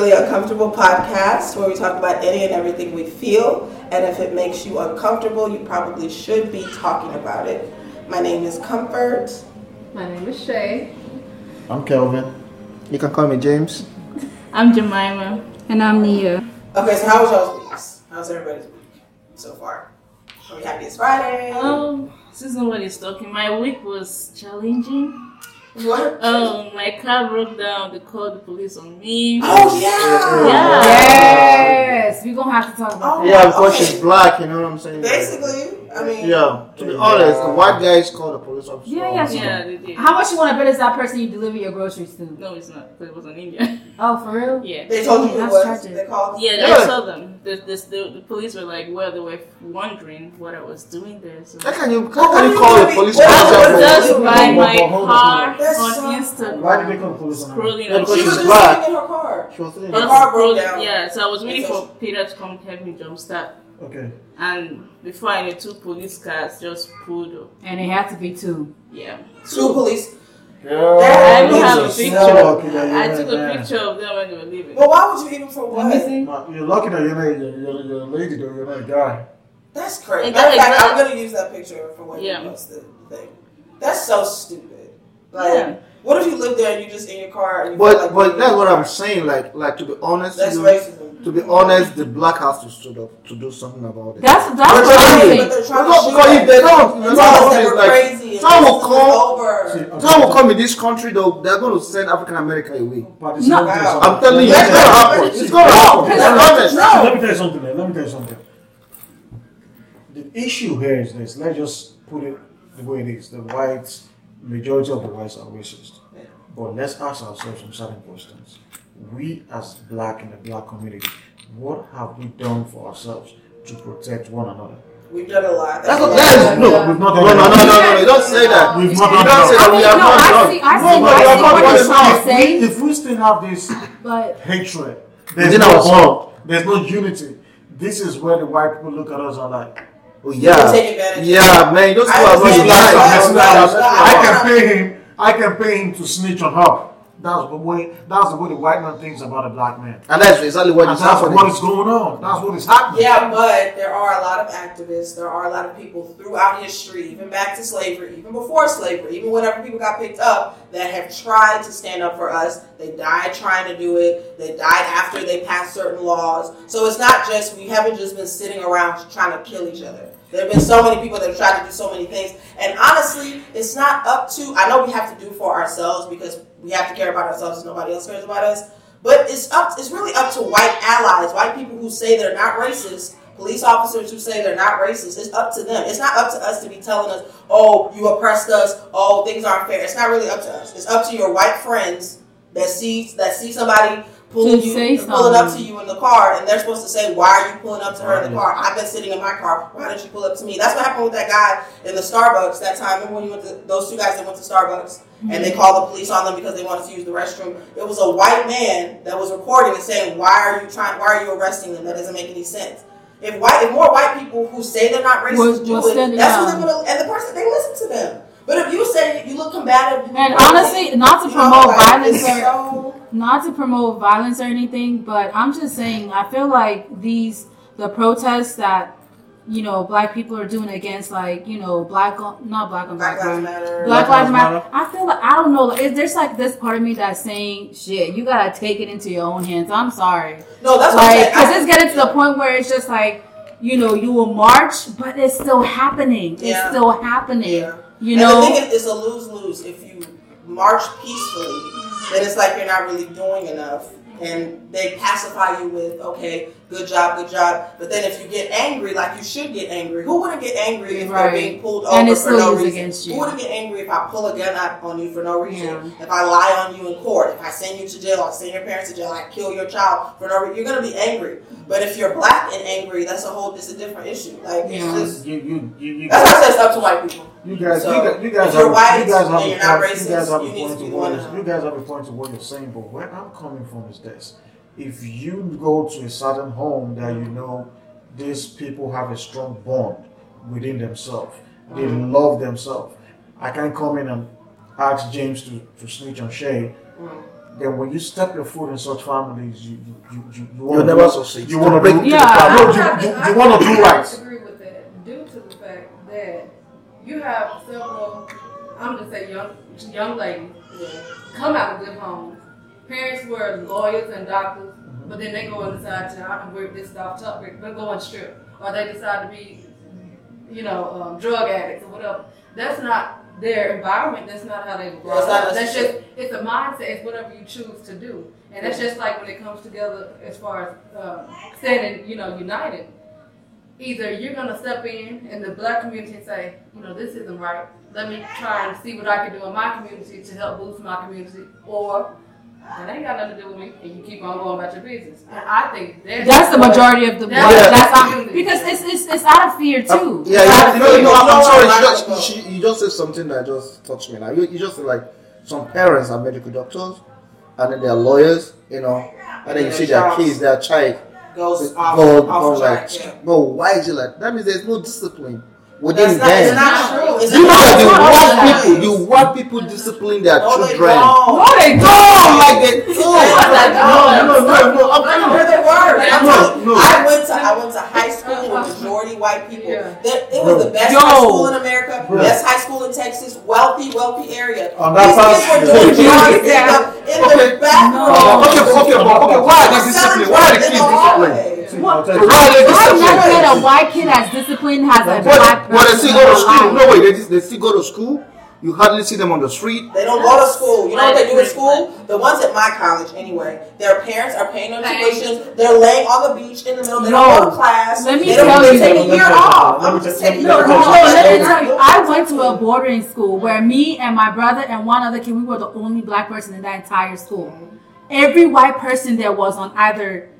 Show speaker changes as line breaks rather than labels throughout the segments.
Uncomfortable podcast where we talk about any and everything we feel. And if it makes you uncomfortable, you probably should be talking about it. My name is Comfort.
My name is Shay.
I'm Kelvin.
You can call me James.
I'm Jemima.
And I'm Nia.
Okay, so how was y'all's weeks? How's everybody's week so far? Are we happy it's Friday?
Um, since nobody's talking, my week was challenging.
What?
Um, my car broke down. They called the police on me.
Oh, yeah!
Yeah.
Yes, we're gonna have to talk about
Oh,
that.
Yeah, because
okay.
she's black, you know what I'm saying?
Basically, I mean,
Yeah, to be honest, the white guys call the police officer.
Yeah, yeah,
Yeah, they did.
How much you wanna bet is that person you deliver your groceries to?
No, it's not. 'cause It was an Indian.
Oh, for real?
yeah.
they told you who it
That's
was.
tragic.
They called.
Yeah,
Yeah.
I saw them. The, this, the, the police were like, well, they were wondering what I was doing there. So
How
I
can you,
What
how can
do
you
you
call the
mean?
police
What
officer?
was
was
for-
just
Hold on,
by
hold on,
my
hold on.
car
That's
on
so-
Instagram.
Why did they call the police on her?
Scrolling
Yeah,
on
because
She was
she's
just
black.
sitting in her car.
She was saying,
Her
Her
car
car
broke down.
Yeah, so I was waiting
so-
for Peter to come help me jumpstart.
Okay.
And before I knew, two police cars just pulled up.
And it had to be two.
Yeah.
Two police.
I
Yeah.
even have a
Jesus.
picture.
No, okay, that
I
you're
took
right
a
there.
picture of them when they were leaving.
Well, why would you even for
Let me
what?
see.
Ma- You're lucky that you're not, you're, you're, you're a lady though, you're not a guy.
That's crazy.
It
Matter of
doesn't
fact, I'm
matter.
gonna use that picture for when
Yeah.
you post the thing. That's so stupid. Like,
Yeah.
what if you live there and you just in your car? And you feel
But
like
but that's
you're-
what I'm saying. Like like to be honest,
That's
you-
racism.
to be honest, the black has to stood up to do something about it.
That's that's
But
what I'm
they-
saying.
they're
because,
trying to
because
shoot
if they don't,
And
you
tell us
know,
that
it's
we're
like
crazy. and
some
this
will
is
call-
over.
some will come in this country though. They're going to send African America away.
No,
No.
I'm telling you,
Yeah.
it's going to happen. It's going to happen. It's honest.
Let me tell you something. man. Let me tell you something. The issue here is this. Let's just put it the way it is. The whites, majority of the whites are racist. But let's ask ourselves some certain questions. We as black in the black community, what have we done for ourselves to protect one another?
We've done a lot.
That's
a
what
lot.
that is. No,
We've not
no, no, no, no, no. You don't say that.
We've
You
not done
don't say
that.
that. We
I
have
mean, no, I see- I
not done.
No,
see what
but we have
you're
not done
trying to
that.
say.
We- If we still have this
But
hatred.
Within
There's no
ourselves.
bond. There's no unity. This is where the white people look at us and are like,
Oh
Take
yeah,
advantage.
yeah, man. Those
I
people are
understand
not
that.
black.
I can pay him. I can pay him to snitch on her. That's the way. That's the way the white man thinks about a black man.
And that's exactly what
And
is
that's what
happening.
is going on. That's what is happening.
Yeah, but there are a lot of activists. There are a lot of people throughout history, even back to slavery, even before slavery, even whenever people got picked up, that have tried to stand up for us. They died trying to do it. They died after they passed certain laws. So it's not just we haven't just been sitting around trying to kill each other. There have been so many people that have tried to do so many things. And honestly, it's not up to. I know we have to do for ourselves because we have to care about ourselves, and nobody else cares about us. But it's up. It's really up to white allies, white people who say they're not racist, police officers who say they're not racist. It's up to them. It's not up to us to be telling us, "Oh, you oppressed us. Oh, things aren't fair." It's not really up to us. It's up to your white friends that see that see somebody pulling
To
you,
say
pulling up to
something.
you in the car, and they're supposed to say, "Why are you pulling up to her in the car? I've been sitting in my car. Why didn't you pull up to me?" That's what happened with that guy in the Starbucks that time. Remember when you went to those two guys that went to Starbucks? and they called the police on them because they wanted to use the restroom. It was a white man that was recording and saying, "Why are you trying? Why are you arresting them? That doesn't make any sense." If white, if more white people who say they're not
Was-
racist do
was
it,
standing
that's what
up.
they're gonna. And the person they listen to them. But if you say you look combative,
and honestly, not to
you know,
promote
like,
violence
it's
or
so-
not to promote violence or anything, but I'm just saying I feel like these the protests that you know black people are doing against like you know black on not black on black
Black Lives
crime.
Matter.
Black Lives
Black Lives
Matter. I feel like I don't know. Like, is there's like this part of me that's saying, "Shit, you gotta take it into your own hands." I'm sorry,
No, that's what I'm
like,
saying.
because it's getting to the point where it's just like, you know, you will march, but it's still happening.
Yeah.
It's still happening.
Yeah.
You
and
know,
the thing is, it's a lose lose. If you march peacefully, then it's like you're not really doing enough, and they pacify you with, "Okay, good job, good job." But then if you get angry, like you should get angry, who wouldn't get angry if
Right.
they're being pulled over
And it's
for
still
no
used
reason?
against you.
Who wouldn't get angry if I pull a gun out on you for no reason? If I lie on you in court, if I send you to jail, I send your parents to jail, I kill your child for no reason, you're gonna be angry. But if you're black and angry, that's a whole, it's a different issue. Like
Yeah.
it's just
You, you, you, you,
that's why I said it's up to white people.
you guys,
So,
you guys, you guys
if you're
have,
white
you guys have
and you're
a
not
point. you guys
racist,
have
you
a
need
point
to
to
be the
what
one
is-
to-
you guys have a point to what you're saying. But where I'm coming from is this: if you go to a certain home that you know these people have a strong bond within themselves, they
Mm-hmm.
love
Mm.
themselves. I can't come in and ask James to, to snitch on Shay.
then when you step your foot in such families, you you you you, you
You'll
want
never
to
succeed.
you wanna
break
do-
into
Yeah.
the
no,
problem.
you,
I-
you,
I-
you want to do
I
right.
disagree with that due to the fact that you have several, I'm gonna say young, young ladies come out of good homes. Parents were lawyers and doctors,
Mm-hmm.
but then they go and decide to, I'm gonna work this off top, but go and strip. Or they decide to be, you know, um, drug addicts or whatever. That's not their environment. That's not how they were brought
That's not
up. That's just,
necessary.
it's a mindset. It's whatever you choose to do. And that's
Mm-hmm.
just like when it comes together as far as um, standing, you know, united. Either you're going to step in and the black community and say, you know, this isn't right. Let me try and see what I can do in my community to help boost my community. Or that ain't got nothing to do with me. And you keep on going about your business. And I think that's,
That's the majority of the
That's-
black.
Yeah.
That's how, because it's, it's it's out of fear too.
Yeah,
It's out
yeah
of
you know,
fear.
you know, I'm,
No,
I'm sorry.
no,
You
no,
just,
no.
she, you just said something that just touched me. Now you, you just said like some parents are medical doctors, and then they are lawyers. You know, and then you
Yeah,
see their
jobs.
kids, their child
Goes off,
go
off
go
track.
like.
Yeah.
But why is it like? That means there's no discipline
That's
within
not, it's
them.
not true. It's
you know,
not
you
true.
want people, you want people discipline their
No, they
children.
don't.
No, they
No,
don't.
like they do.
No,
no, no, no. I'm
I heard the word. I'm
No,
telling-
no.
I went to I went to high school with majority white people.
Yeah.
That- it was the best
Yo.
high school in America,
Bro.
best high school in Texas, wealthy, wealthy area.
On
These
that
kids were doing
part,
drugs
Yeah.
and stuff in
Okay.
the back
No.
room.
Okay, okay, but okay, why are they disciplined? Why are
Selling
the
drugs in the
kids disciplined?
hallway.
See, I'll tell
Why
you.
are they
I've never
disciplined?
met a white kid as disciplined as a black
What? What? They
person.
still go
in
to
my
school?
life.
No way. They, just- they still go to school. You hardly see them on the street.
They don't go to school. You know what they do in school? The ones at my college, anyway. Their parents are paying their tuition. They're laying on the beach in the middle. They don't go to class.
Let me
they don't
tell
even
you-
take a year off.
Let me
I'm
just-
just
let me
saying.
just-
No, no, no, let me tell you. I went to a
a
boarding school where me and my brother and one other kid, we were the only black person in that entire school. Every white person there was on either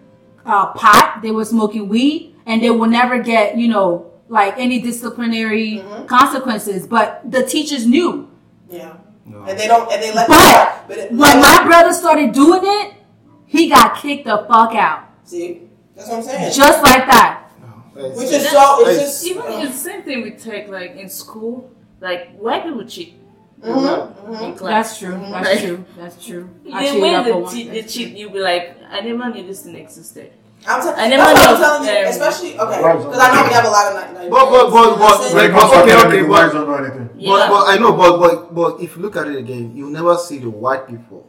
uh, pot, they were smoking weed, and they will never get, you know, like any disciplinary
Mm-hmm.
consequences. But the teachers knew.
Yeah. And they don't. And they let.
But
but it-
when my brother started doing it, he got kicked the fuck out.
see, that's what I'm saying.
Just like that.
Which is so. It's
Hey,
just uh,
Even it's the same thing we take like in school. Like white people cheat. you
mm-hmm,
know, in
That's
class.
true. That's true. That's true. I
the
cheated
way
up on
they
one
cheat, they
thing.
cheat, you'll be like, I never knew this thing existed.
I'm, t-
I
I
never
that's what I'm
know.
telling you,
Yeah.
especially okay,
Right.
because I know we have a lot of night. night-
But- but- but- but-
When
Listen,
it comes to
Okay, okay,
academic,
but-
whites don't know anything.
But, but I know, but, but but if you look at it again, you never see the white people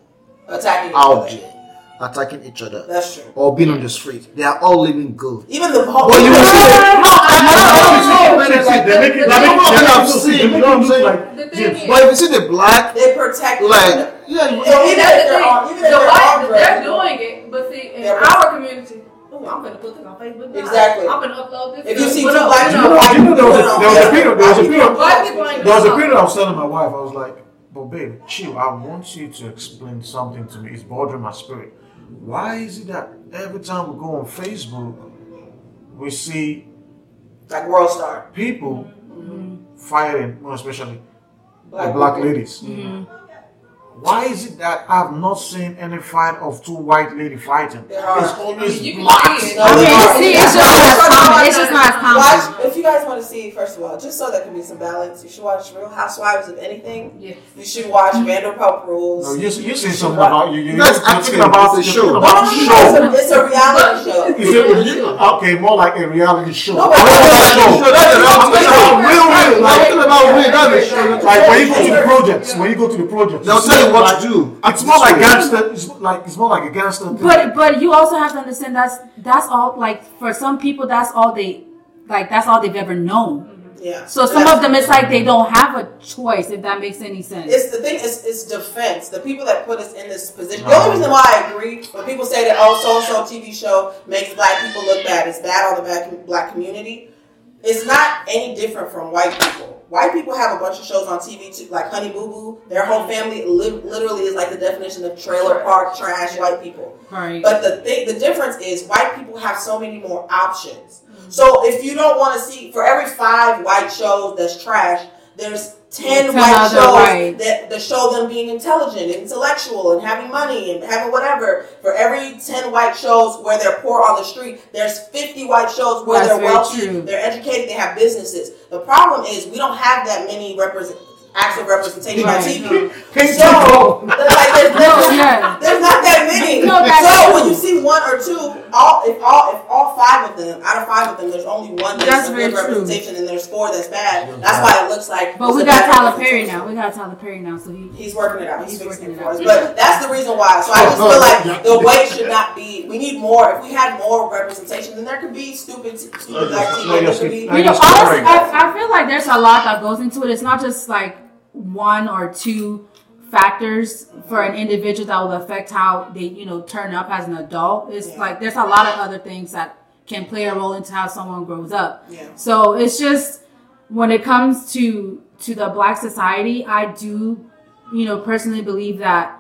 attacking each
out
other.
there attacking each other
That's true.
or being on the street. They are all living good.
Even the whole.
But you will see Ah, them.
No,
Oh,
I-
See, see, see, they make it- they make it-
That's
what
they make
I'm
it-
saying,
they
you know what I'm
make it look
saying?
like-
The thing is,
But if you see the black,
They protect.
like
Even
yeah, you-
if
that's
they're
the thing.
on- even if
the
they're
white,
on
they're
drugs.
doing it, but see, in
Yeah, but-
our community, ooh, I'm gonna put this on Facebook. Live.
Exactly.
I'm gonna upload this.
If you see
What
two
up?
black
You
You know,
know, you know, there was a,
No.
there was a period. There was a period.
White people ain't
There was a
doing
period I was telling my wife, I was like, but babe, chill, I want you to explain something to me. It's bothering my spirit. Why is it that every time we go on Facebook, we see
Like world star.
people fighting, more especially the
Black
black
people.
ladies? Why is it that I've not seen any fight of two white lady fighting?
There are.
It's always
You can
black.
see it.
No,
Okay,
Yeah.
see, it's just not as common. It's just not as common.
Watch if you guys want to see. First of all, just so there can be some balance, you should watch Real Housewives of anything.
Yes.
You should watch Vanderpump Rules.
No, you, you see someone out. You, you,
That's
you're
acting.
thinking about the
It's a
show.
show.
No, no,
About
no,
the
no,
show.
it's a- It's a reality show.
Is it, okay, more like a reality show.
No, but-
Oh, I'm talking about real. That's the show.
like when you go to the projects, when you go to the projects,
They'll tell you what to do.
It's more like gangster. It's like it's more like a gangster. Thing.
But but you also have to understand that's that's all like for some people that's all they like that's all they've ever known.
Yeah.
So some of them it's like they don't have a choice if that makes any sense.
It's the thing. It's, it's defense. The people that put us in this position. The only reason why I agree when people say that oh so and so TV show makes black people look bad. It's bad on the black black community. It's not any different from white people. White people have a bunch of shows on TV too, like Honey Boo Boo. Their whole family li- literally is like the definition of trailer park trash white people.
Right.
But the thing, the difference is white people have so many more options. So if you don't want to see for every five white shows that's trash, there's ten
Ten
white
other
shows
whites.
that, that show them being intelligent, and intellectual, and having money and having whatever. For every ten white shows where they're poor on the street, there's fifty white shows where
That's
they're
very
wealthy,
true.
they're educated, they have businesses. The problem is we don't have that many represent acts of representation
Right.
on TV.
Can't
So,
you go?
like, there's,
no,
there's,
yeah.
there's many.
No, that's
so
true.
when you see one or two, all if all if all five of them, out of five of them, there's only one
That's
that's a good
very true.
representation and their score that's bad. That's why it looks like.
But
it's
we
a
got
bad
Tyler Perry
representation.
now. We got Tyler Perry now, so he.
He's working it out. He's,
He's
fixing
working
it
it
for us.
out.
But that's the reason why. So I just feel like the weight should not be. We need more. If we had more representation, then there could be stupid, stupid black
just-
people.
no,
There
just-
could be.
I
You know,
just agree.
honestly, I, I feel like there's a lot that goes into it. It's not just like one or two factors for an individual that will affect how they, you know, turn up as an adult. It's
Yeah.
like there's a lot of other things that can play a role into how someone grows up.
Yeah.
So it's just when it comes to to the black society, I do, you know, personally believe that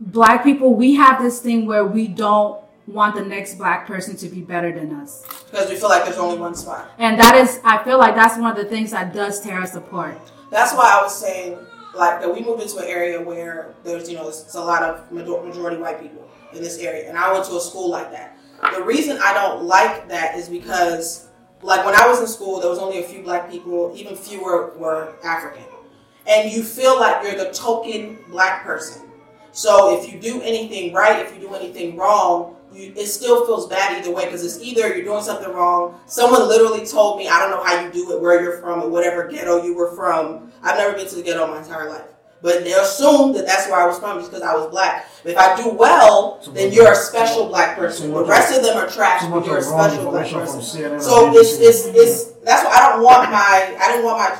black people we have this thing where we don't want the next black person to be better than us.
Because we feel like there's only one spot.
And that is, I feel like that's one of the things that does tear us apart.
That's why I was saying, like, that we moved into an area where there's, you know, it's, it's a lot of major- majority white people in this area. And I went to a school like that. The reason I don't like that is because, like, when I was in school, there was only a few black people, even fewer were African. And you feel like you're the token black person. So if you do anything right, if you do anything wrong, you, it still feels bad either way because it's either you're doing something wrong. Someone literally told me, I don't know how you do it, where you're from, or whatever ghetto you were from. I've never been to the ghetto my entire life. But they assume that that's where I was from just because I was black. If I do well, then you're a special black person. The rest of them are trash,
Too
but
much
you're a
of wrong
special black
information from
person.
CNN.
So
and
it's,
BBC.
it's, it's, that's why I don't want my, I didn't want my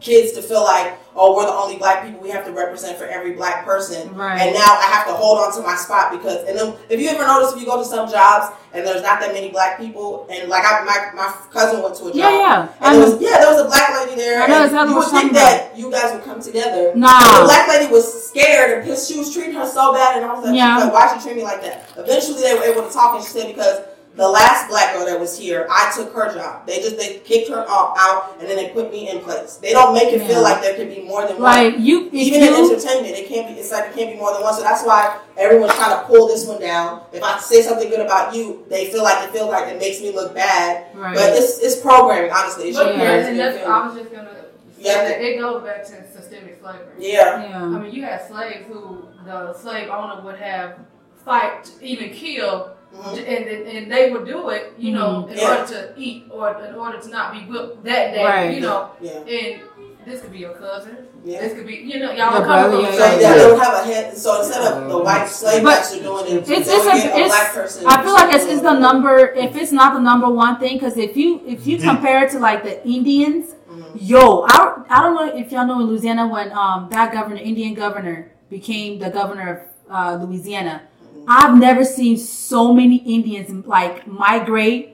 kids to feel like, oh, we're the only black people we have to represent for every black person.
Right.
And now I have to hold on to my spot because, and then if you ever notice, if you go to some jobs and there's not that many black people, and like I, my, my cousin went to a job.
Yeah,
And
yeah.
um,
I
there was, yeah, there was a black lady there.
I know,
and
exactly
you would
what you're
think
talking
that you guys would come together. The
nah.
black lady was scared and pissed. She was treating her so bad, and I was like,
Yeah.
she's like, why she treat me like that? Eventually, they were able to talk, and she said because the last black girl that was here, I took her job. They just they kicked her off, out, and then they put me in place. They don't make it
Yeah.
feel like there can be more than one.
Like you, if
Even in
you,
entertainment, it can't be. It's like it can't be more than one. So that's why everyone's trying to pull this one down. If I say something good about you, they feel like it feels like it makes me look bad. But
right?
it's it's programming, honestly. It's just
But
Yeah.
yeah,
parents
and
and their
that's,
family.
I was just gonna say
Yeah.
that it goes back to systemic slavery.
Yeah.
I
Yeah.
mean, you had slaves who the slave owner would have fight, even kill,
Mhm.
and and, and they would do it, you
Mm-hmm.
know, in
Yeah.
order to eat or in order to not be whipped that day,
Right.
you know.
Yeah.
And this could be your cousin.
Yeah.
This could be, you know, y'all
Your
would come
brother,
from
yeah,
the
So
same.
yeah, they would have a head. So instead of the white slave
But
master doing it,
it's-
they would
it's a-
get
it's-
black person.
I feel like it's, it's the number. If it's not the number one thing, because if you if
Mm-hmm.
you compare it to like the Indians,
Mhm.
yo, I I don't know if y'all know in Louisiana when um that governor, Indian governor, became the governor of uh, Louisiana.
Mm-hmm.
I've never seen so many Indians like migrate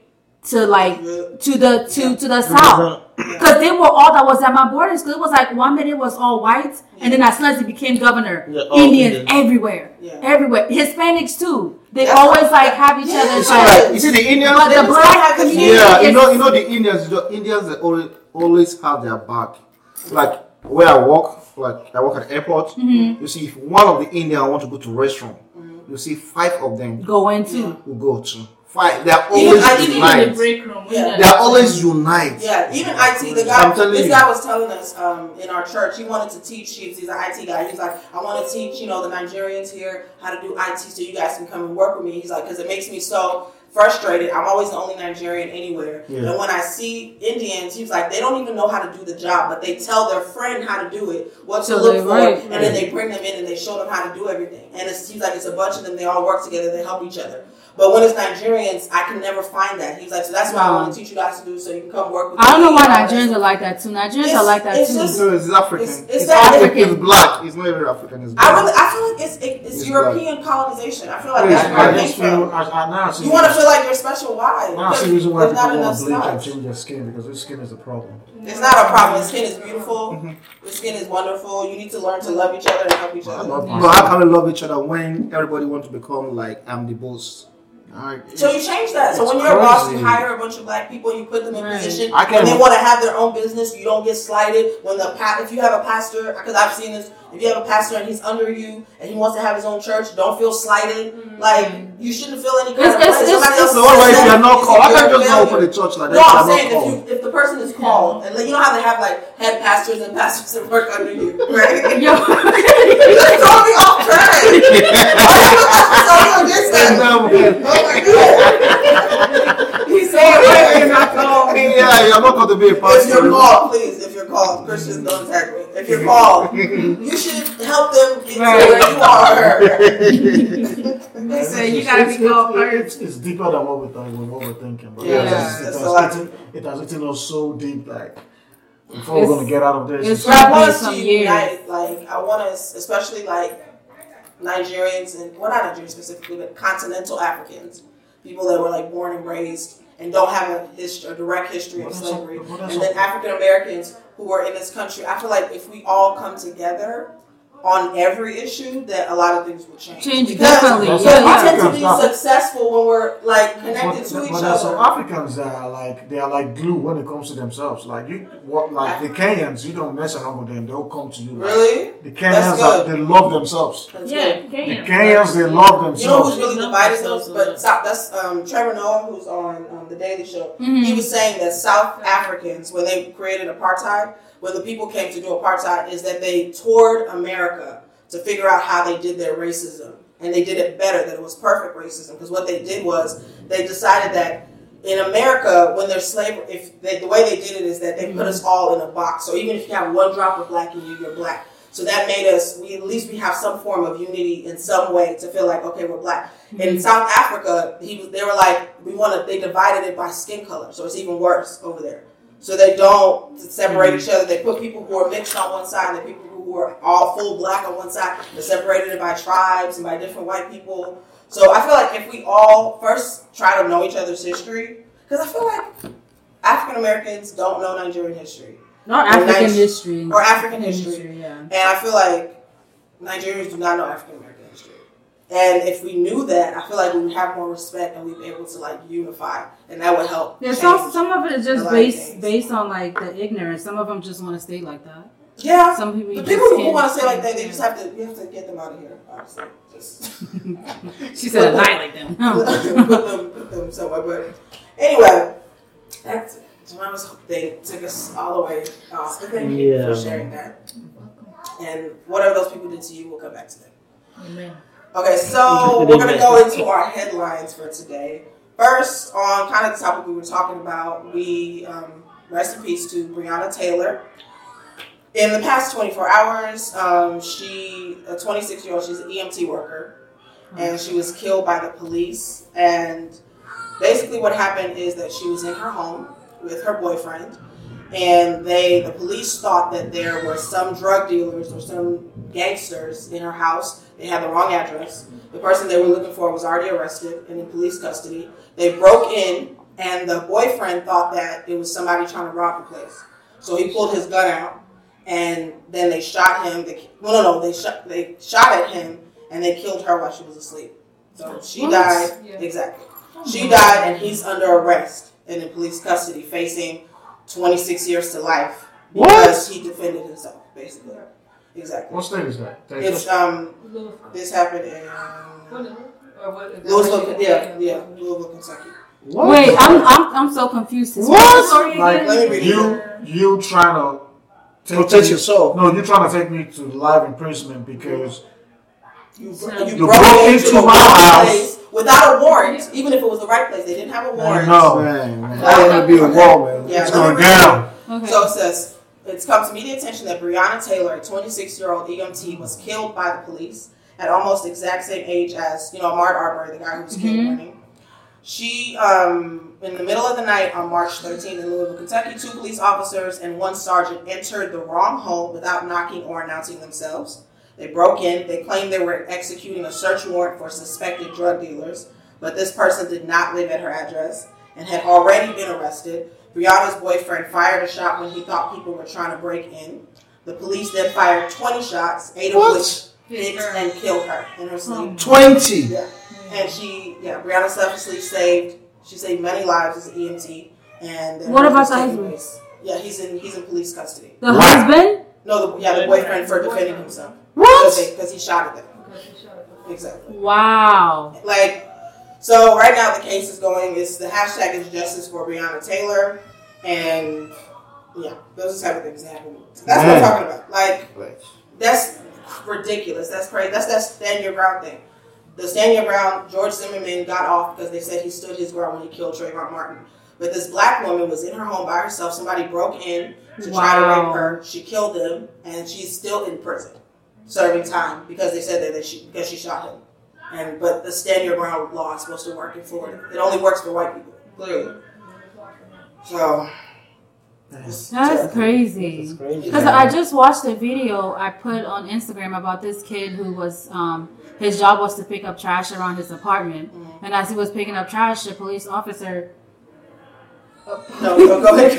to like to the to to the south. Because they were all that was at my borders. 'Cause it was like one minute was all white, and then as soon as he became governor,
Yeah, oh, all
Indians
Indians.
everywhere,
Yeah.
everywhere, Hispanics too. They
That's-
always like have each
Yeah,
other's
sure.
like.
You see the Indians.
But the
They
black
have the
community,
Yeah, you
is-
know, you know the Indians. The Indians they always, always have their back. Like where I work, like I work at the airport.
Mm-hmm.
You see, if one of the Indian want to go to restaurant, you see five of them
go into.
will go to five. They're
Even
always
I didn't even
in the
unite.
break room.
Yeah.
They're always unite.
Yeah, even IT. The
I'm
guy,
telling
this
you.
guy was telling us um, in our church. He wanted to teach. He's, he's an IT guy. He's like, I want to teach you know the Nigerians here how to do IT, so you guys can come and work with me. He's like, because it makes me so frustrated. I'm always the only Nigerian anywhere,
Yeah.
and when I see Indians, he's like, they don't even know how to do the job, but they tell their friend how to do it, what to
So
look
they're
for,
right.
and then they bring them in and they show them how to do everything. And it's, he's like, it's a bunch of them. They all work together. They help each other. But when it's Nigerians, I can never find that. He's like, so that's why I want to teach you guys to do so you can come work with
I don't
me.
know why
All that
Nigerians are like that too. Nigerians
It's-
are like that
it's
too.
just-
No, it's African.
It's-
It's,
it's
African.
African.
It's black. It's not even African. It's black.
I really, I feel like it's it, it's
It's
European colonization. I feel like
It's
that's
right.
where
I
it came
just feel,
from.
I, I now see
You want to feel like you're special. Why?
now I see the
There's
reason why people
not
want
enough
to bleach and
spots.
change their skin because this skin is the problem.
Mm-hmm.
It's not a problem. The skin is beautiful.
Mm-hmm.
The skin is wonderful. You need to learn to love each other and help each
But
other.
how can we love each other when everybody wants to become like I'm the boss? I,
So you change that. So
It's
when you're a boss, you
crazy.
hire a bunch of black people, you put them in
Right.
position,
I
when
can't-
they want to have their own business, you don't get slighted. When the pa- if you have a pastor, because I've seen this, If you have a pastor and he's under you and he wants to have his own church, don't feel slighted.
Mm-hmm.
Like you shouldn't feel any kind
It's-
of
it's-
way.
it's-
Somebody else
So what if
says
you are
that,
not
it's
called? I
your
can't just go
failure.
open a church like
No,
that.
I'm
if
saying
You are
if
not called.
you if the person is called, and like, you know how they have like head pastors and pastors that work under you, right?
Yo.
you just told me off track. Why you just told me this?
No.
Oh my god. He said, "Wait, you're not called."
Yeah, you are not called to be a
If
pastor.
you're called, please. If you're called, Christians don't attack me. If you're called, you should help them get to where you are.
They say
It's-
you gotta
it's-
be called
it's-
first.
It's, it's deeper than what we thought, what we're thinking. But
Yeah,
it has-
that's
it,
a lot.
has eaten, it has eaten us so deep, like before we're gonna get out of this.
it's
But I want
been
us
some
to
years.
unite. Like I want us, especially like Nigerians and well, not Nigerians specifically, but continental Africans, people that were like born and raised and don't have a history, a direct history of
What else-
slavery,
what else-
and then African Americans who are in this country. I feel like if we all come together. On every issue, that a lot of things will change.
Change,
Because
definitely.
We
Yeah, yeah.
tend to be
Africans,
successful when we're like connected
But,
to each
but there are some
other.
Africans that are like they are like glue when it comes to themselves. Like you, what, like the Kenyans, you don't mess around with them; they'll come to you.
Really?
The
That's
Kenyans, are,
good.
they love themselves.
That's good.
Yeah,
The
Kenya.
Kenyans, they love
You know who's
themselves.
really divided those? But South, that's um, Trevor Noah, who's on um, the Daily Show.
Mm-hmm.
He was saying that South Africans, when they created apartheid, when the people came to do apartheid, is that they toured America to figure out how they did their racism, and they did it better. That it was perfect racism because what they did was they decided that. In America, when there's slavery, if they, the way they did it is that they put us all in a box. So even if you have one drop of black in you, you're black. So that made us, we at least we have some form of unity in some way to feel like okay, we're black. In South Africa, he was, they were like we want to. They divided it by skin color, so it's even worse over there. So they don't separate each other. They put people who are mixed on one side, and the people who are all full black on one side. They separated it by tribes and by different white people. So I feel like if we all first try to know each other's history, because I feel like African Americans don't know Nigerian history
Not
Or
African
Nige-
history.
or African history.
yeah.
And I feel like Nigerians do not know African American history. And if we knew that, I feel like we would have more respect and we'd be able to like unify, and that would help.
Yeah,
change.
some some of it is
A
just
lot of
based
things.
based on like the ignorance. Some of them just want to stay like that.
yeah.
Some people
The
just
people who
can't-
want to say like that, they just have to you have to get them out of here. Obviously, just
She said annihilate them.
put them, put them somewhere. But anyway, that's Jermaine They took us all the way. Uh, but thank you
Yeah.
for sharing that. And whatever those people did to you, we'll come back to them.
Amen.
Okay, so we're gonna go into our headlines for today. First, on kind of the topic we were talking about, we um, rest in peace to Breonna Taylor. In the past 24 hours, um, she, a 26 year old, she's an EMT worker, and she was killed by the police. And basically, what happened is that she was in her home with her boyfriend, and they, the police, thought that there were some drug dealers or some gangsters in her house. They had the wrong address. The person they were looking for was already arrested and in police custody. They broke in, and the boyfriend thought that it was somebody trying to rob the place. So he pulled his gun out, and then they shot him. They, well, no, no, they shot they shot at him, and they killed her while she was asleep. So she died.
Yeah.
Exactly. She died, and he's under arrest and in police custody, facing 26 years to life because he defended himself, basically. Exactly.
What state is that? They
It's
just-
um.
Louisville.
This happened in
Or what?
Louisville, yeah, yeah, Louisville, Kentucky.
What?
Wait, I'm I'm I'm so confused. What?
What?
story
Like,
again?
Let me read
you,
it.
you trying to take
Protect
me-
yourself.
No, you trying to take me to live imprisonment because
You,
You
broke,
broke
into
into
the
my
wrong
house.
place without a warrant, even if it was the right place. They didn't have a warrant.
no.
Man, man, I want to be a wall, man.
Yeah,
it's
let me
going
read it.
down.
Okay.
So it says, it's come to media attention that Breonna Taylor, a 26 year old EMT, was killed by the police at almost the exact same age as, you know, Ahmaud Arbery, the guy who was killed
Mhm.
running. She, um, in the middle of the night on March 13th in Louisville, Kentucky, two police officers and one sergeant entered the wrong home without knocking or announcing themselves. They broke in. They claimed they were executing a search warrant for suspected drug dealers, but this person did not live at her address and had already been arrested. Brianna's boyfriend fired a shot when he thought people were trying to break in. The police then fired 20 shots, eight of which hit and killed her in
Oh,
her sleep.
20.
Yeah. And she, yeah, Brianna selflessly saved, she saved many lives as an EMT. And their
What
life
about
was
the
taken
husband?
away. Yeah, he's in he's in police custody.
the husband?
No, the, yeah, the boyfriend for defending himself.
What?
Because he shot at them.
Because she shot her.
Exactly.
Wow.
Like, so right now the case is going. It's the hashtag is justice for Breonna Taylor, and yeah, those are the type of things that happen. That's what I'm
Man.
talking about. Like,
Like,
that's ridiculous. That's crazy. That's that stand your ground thing. The stand your ground. George Zimmerman got off because they said he stood his ground when he killed Trayvon Martin. But this black woman was in her home by herself. Somebody broke in to try to
Wow.
rape her. She killed him, and she's still in prison, serving time because they said that, that she because she shot him. And but the stand your ground law is supposed to work in Florida. It only works for white people, clearly. So it's
That's
terrible.
It's
crazy.
crazy.
Because I just watched a video I put on Instagram about this kid who was, um, his job was to pick up trash around his apartment. And as he was picking up trash, the police officer
No, no, go ahead.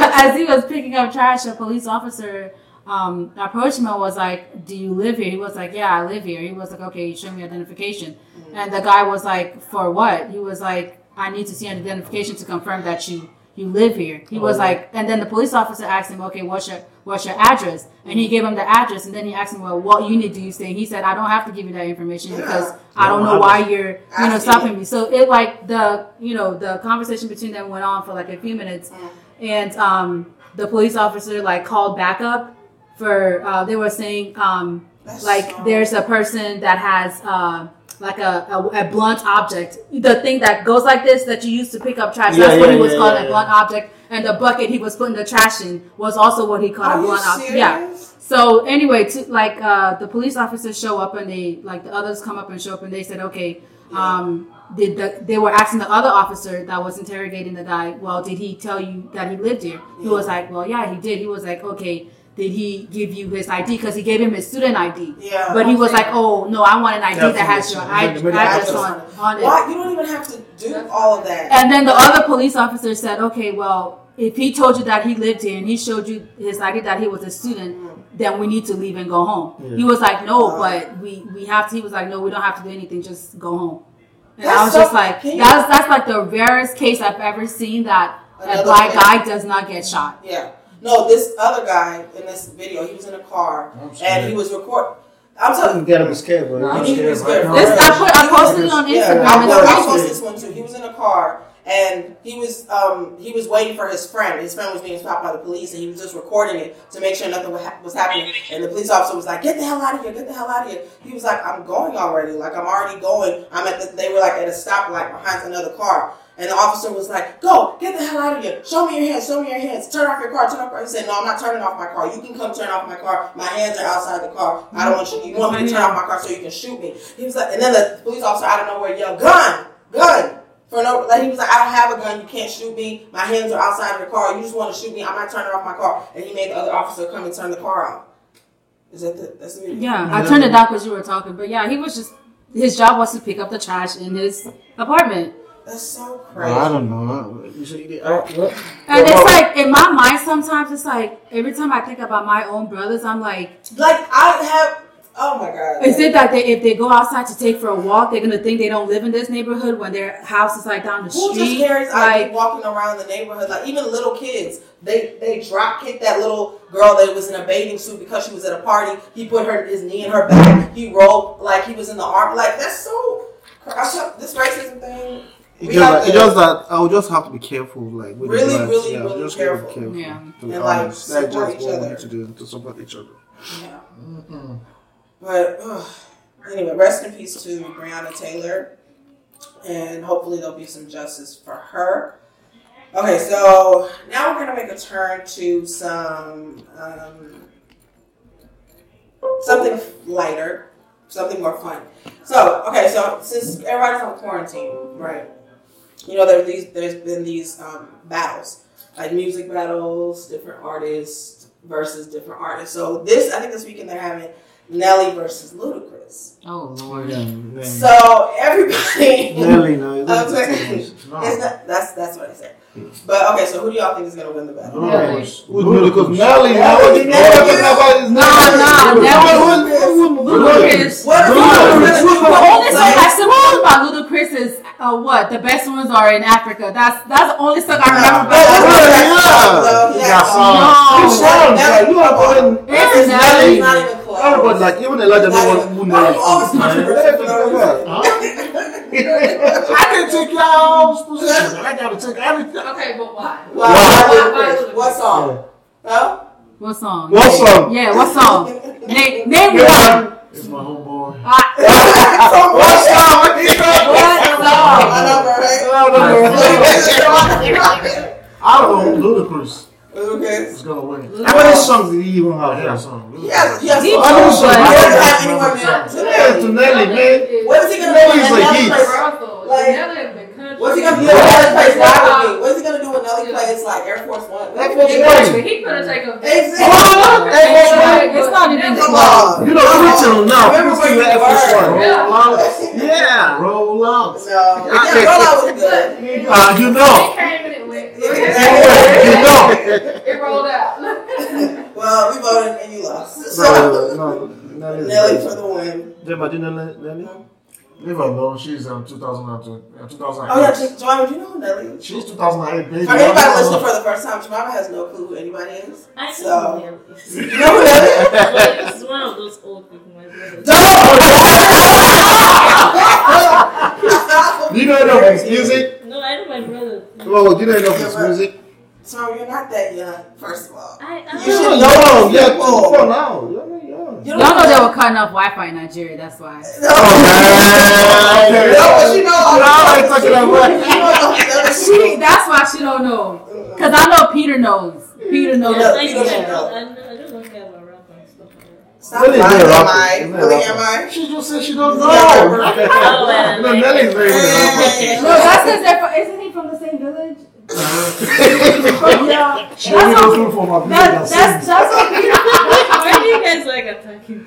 as he was picking up trash, a police officer um, approached him and was like, "Do you live here?" He was like, "Yeah, I live here." He was like, "Okay, show me identification." And the guy was like, "For what?" He was like, "I need to see an identification to confirm that you you live here." He
Oh,
was like, and then the police officer asked him, "Okay, what's your what's your address?" And he gave him the address, and then he asked him, "Well, what unit do you stay?" He said, "I don't have to give you that information
Yeah.
because I
Yeah,
don't
I
know
was-
why you're you
Asking
know
you.
stopping me." So it like the you know the conversation between them went on for like a few minutes
Mm.
and um, the police officer like called backup for uh, they were saying um,
That's
like
so-
there's a person that has uh, like a, a, a blunt object the thing that goes like this that you use to pick up trash
Yeah,
that's what
yeah,
he was
yeah,
called
yeah,
a
yeah.
blunt object and the bucket he was putting the trash in was also what he called
Are
a
you
blunt object yeah
serious?
so anyway, to, like uh, the police officers show up and they like the others come up and show up and they said, okay, um, did the, they were asking the other officer that was interrogating the guy, well, did he tell you that he lived here? He was like, well, yeah, he did. He was like, okay, did he give you his ID? Because he gave him his student ID.
Yeah.
But he was like, oh no, I want an ID that has your
Yeah,
ID
the middle
address on,
address.
on it.
Why? You don't even have to do all of that.
And then the other police officer said, okay, well, if he told you that he lived here and he showed you his ID that he was a student, then we need to leave and go home. He was like, no, but we, we have to, he was like, no, we don't have to do anything, just go home. And I
That's
was
so-
just like,
can you-
that's, that's like the rarest case I've ever seen that a
Another
black
thing.
guy does not get shot.
Yeah. No, this other guy in this video, he was in a car
I'm
and
scared.
he was recording. I'm
I'm
telling you.
getting scared, but
I'm
I'm
scared.
scared right now.
This, I put, I
He
posted it on Instagram.
Yeah,
Yeah,
I,
and
was,
I
I
was
posted
like,
this one too. He was in a car and he was um he was waiting for his friend. His friend was being stopped by the police and he was just recording it to make sure nothing wa- was happening. And the police officer was like, "Get the hell out of here! Get the hell out of here!" He was like, "I'm going already. Like I'm already going. I'm at the." They were like at a stoplight behind another car. And the officer was like, "Go, get the hell out of here! Show me your hands! Show me your hands! Turn off your car! Turn off!" your-" He said, "No, I'm not turning off my car. You can come turn off my car. My hands are outside the car. I don't want you. You want me to turn off my car so you can shoot me?" He was like, and then the police officer out of nowhere yelled, "Gun, gun!" For no, like he was like, "I don't have a gun. You can't shoot me. My hands are outside of the car. You just want to shoot me. I'm not turning off my car." And he made the other officer come and turn the car off. Is that the? That's the video.
yeah, I turned it out because you were talking, but yeah, he was just, his job was to pick up the trash in his apartment.
That's so crazy.
I don't know. You see, I, what?
And
Well,
it's like in my mind sometimes it's like every time I think about my own brothers, I'm like,
Like I have. Oh my god.
is it that they if they go outside to take for a walk, they're gonna think they don't live in this neighborhood when their house is like down the
Who just
street?
carries ID
Like
walking around the neighborhood? Like even little kids, they they drop kicked that little girl that was in a bathing suit because she was at a party. He put her his knee in her back. He rolled like he was in the arm. Like that's so. I tell- This racism thing.
It's
We
just,
have
that,
to-
it's just that I'll just have to be careful, like with the
Really,
words.
really,
yeah,
really
just gotta be
careful.
Yeah.
To be
And, like,
honest, that's
support
just
each
what we
other.
need to do to support each other.
Yeah. But ugh, anyway, rest in peace to Breonna Taylor, and hopefully there'll be some justice for her. Okay, so now we're gonna make a turn to some um, something lighter, something more fun. So okay, so since everybody's on quarantine, right? You know, there's these there's been these um, battles, like music battles, different artists versus different artists. So this, I think this weekend they're having Nelly versus Ludacris.
Oh Lord.
Yeah,
So everybody,
Nelly, no, it's not
Okay.
too much.
No.
It's not- that's that's what I said. But okay, so who do y'all think is gonna win the
Oh,
battle?
Ludicrous.
Who's Ludacris? Nelly,
Yeah,
no,
Nelly.
no, no,
No, no, Nelly. Ludacris.
What are
Ludacris.
who's
The only song I
like,
still remember about Ludacris is uh, what the best ones are in Africa. That's that's the only song I remember
But
about.
that's
Ludacris.
what I'm saying, though. Yeah.
Yeah. Yeah.
No.
Which one? Like, you are going-
It's
Nelly's
Nelly.
not even close.
Everybody, like, even Elijah, no one who
Why
knows.
you always controversial?
I can take y'all's position. I gotta take everything.
Okay, but why?
Why-
Why?
why Ludacris? What song? Huh?
What song?
What song?
Yeah, what song? name name one.
Yeah.
It's my homeboy.
Ah,
What song? You know?
I know, right?
I don't know. I don't know.
Ludacris
Lucas.
is gonna win.
How many songs did he even
Oh,
I
have?
hear a
Yeah.
song. Ludacris.
Yes, yes.
Deep
I
Purple.
don't have
Yeah,
anywhere
to
near
Nelly, man.
What is he gonna
Nelly
do
is
with
like
Nelly?
heat.
Russell,
Like-
Nelly has been country.
What's he gonna do
Yeah.
when Nelly plays Wild with me? What's he gonna do when Nelly plays like Air Force One?
Air
What
Force
is he
One.
gonna do?
He could have taken.
Exactly.
It's not even
Come
close.
on.
You know, up till now.
Remember
Christy
where
had
you
this
were.
one.
Yeah.
Yeah.
Roll out.
No. Yeah, Rollout was good.
Uh, you know.
It came and it went.
You
Yeah.
know.
It rolled out.
Well, we voted and you lost. So,
No, no, no.
Nelly for the win.
Jemma, do you know Nelly?
Leave her alone. She's um 2002, uh, 2008.
Oh yeah, Jemima, do you know who Nelly is?
She's 2008, baby.
For anybody listening for the first time, Jemima has no clue who anybody is.
I
So-
know who he is.
You know who Nelly is?
Like, It's one of those old people, my brother.
Do you know any of his music?
No, I know my brother.
Well, do you know any of his music?
So you're not that young, first of all.
I, I
You
don't
should-
know.
No, yeah, for now. Yeah, yeah.
You
Y'all know they were cutting off Wi-Fi in Nigeria. That's why.
No,
Oh, man.
no, but you know all
Now
the
I'm talking about.
You know all the other
She.
people.
That's why she don't know. Cause I know Peter knows. Peter knows.
Yeah,
Like,
you don't
yeah,
know.
I don't- I don't know if I have a rap and stuff like that.
Stop
Really,
lying,
they're
am
rapping.
I?
They're
Really,
rapping.
am I?
She just said she don't
Oh, Yeah.
know. No, Nelly's very
Yeah.
good.
No, that's because they're from, isn't he from the same village? yeah.
She only
That's
looking for my music
That,
that
that's
sings.
that's what Peter.
Why do you guys like attacking?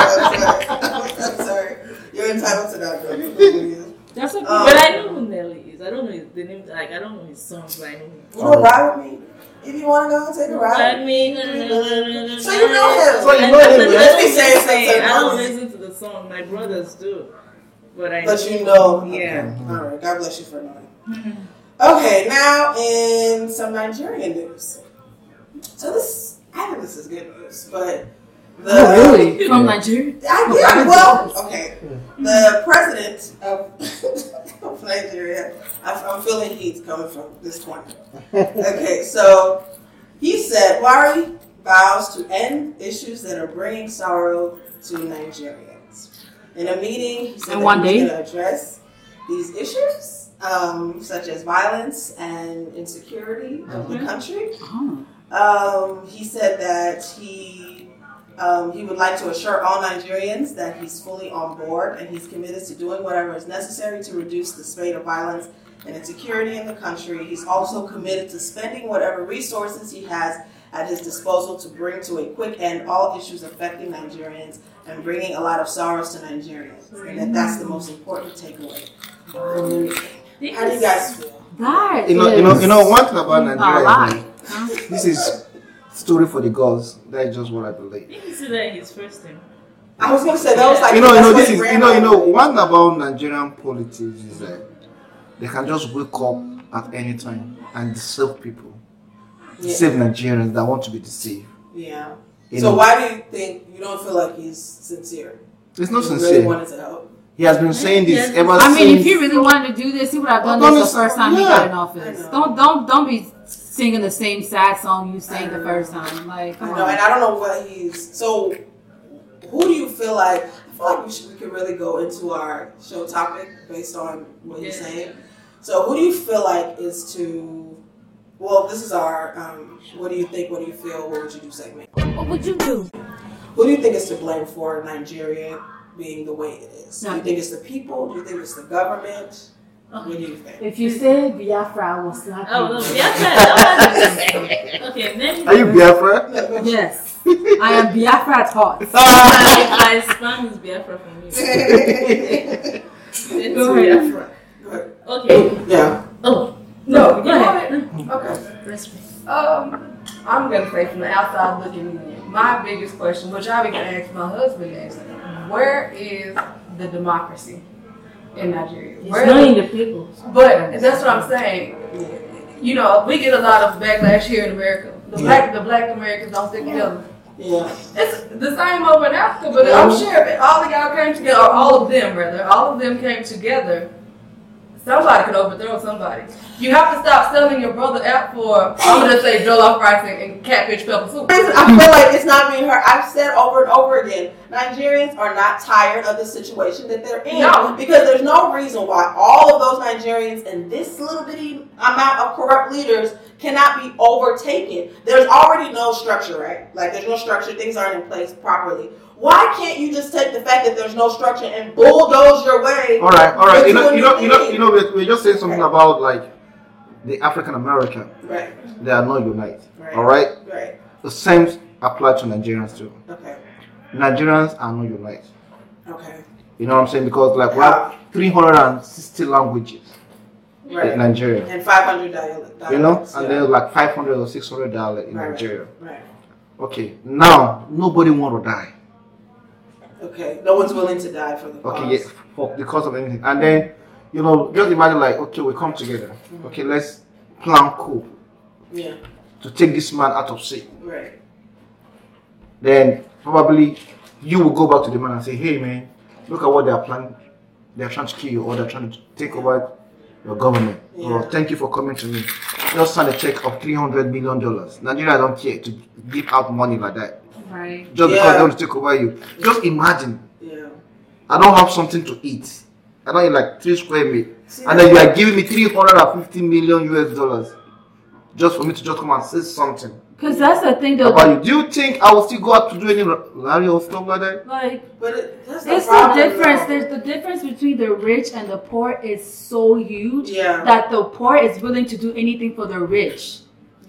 I'm sorry. You're entitled to that, girl.
That's what.
Um,
but I know who Nelly is. I don't know his, the name. Like I don't know his songs. But I know him.
You know, ride with me. If you want to go, take a ride.
I mean, so you
So you know him.
So you know him,
Let's be
right?
serious
I don't
sometimes.
listen to the song. My brothers do, but I.
But you know.
Yeah.
All right. God bless you for knowing. Okay, now in some Nigerian news. So this, I think this is good news, but the
really? From Nigeria?
I, yeah, well, okay. The president of, of Nigeria, I, I'm feeling he's coming from this point. Okay, so he said Buhari vows to end issues that are bringing sorrow to Nigerians. In a meeting, he said
In
that
one
he
day?
was going to address these issues, um, such as violence and insecurity of the country.
Oh.
Um, he said that he um, he would like to assure all Nigerians that he's fully on board and he's committed to doing whatever is necessary to reduce the spate of violence and insecurity in the country. He's also committed to spending whatever resources he has at his disposal to bring to a quick end all issues affecting Nigerians and bringing a lot of sorrows to Nigerians. And that that's the most important takeaway.
Mm-hmm.
How do you guys feel?
That
You know, you know,
is
you know. One thing about
a
Nigeria,
lot.
is, like, this is story for the girls. That's just what I believe.
Didn't you see that his first name?
I was gonna say that was like
you know, you
that's
know,
what
this
he
is, you
ran
know, you
on.
know, one about Nigerian politics is that they can just wake up at any time and deceive people,
Yeah.
deceive Nigerians that want to be deceived.
yeah.
You
so
know,
why do you think you don't feel like he's sincere?
it's not
He
sincere.
really wanted to help.
he has been saying this
Yeah.
ever
I
since.
mean, if he really wanted to do this, he would have done
Well,
this the
don't
first time he
yeah.
got in
I
office.
know.
Don't don't don't be singing the same sad song you sang the first time. Like,
I
come
know,
on.
and I don't know what he's. So, who do you feel like? I feel like we should we could really go into our show topic based on what you're
Yeah.
saying. So, who do you feel like is to? Well, this is our. Um, what do you think? What do you feel? What would you do segment?
What would you do?
Who do you think is to blame for Nigeria being the way it is? Do you
Not-
think it's the people? Do you think it's the government? What do you think?
If you say Biafra, I will slap
Oh, no, Biafra. That one is- okay, then
Are you Biafra?
Yes, I am Biafra at heart.
My, my spam is Biafra for me. It's
Go ahead.
Biafra.
Good.
Okay.
yeah.
Oh
No,
go ahead.
Okay.
Respect.
Um, I'm gonna say from the outside looking in, my biggest question, which I began to ask my husband, is where is the democracy in Nigeria?
It's
Where-
not in the people.
but that's what I'm saying. You know, we get a lot of backlash here in America. The black, the black Americans don't stick together.
Yeah.
It's the same over in Africa, but I'm sure if all of y'all came together, or all of them rather, all of them came together, somebody could overthrow somebody. You have to stop selling your brother out for, I'm going to say, jollof rice and, and catfish pepper soup.
I feel like it's not being heard. I've said over and over again, Nigerians are not tired of the situation that they're in.
No.
Because there's no reason why all of those Nigerians and this little bitty amount of corrupt leaders cannot be overtaken. There's already no structure, right? Like there's no structure, things aren't in place properly. Why can't you just take the fact that there's no structure and bulldoze your way?
All right, all right. You know,
It's
you know, you know,
doing
you know. We're, we're just saying something about like the African American.
Right,
They are not united.
Right.
All right.
right.
The same apply to Nigerians too.
Okay,
Nigerians are not united.
okay.
You know what I'm saying? Because like we have 360 languages in
Right.
Nigeria.
And 500 dialect.
You know,
dialects,
and
yeah.
there's like 500 or 600 dialect in
Right.
Nigeria.
Right.
Okay. Now nobody want to die.
Okay. No one's willing to die for the cause.
Okay. Yeah. For the cost of anything. And then you know, just imagine like okay, we come together.
Mm.
Okay, let's plan coup
Yeah.
to take this man out of sick.
Right.
then probably you will go back to the man and say, hey man, look at what they are planning. They are trying to kill you or they're trying to take over your government.
Yeah.
Or thank you for coming to me. Just sign a check of $300 million. Nigeria don't care to give out money like that.
Right.
Just
Yeah.
because they want to take over you. Just imagine,
Yeah.
I don't have something to eat. I don't eat like three square meal.
See,
And then you are giving me 350 million US dollars just for me to just come and say something
Because that's the thing, though.
about you. Do you think I will still go out to do any rally or stuff like that?
Like,
But it, that's
it's
the
the
problem,
difference.
though.
There's the difference between the rich and the poor is so huge
Yeah.
that the poor is willing to do anything for the rich.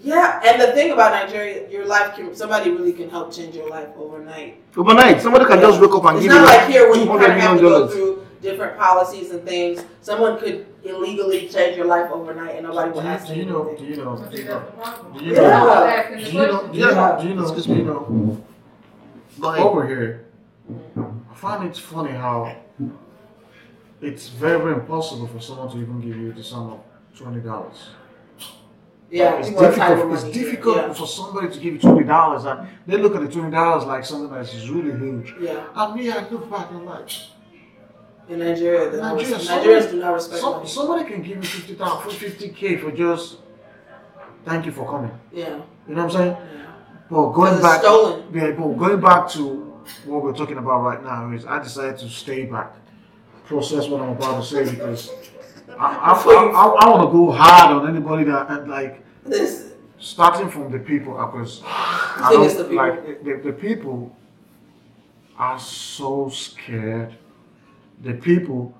yeah. And the thing about Nigeria, your life can somebody really can help change your life overnight.
Overnight, somebody can just wake up and
it's
give
not
you
like here where you kind
200
of have
million
to go
dollars.
through different policies and things. Someone could illegally change your life overnight, and nobody will ask
Do you
you.
know? Do
anything.
you know?
But
Do
see,
you
that's
know?
the problem.
Do you
Yeah.
know?
That's why I was asking
Do
the
you know-
question.
Do you know? Do you know?
Excuse
Do
me.
you know?
Go ahead.
Over here, I find it funny how it's very, very impossible for someone to even give you the sum of twenty dollars.
Yeah.
it's
people are tired
difficult.
of
It's
money.
difficult for somebody to give you twenty dollars, and they look at the twenty dollars like something that's really huge.
Yeah. yeah.
And me, I look back and like,
In Nigeria, the
Nigeria,
Nigerians do not respect
some,
money.
somebody can give me fifty thousand, fifty k for just thank you for coming.
yeah.
You know what I'm saying?
yeah.
But
'Cause
going
it's
back,
stolen.
yeah, but going back to what we're talking about right now is I decided to stay back, process what I'm about to say because I, I, I, I, want to go hard on anybody that and like
This.
starting from the people because I
think it's
don't-
the people.
like the, the people are so scared. The people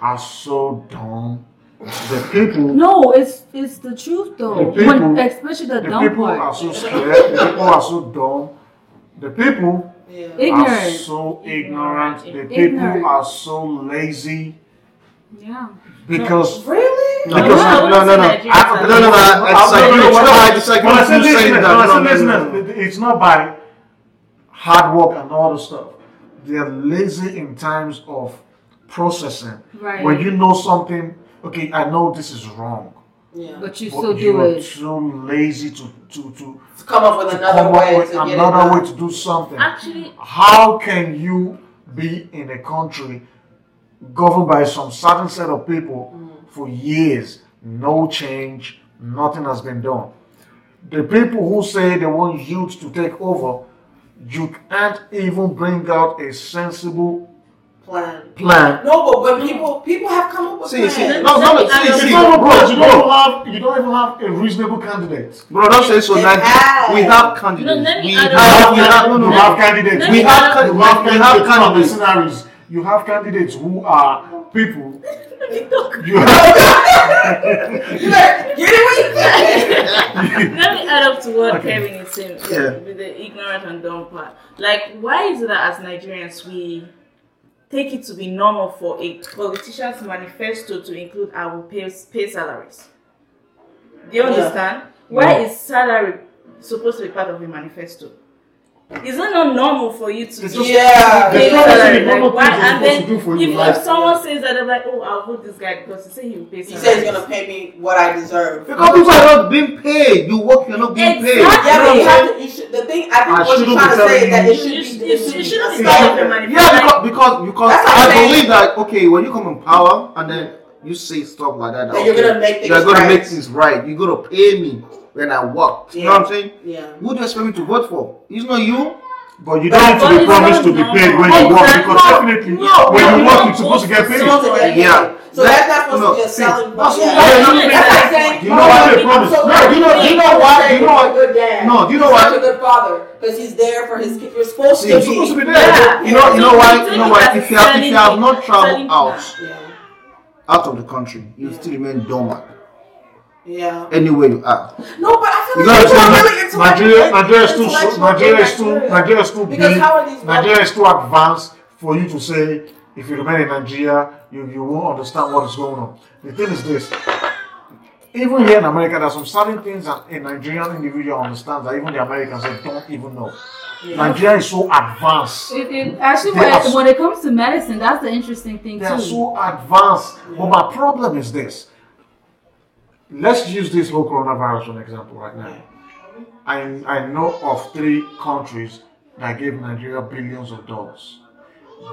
are so dumb. The people
No, it's it's the truth though.
The people-
when, especially the,
the
dumb
people are
part.
so scared. The people are so dumb. The people
Yeah.
are
Ignorant.
so ignorant. The people
Ignorant.
are so lazy
Yeah.
because.
Really?
No, no, no, no, no. I- No, no, no. I
I'll
disagree.
tell
You know
what-
why I disagree?
when I
You
say
said
laziness,
that.
when
No,
I say
no, no,
laziness, it- it's not by hard work and all this stuff. They are lazy in times of processing.
Right.
When you know something, okay, I know this is wrong.
Yeah.
But you
but
still
you
do
are
it.
too lazy to to to,
To come up with
to
another
come up
way
with
to get it
another
done.
way to do something.
Actually,
How can you be in a country governed by some certain set of people for years? No change, nothing has been done. The people who say they want youth to take over, you can't even bring out a sensible
Plan.
plan.
No, but when people people have come up with
See, see,
plans.
no, no, no, see,
Exactly.
You
see,
don't,
bro,
even
bro,
have, you don't even have a reasonable candidate.
bro, don't say so.
They
Like,
have.
we have
No, let
candidates.
me
We
add
have,
on.
we have, no,
you
no,
have candidates.
We have
can-
you have
we
candidates.
have
not
candidates.
mercenaries. You have candidates who are people. you have
You better get it where you can.
Let me add up to what
Okay.
Kevin is saying
Yeah.
with the ignorant and dumb part. Like, why is it that as Nigerians we take it to be normal for a politician's manifesto to include our pay, pay salaries? Do you
Yeah.
understand? Why is salary supposed to be part of a manifesto? Is it not normal for you to
It's
be-
just-
Yeah.
pay
It's not
salary?
normal
Like, why?
things you're
And
supposed
then
to do for your
if,
life.
if someone says that, they're like, oh, I'll vote this guy because he said he will pay
He
salaries.
said he's gonna pay me what I deserve.
because people are not being paid. You work, you're not being paid.
Exactly.
Yeah, but you have to. You should. the thing I think
I
what you're
shouldn't
trying
be
to say
telling
is that
you.
it should
You-
be
you- you shouldn't be
it's
telling
like-
them anything.
Yeah, because because because
That's what I'm
I
saying.
believe that okay, when you come in power and then you say stuff like that,
That you're
okay,
gonna make things
you're gonna
right.
make things right. You're gonna pay me when I work. You
Yeah.
know what I'm saying?
Yeah.
Who do you expect me to vote for? It's not you.
But you
But
don't need to
it's
be promised to be
not
paid when
normal.
you work
Exactly.
because definitely
No,
when
no,
you
you
work
don't
you're supposed to get
vote
paid.
for
Supposed to get
Yeah.
paid. So
That-
that's not supposed to
no,
be a
see,
selling
that's-
point. Yeah.
yeah,
That's
no,
what I'm saying.
You know
I'm
what
so-
they
I'm
promised?
so
No, you know-
glad
you know
I'm
why-
saying
you know
he's a
why-
good dad.
No, you know
He's
why-
such a good father because he's there for his kids. You're supposed
See,
to
you're
be.
supposed to be there.
Yeah.
You know, you know
So
why?
you
You know
take it
why?
as
If
a
you have, if you have
selling
not traveled
selling
out
point.
Yeah.
out of the country, you
Yeah.
still remain dormant
Yeah.
anywhere you are.
No, but I feel
You
like
gotta
people are
tell me,
really into
uh, Nigeria, Nigeria is too,
intellectual
Nigeria
in
is too,
Nigeria.
Nigeria is too big.
Because how are these
Nigeria is too advanced for you to say if you remain in Nigeria, you, you won't understand what is going on. The thing is this: even here in America, there are some certain things that a Nigerian individual understands that even the Americans they don't even know. Nigeria is so advanced.
It, it, actually,
They
when,
are so-
when it comes to medicine, that's the interesting thing
They are
too.
so advanced. But my problem is this. Let's use this whole coronavirus for an example right now. I, I know of three countries that gave Nigeria billions of dollars.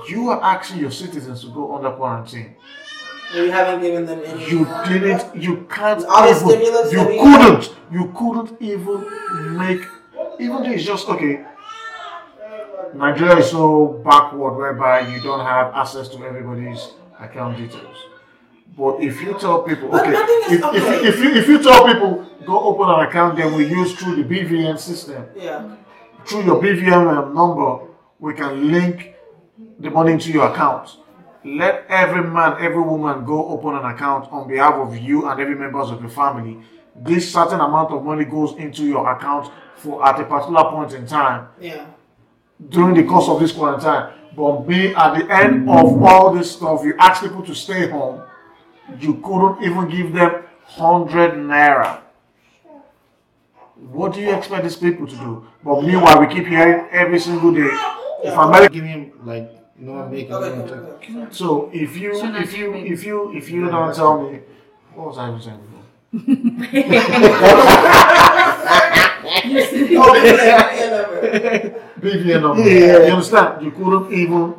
You are asking your citizens to go under quarantine.
You haven't given them any.
You didn't. You can't.
All the
even-
stimulus
You
that we
couldn't. You couldn't even make. Even though it's just okay. Nigeria is so backward whereby you don't have access to everybody's account details. But if you tell people,
But
okay,
nothing is
if,
okay.
if, if you if you tell people go open an account, then we use through the BVN system
Yeah.
through your BVM um, number, we can link the money into your account. Let every man, every woman go open an account on behalf of you and every members of your family. This certain amount of money goes into your account for at a particular point in time
Yeah.
during the course of this quarantine. But me, at the end of all this stuff, you ask people to stay home. You couldn't even give them 100 naira. What do you expect these people to do? But meanwhile, we keep hearing every single day. If America,
Give him like no make
Okay,
anyone
okay,
talk.
okay.
so if you,
Shouldn't I
if you,
do it?
if you, if you don't tell me, what was I even saying? before?
Oh, yeah, yeah, yeah, yeah.
BVN number.
Yeah.
You understand? You couldn't even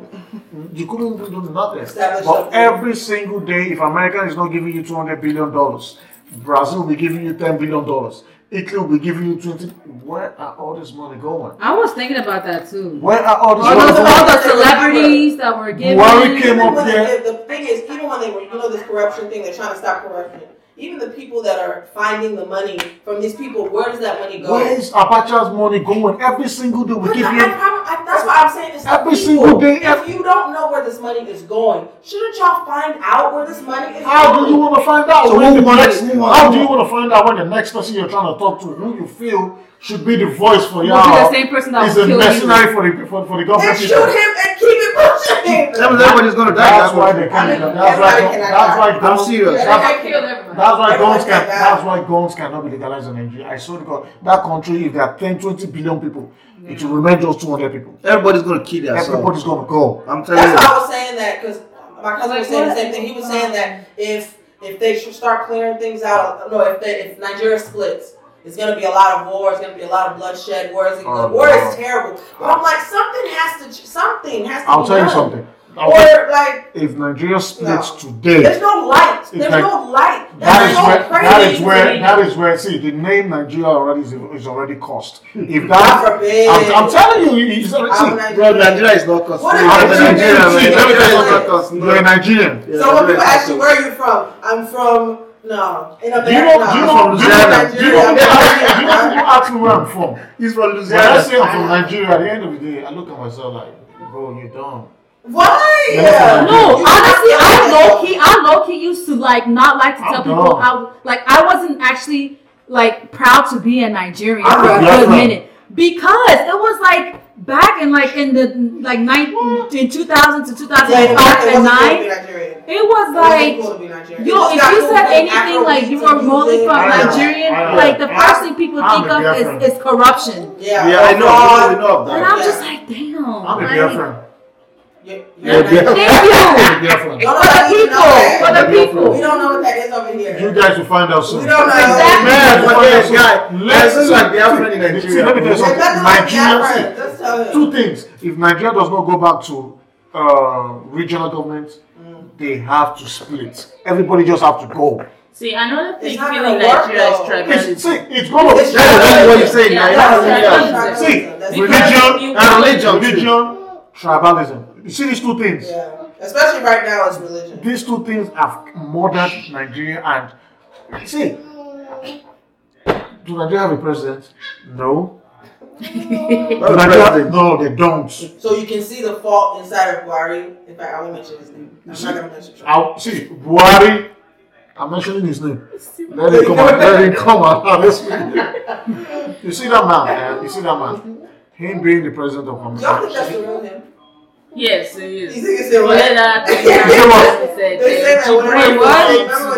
you couldn't even do nothing.
Establish
But
something.
every single day, if America is not giving you two hundred billion dollars, Brazil will be giving you ten billion dollars, Italy will be giving you twenty. Where are all this money going?
I was thinking about that too.
Where are all this
All
money
those,
the-
going?
all the celebrities that were given.
Buhari came
Even
up
when
here.
they- The thing is, even when they were, you know, this corruption thing, they're trying to stop corruption. Even the people that are finding the money from these people, where does that money go?
Where is Abacha's money going? Every single day we
But
keep
I-
hearing.
I- I- that's why I'm saying this.
Every
to people.
single day,
If you don't know where this money is going, shouldn't y'all find out where this money is
How
going?
do you want to find out?
So
when
who
the
wants-
next,
who wants-
how do you want to find out when the next person you're trying to talk to, who you feel should be the voice for your
Was it the same person that
is
would
a
kill you?
mercenary for the for, for the government?
and shoot him and keep it
That
pushing.
means everybody's gonna die.
That's why they
what-
can't.
I mean,
That's why.
everybody cannot
That's
die.
why.
I'm
guns-
serious.
That's,
They kill everybody.
that's why
Everybody
guns can.
cannot die.
That's why guns cannot be legalized in Nigeria. I swear to God, that country, if there are 10, 20 billion people, it will remain just 200 people.
Everybody's gonna kill themselves.
Everybody's gonna go.
I'm telling
That's why
you.
I was saying that because my cousin was saying the same thing. He was saying that if if they should start clearing things out, no, if they, if Nigeria splits. It's gonna be a lot of war. It's gonna be a lot of bloodshed. War is
Oh,
war
God.
is terrible. But I'm like something has to ch- something has to.
I'll
be
tell you
done.
something. I'll tell-
Or like
if Nigeria splits today,
there's no light. There's
like-
no light.
That
That's
is
so
where that
crazy
is
to
where
me.
that is where see the name Nigeria already is, is already cost. If
God
that
forbid.
I'm, I'm telling you, it- it's already,
I'm
see,
Nigerian.
Bro, Nigeria is not custom.
What is
I'm a
Nigeria?
Nigerian, man.
Let me tell
Nigeria
you
is not custom.
you're a Nigerian.
Yeah,
so when
Nigeria
people
is
ask you
not
where are you from, I'm from no in America.
Do you know? Do you
no, I'm from
know? Do you know? Do you know?
Nigeria.
people ask- do you know people ask me where I'm from?
He's from
When I
Louisiana.
say I'm from Nigeria, at the end of the day, I look at myself like, bro, you're dumb.
Why?
Yeah.
No, honestly, I low key, I low key used to like not like to
I'm
tell people
dumb.
how like I wasn't actually like proud to be a Nigerian
I'm
for
a
a
black
good
man.
minute because it was like back in like in the like nine in two thousand to two thousand
Yeah, in
five
America, it
and
wasn't cool to
nine.
be Nigerian. It wasn't
It was
cool to
like.
be Nigerian.
Yo,
It's
if
not
you
cool
said
to be
anything like you were
Afrobeats and
remotely from
music.
Nigerian,
I know.
like the
I-
first thing people
I'm
think
a
of
Biafran.
is, is corruption.
Yeah,
Yeah, I know. I know
And
that.
I'm just like, damn.
I'm a
like,
Biafran.
You're,
Yeah,
you're not-
yeah.
Thank you.
Biafran.
Don't
For the
nobody even
people,
know that.
for the people.
We don't know what that is over
You
here.
guys will find out soon.
We don't know.
Exactly.
Man, but this guy,
Let's-
this is like Biafran in Nigeria.
Let me tell you
There's
something.
nothing like Biafra.
Nigerians,
Just tell him.
two things. If Nigeria does not go back to uh, regional governments, they have to split. Everybody just have to go.
See, another thing
It's not
feeling
gonna work,
Nigeria
though.
is tribalism.
It's, see, it's going
It's
to.
not-
That's what you say now.
Yeah,
That's
that's
what you say.
right.
That's true. That's
See,
Because
religion
you-
and religion.
Religion, tribalism. You see these two things.
Yeah. Especially right now, it's religion.
These two things have murdered Nigeria and see. Do Nigeria have a president? No. Do Nigeria, no, they don't.
So you can see the fault inside of Buhari. In fact, I won't mention his name. I'm not gonna mention Trump.
I'll, see, Buhari. I'm mentioning his name. Let him come out. Let him come out. Let's you see that man? man? You see that man? Him being the president of
Y'all think that's
America.
the real him?
Yes, it
You
is.
think it's the real
Whether
uh,
him?
that-
They
said,
say that
uh,
whenever he
Jibril
was sick,
was
remember
in
when he was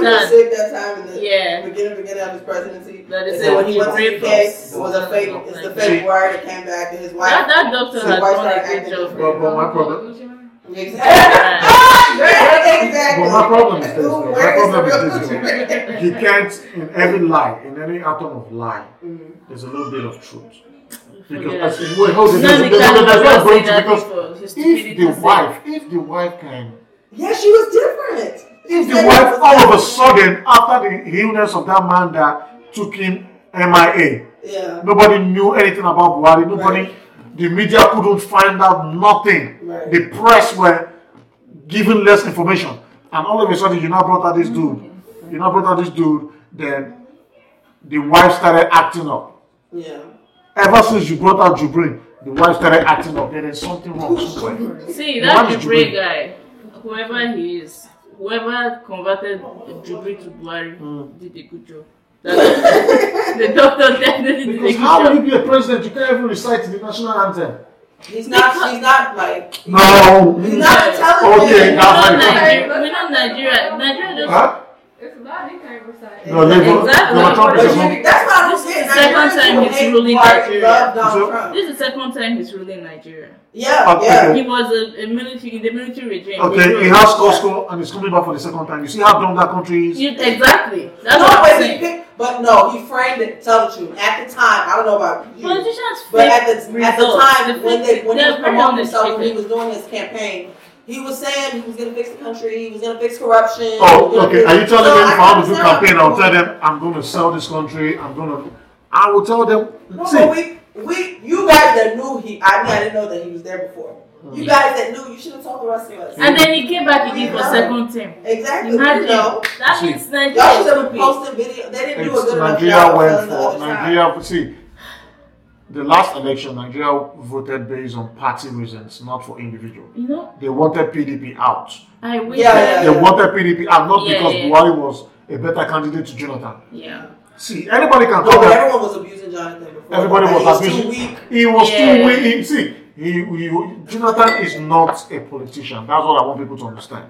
Sudan.
sick that time in the
Yeah.
beginning, beginning of his presidency?
That
They
is
said
a
when he went to the
Jibril
UK, it was a fake, it's the fake
See.
Buhari that came back and his wife.
That, that doctor
his
has
wife
done
started
a good
acting
job.
But, but my problem.
Exactly.
But
Exactly.
my problem is this. though. My
Where is
problem is this.
the
though.
real
You can't, in every lie, in any atom of lie,
Mm.
there's a little bit of truth. Because as, wait, hold it,
Not
there's,
the
there's, there's,
kind of
where
person
I'm going to
that
because
people- his
if
stupidity
the
said.
wife, if the wife can,
Yeah, she was different.
if
She
the
said
wife
that was
all of a
different.
sudden after the illness of that man that took him MIA,
Yeah.
nobody knew anything about Buhari. Nobody,
Right.
the media couldn't find out nothing.
Right.
The press were given less information, and all of a sudden you now brought out this dude.
Mm-hmm.
You now brought out this dude. Then the wife started acting up.
Yeah.
Ever since you brought out Jubrin, the wife started acting up. There is something wrong somewhere.
See,
The
that
one is
Jubri
Jibril.
guy, whoever he is, whoever converted Jubri to Buhari
Hmm.
did a good job. That- the doctor definitely did a
Because
good
how
job.
will you be a president? You can't even recite the national anthem.
He's not. He's not like. He's
No.
not intelligent.
Okay,
We know
now- How will you-
Nigeria. We know Nigeria. Nigeria just
Huh?
It's a lot he can't recite.
No, they vote.
Exactly.
Donald Trump
But
is a
you,
home.
that's what I'm
This is
saying.
the second
Nigerians
time
who
he's
hate
ruling
Buhari
Nigeria.
love Donald
So-
Trump.
This is the second time he's ruling Nigeria.
Yeah,
Okay.
yeah.
He was a, a military, in the military regime.
Uh, Okay, he has Costco and he's coming back for the second time. You see how dumb that country is?
You- exactly. That's
No,
what I'm
but he
saying.
picked. But no, he framed it. Tell the truth. At the time, I don't know about you.
Politicians
But
fake
at the at the
results.
time when they when he
they're
was
very
promoting himself when he
understated.
was doing his campaign, he was saying he was gonna fix the country, he was gonna fix corruption. he was
Oh,
gonna
okay.
fix-
Are you telling
So
me if I want to do
understand how
campaign, I'll
people-
tell them I'm going to sell this country. I'm going to. I will tell them.
No,
See,
but we we you guys that knew he I, I didn't know that he was there before.
Hmm.
You guys that knew you should have told the rest of us.
And then he came back again for
Yeah.
second term.
exactly, you
Imagine.
know.
That
See,
means Nigeria
Y'all
is
should have been
stupid.
posting video. They didn't do a
It's
good enough
Nigeria
job telling
went
the other
for
side.
Nigeria. See, the last election, Nigeria voted based on party reasons, not for individual.
You know,
They wanted PDP out.
I wish.
Yeah,
that-
yeah,
They wanted PDP out, not
Yeah,
because
yeah.
Buhari was a better candidate to Jonathan.
yeah.
See, anybody can
No,
come
but
there.
everyone was abusing Jonathan before.
Everybody
Like,
was
he too
abusing.
weak.
He was too
Yeah.
weak. He- See, he, he, Jonathan is not a politician. That's what I want people to understand.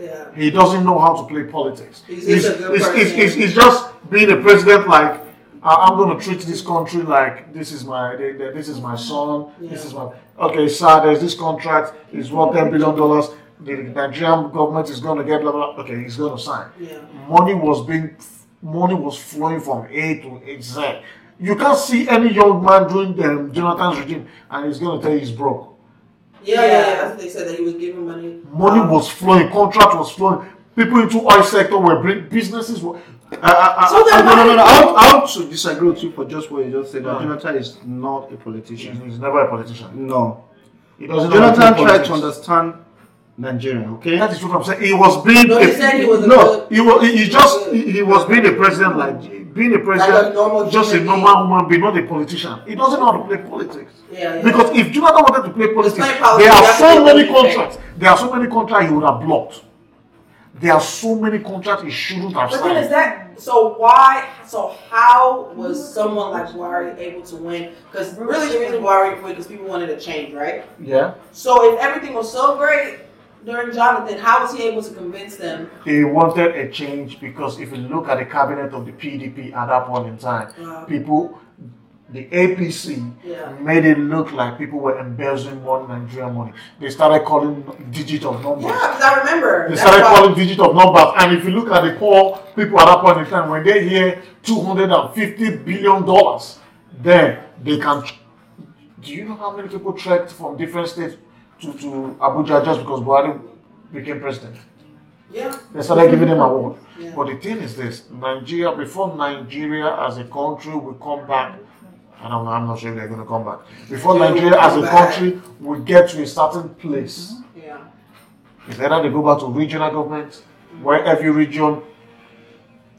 Yeah.
He doesn't know how to play politics.
He's just a good
he's, he's,
person.
he's, he's just being a president like I- I'm going to treat this country like this is my th- th- this is my son. This
Yeah.
is my okay, sir. There's this contract. It's worth ten billion dollars. The Nigerian government is going to get blah blah. blah. Okay, he's going to sign.
Yeah.
Money was being money was flowing from A to Z. You can't see any young man doing um, Jonathan's regime, and he's going to tell you he's broke.
Yeah, yeah, yeah. That's what They said that he was giving money.
Money
Um,
was flowing, contract was flowing. People into oil sector were bring businesses were. uh,
So
No,
then
no, no, no.
why-
I want, I want to disagree with you for just what you just said. That
Yeah.
Jonathan is not a politician.
He's never a politician.
No.
He doesn't know how to
Jonathan
do
tried to
politics.
understand Nigeria, okay?
That is what I'm saying. He was being.
No,
a,
he said he was a
no,
good-
he was. He, he just.
good-
He, he was being a president, like being a president,
a normal
just a
human being.
normal human being, not a politician. He doesn't know how to play politics.
Yeah, yeah.
Because if Jonathan wanted to play politics,
playing politics,
there
he
are
has to
so
be
many
able to play.
contracts. There are so many contracts he would have blocked. There are so many contracts he shouldn't have
But then is
signed.
that so? Why? So how was someone like Buhari able to win? Because really, the reason Buhari won because people wanted a change, right?
Yeah.
So if everything was so great during Jonathan, how was he able to convince them?
They wanted a change because if you look at the cabinet of the PDP at that point in time,
Uh,
people the APC
Yeah.
made it look like people were embezzling one Nigerian money. They started calling digit of numbers.
Yeah, because I remember.
They
That's
started
why-
calling digit of numbers. And if you look at the poor people at that point in time, when they hear $250 billion, then they can. Do you know how many people trekked from different states to, to Abuja just because Buhari became president?
Yeah.
They started giving them award.
Yeah.
But the thing is this Nigeria, before Nigeria as a country will come back, and I'm, I'm not sure if they're going to come back, before
They will
Nigeria as
come
a
back.
country will get to a certain place,
Yeah. Mm-hmm.
it's either they go back to regional government, where every region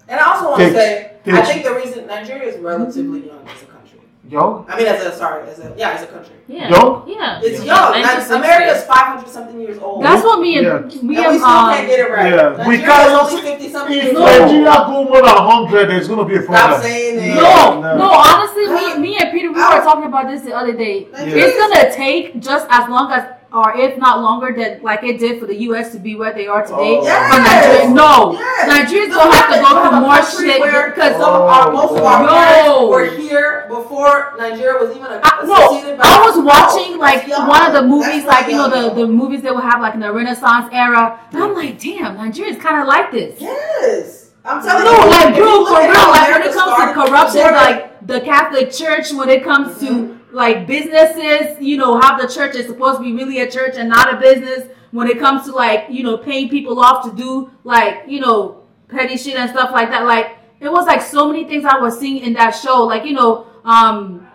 And I also want to
Takes-
say, I
takes-
think the reason Nigeria is relatively young as a country.
young,
I mean, as a sorry, as a yeah, as a country.
Yeah.
Young?
Yeah.
It's
Yeah.
young. That's,
1960.
America's five hundred something years old.
That's what me and we
and we
and
still can't
um.
get it right.
yeah. We
Nigeria's
cannot
only
see-
fifty something
if
years
Nigeria
old.
go more than 100, there's going to be a
Stop
problem.
saying it.
No,
No.
no. Honestly, me, me and Peter, we were talking about this the other day. It's gonna take just as long as, or if not longer than, like it did for the U.S. to be where they are today.
Oh.
Yes.
For Nigeria, no,
Yes.
Nigeria's gonna have to go through more shit
because
because
some of our
Oh,
most of our
no.
parents were here before Nigeria was even a,
I, no,
seceded by-
I was watching
No,
like
that's young.
one of the
That's
movies,
not
like you know
young.
the, the movies they would have like in the Renaissance era, and I'm like, damn, Nigeria's kind of like this.
Yes, I'm telling
No,
you,
like
if you
bro,
look
for
at
real,
how
like when
America
it comes to
started,
corruption,
Jordan-
like the Catholic Church, when it comes to like businesses, you know how the church is supposed to be really a church and not a business. When it comes to like you know paying people off to do like you know petty shit and stuff like that, like it was like so many things I was seeing in that show, like you know. um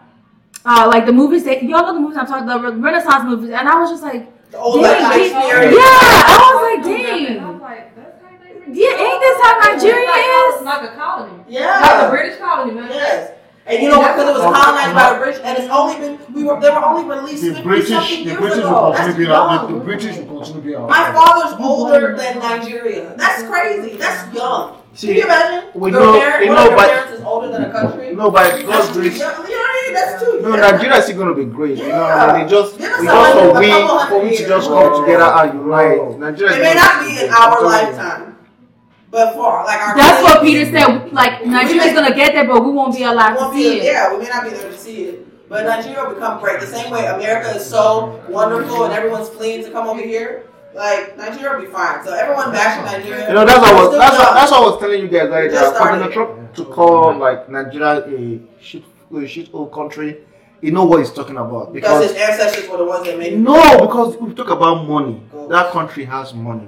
uh, like the movies that y'all know the movies I'm talking about, the Renaissance movies, and I was just like,
the
Oh,
old like
Yeah,
Shakespeare.
yeah, I was like,
Oh, And
dang,
I'm like, that's how they really
Yeah, ain't this how
It's
Nigeria
like-
is?
Like a colony. Like a
yeah,
British colony, man.
yes. And you know what? Because it was colonized by the British, and it's only been we were they were only released
The
50
British,
something
the
years
British
ago.
will
That's
continue to be our, the, the
young.
British will continue to be our.
My father's older than Nigeria. That's crazy. That's young. Can
See,
you imagine?
we
your
know-
parent,
we
one of
know,
your
but-
parents is older than a country.
No, by
that's
God's
too
grace.
young. You know what I mean? That's too
No,
young.
Nigeria is still going to be great. You know, I mean, they just
Give us
we
a
just
hundred-
a
a
way
couple hundred
for we to just
years.
come together and
Wow.
unite. Nigeria. is
It may
going
not
to
be
great.
in our
I'm telling you.
lifetime, but for like our
That's what
kids,
Peter said. Like Nigeria's gonna get there, but we won't be
we
alive
won't
to
be
see it.
Yeah, we may not be there to see it, but Nigeria will become great. The same way America is so wonderful and everyone's fleeing to come over here. Like Nigeria will be fine. So everyone bashing Nigeria.
You know, that's what I was
Still
that's what,
young.
that's what I was telling you guys like
Just
that. For Donald
started.
Trump to call like Nigeria a shit a shit old country, you know what he's talking about
because his
because
ancestors were the ones that made it.
no, because we talk about money. That country has money.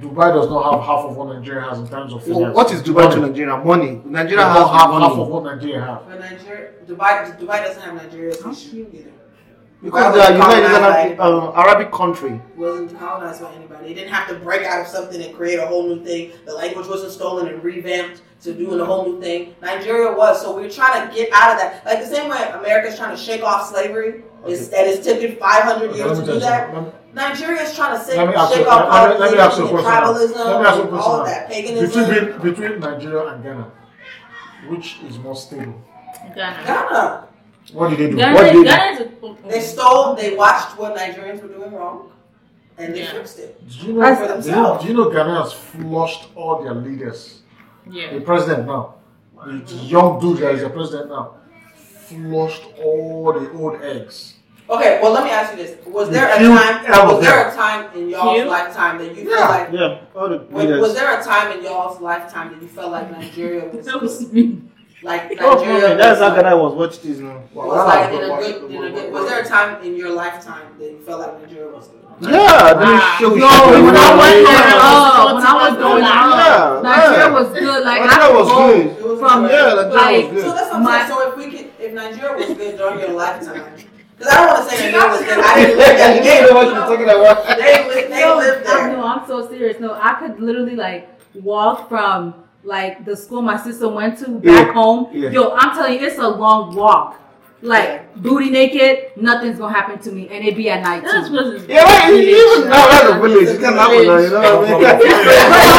Dubai does not have half of what Nigeria has in terms of
Well,
finance.
what is Dubai to Nigeria? Money.
They
Nigeria
don't
has
have half of
money
what Nigeria have.
But Nigeria, Dubai, Dubai doesn't have Nigeria's issue either.
because
Dubai
the
was
United
colonized
Arab
by-
uh, Arabic country.
wasn't colonized by anybody. They didn't have to break out of something and create a whole new thing. The language wasn't stolen and revamped to doing a whole new thing. Nigeria was, so we were trying to get out of that. Like the same way America's trying to shake off slavery, it's, that it's taken 500 years to do that. Nigeria's trying to say,
Let me ask you-
shake off
let me- let me ask
colonization
you a
and
question now. Let me ask
tribalism and all
you a question now.
of that, paganism.
Between, between Nigeria and Ghana, which is more stable?
Ghana.
Ghana,
What did they do?
Ghana,
What did
Ghana is a- oh, oh.
they stole, they watched what Nigerians were doing wrong, and they
Yeah.
fixed it.
do you know?
That's
Do you know,
themselves.
do you know Ghana has flushed all their leaders?
Yeah.
The president now, the young dude that is the president now, flushed all the old eggs.
Okay, well, let me ask you this: Was there a
You
time?
ever
Was there a time in y'all's
You?
lifetime that you felt
Yeah.
like?
Yeah, all the
Was, was there a time in y'all's lifetime that you felt like Nigeria was
That
good?
was me.
like Nigeria?
Oh,
was,
that's how
like,
Ghana was watched this now.
Wow,
was
Ghana
like
has
in a
got-
good, in a good. Was there a time in your lifetime that you felt like Nigeria was good?
Yeah,
Ah.
they show
No, when I was
Oh, Yeah.
growing up, when I was growing
Yeah,
up, Nigeria
yeah.
was good. Like I
Nigeria
could
was
go
good.
It was
From-
good.
Yeah, Nigeria
Like,
was
So
good.
that's what I'm
My-
saying. So if we could, if Nigeria was good during your lifetime, because I don't want to say Nigeria was good. I didn't live that. They, they, lived- they
No,
lived
I-
there.
no, I'm so serious. No, I could literally like walk from like the school my sister went to back
Yeah,
home.
yeah.
Yo, I'm telling you, it's a long walk. Like booty naked, nothing's gonna happen to me, and it be at night. too.
That's what it's.
Yeah, but even now that's a village. It can happen now, you know what I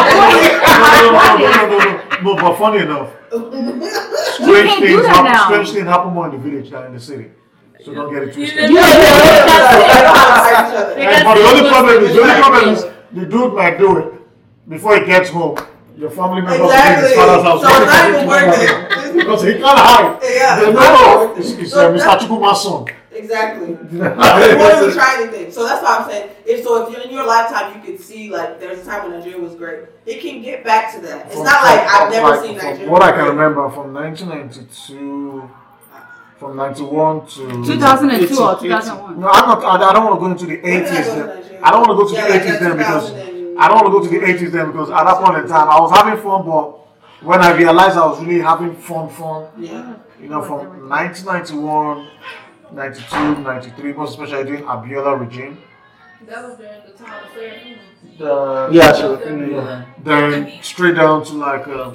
mean?
No, no, no, no, no, no, no, but funny enough, strange
can't do
things
that
happen.
now.
Strange things happen more in the village than in the city. So don't get it twisted.
Yeah.
That's it.
Right, but the only problem is, the only problem is, the dude might do it before he gets home. Your family member will be in his
Exactly.
father's house.
So it's not even worth it.
because he can't hide.
Yeah.
They know it's, it's uh,
So
Mr. Chukwuma's son.
Exactly. It wasn't trying anything. So that's why I'm saying. If so, if you're in your lifetime, you can see like there's a time when Nigeria was great. It can get back to that. It's
From-
not like
from-
I've
from-
never
like,
seen
from
Nigeria.
What I can
great.
remember from 1992, from 91
Mm.
to
2002 or
80,
2001.
No, I'm not. I, I don't want to go into the
When did I
80s.
go to
Then.
Nigeria?
I don't want to go to
Yeah,
the
like
80s then
that
because
2000 and-
I don't want to go to the 80s then because at that point in time I was having fun, but when I realized I was really having fun, fun,
Yeah.
you know, from 1991, 92, 93, most especially during Abiola regime.
That was during the time of Sarah Human.
The,
Yeah, sure.
yeah, Then straight down to like. Uh,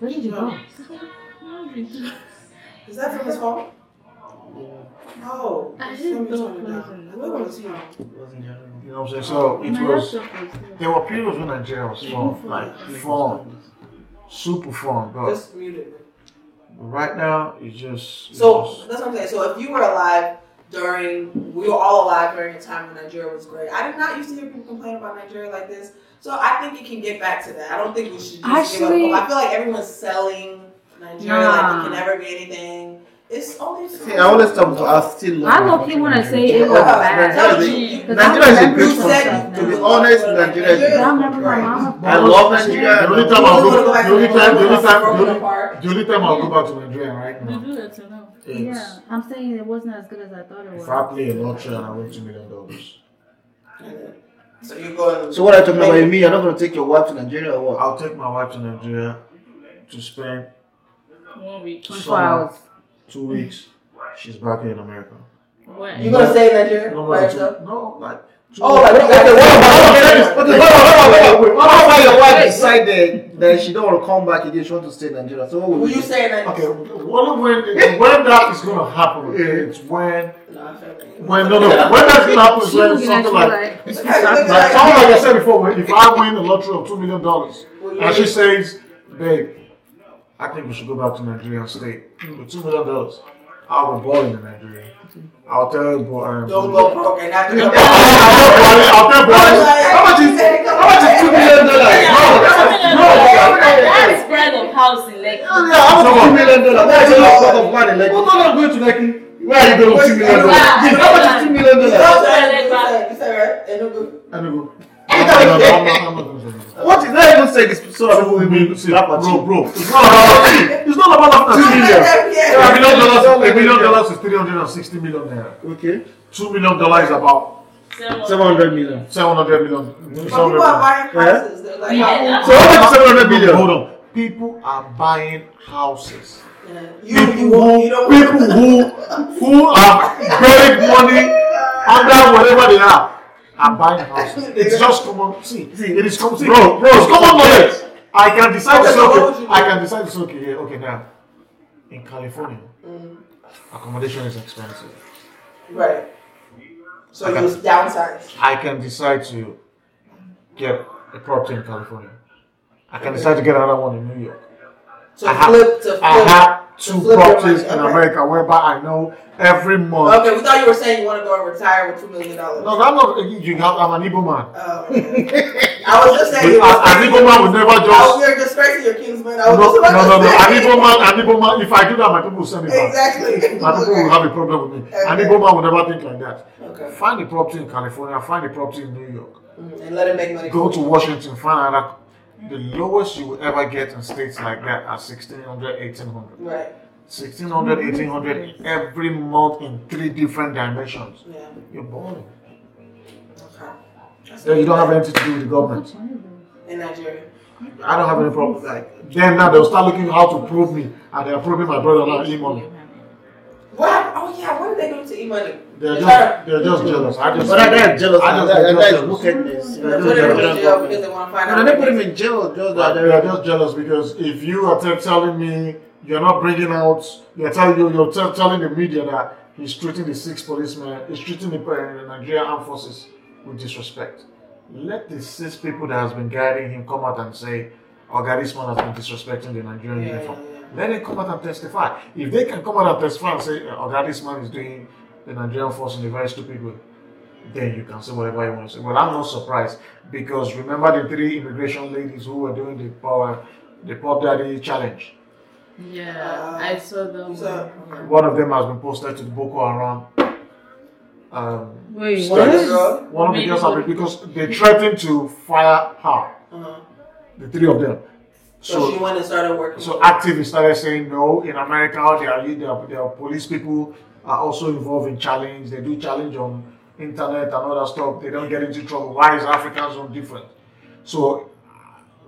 where did you go?
Is that from his phone? No. I didn't want to see him.
You know what I'm saying? So it was. There were periods when Nigeria was fun, like fun, super fun. But
Just muted. me.
right now it's just. it's
So
just-
that's what I'm saying. So if you were alive during, we were all alive during a time when Nigeria was great. I did not used to hear people complain about Nigeria like this. So I think it can get back to that. I don't think we should just give
Actually-
up. hope. I feel like everyone's selling Nigeria like it
Nah.
can never be anything. It's only.
See, I always talk to us still.
I low key want to say it was
Yeah.
bad.
Yeah.
Because
Nigeria is
I
a great
remember
country. To
you
be
said-
honest, Nigeria is a
I
great
remember my
country.
mama.
I love Nigeria.
The only time I'll go, the only time, the only time, the only, the only time I'll go back to Nigeria right now.
do that to now.
It's
Yeah, I'm saying it wasn't as good as I thought it
if
was.
I play a lottery and I win two million dollars,
So you're going.
So what are you talking about? You mean you're not going to take your wife to Nigeria or what?
I'll take my wife to Nigeria to spend
One week.
24 hours.
two weeks. She's back here in America.
Where?
You gonna stay in Nigeria?
No,
by
like two,
yourself?
no, like two
Oh, like you
Okay, what
got
about- okay, hold on, hold on, wait, wait, wait. What about your wife decided that she don't want to come back again? She wants to stay in Nigeria. So what
Will
would
you
you
stay in Nigeria?
Okay, well, when when that is gonna happen, it's when
No, I'm joking.
when no no when that's gonna happen is
She
when
was in
something
Nigeria,
like
right?
Look at- look
like
at-
something like I said before. When, if I win a lottery of two million dollars,
Will you
and she
leave?
says, "Babe, I think we should go back to Nigeria and stay with two million dollars," I'll be balling in Nigeria. I'll tell you, boy, um,
Don't go broke and after
I'll tell I'll tell boy.
How much is How much is
$2 million?
That is brand of house in Lekki.
I'm
Someone-
two million dollars. That's a lot of money. Like,
Well, no, no, going to Lekki. Where are you going with two million dollars?
Wow.
how much is two million dollars?
You said right? And it'll go-
And they go, "I'm not- I'm not- I'm not going to Lekki."
What is that? Even say this so that people will be
See, bro, bro. It's not about it's not about
Two
laughter.
million.
Yeah.
A million dollars, a million dollars is three hundred and sixty million naira.
Okay,
Two million dollars is about
seven hundred million.
seven hundred million.
But people are buying
Yeah.
houses. They're like,
Yeah.
So how much is seven hundred million?
Hold on. People are buying houses.
yeah.
People
you, you, won't-
who
you don't.
people who who are buried money under whatever they are are buying houses. It's just common. See, it is common. See,
Bro, bro,
it's common knowledge. I can decide to
Okay,
say,
so what would
okay,
you
I
do?
can decide to say, okay, yeah, okay, now in California,
Mm.
accommodation is expensive.
Right. So
Okay.
you just downsize.
I can decide to get a property in California. I can decide to get another one in New York.
To
I have-
flip, to flip.
I have
to
two
flip your
properties in
money, okay.
America whereby I know every month.
Okay, we thought you were saying you want to go and retire with two million dollars.
No, I'm not. You have, I'm an Igbo man.
Oh, okay. I was just saying.
An
you were-
an Igbo man would never
Oh,
just.
you're disgracing your kinsman. I
No,
was
no,
just about
no, no.
to
An
say.
Igbo man, an Igbo man. If I do that, my people will send me back.
Exactly.
My people will
Okay.
have a problem with me. An
Okay.
Igbo man would never think like that.
Okay.
Find a property in California. Find a property in New York.
Mm, And let him make money.
go to Washington, find out that the lowest you will ever get in states like that are 1600, 1800.
Right.
1600, 1800 every month in three different dimensions.
Yeah.
You're balling.
Okay. That's
Then you don't have anything to do with the government.
in Nigeria.
I don't have any problem. Like then now they'll start looking how to prove me, and they're proving my brother not e-money.
What? hap- Oh yeah. What did they do to e-money?
They're just they're just jealous. I just
But that guy is jealous.
I
That
just
that
they're
guy
just
is wickedness.
jealous.
They put him in jail
No,
because they want to find
they put
out.
him in jail. Just
But
that.
they are just jealous because if you are te- telling me you're not bringing out, you're telling you you're te- telling the media that he's treating the six policemen, he's treating the uh, Nigerian armed forces with disrespect. Let the six people that has been guiding him come out and say, "Okay, this man has been disrespecting the Nigerian
Yeah,
uniform."
yeah,
Let them come out and testify. If they can come out and testify and say, "Okay, this man is doing the Nigerian force in a very stupid way," then you can say whatever you want to say. But I'm not surprised because remember the three immigration ladies who were doing the power, the pop daddy challenge.
Yeah, I saw them.
So-
One of them has been posted to the Boko Haram. Um,
Wait,
what?
The girl?
one of the girls have been because they threatened to fire her.
Uh-huh.
The three of them.
So, she went and started working.
So activists started saying no. In America, there are, there are, there are police people are also involved in challenge. They do challenge on internet and other stuff. They don't get into trouble. Why is Africans so different? So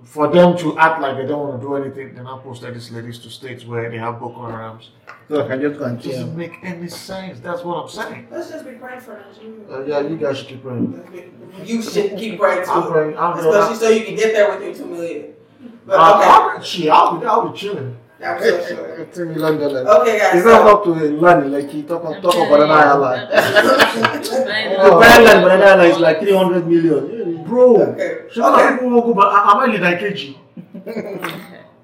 for them to act like they don't want to do anything, they now posted these ladies to states where they have Boko Harams.
Look, I just
It doesn't make any sense. That's what I'm saying.
Let's just be praying for Nigeria.
Uh, yeah, you guys should keep praying.
Let's be- You should keep praying
I'm
too.
praying. Uh-huh. I'm praying.
Especially so you can get there with your two million. But okay,
I'll, I'll, be, chill. I'll, be, I'll be chilling.
I'm so sure.
Two million dollars.
Okay, guys.
It's not up to a land like you talk, talk about an island.
Oh.
The island, but an island is like 300 million. Yeah,
Bro,
Okay.
should I people won't go back? Am I Lidakeji?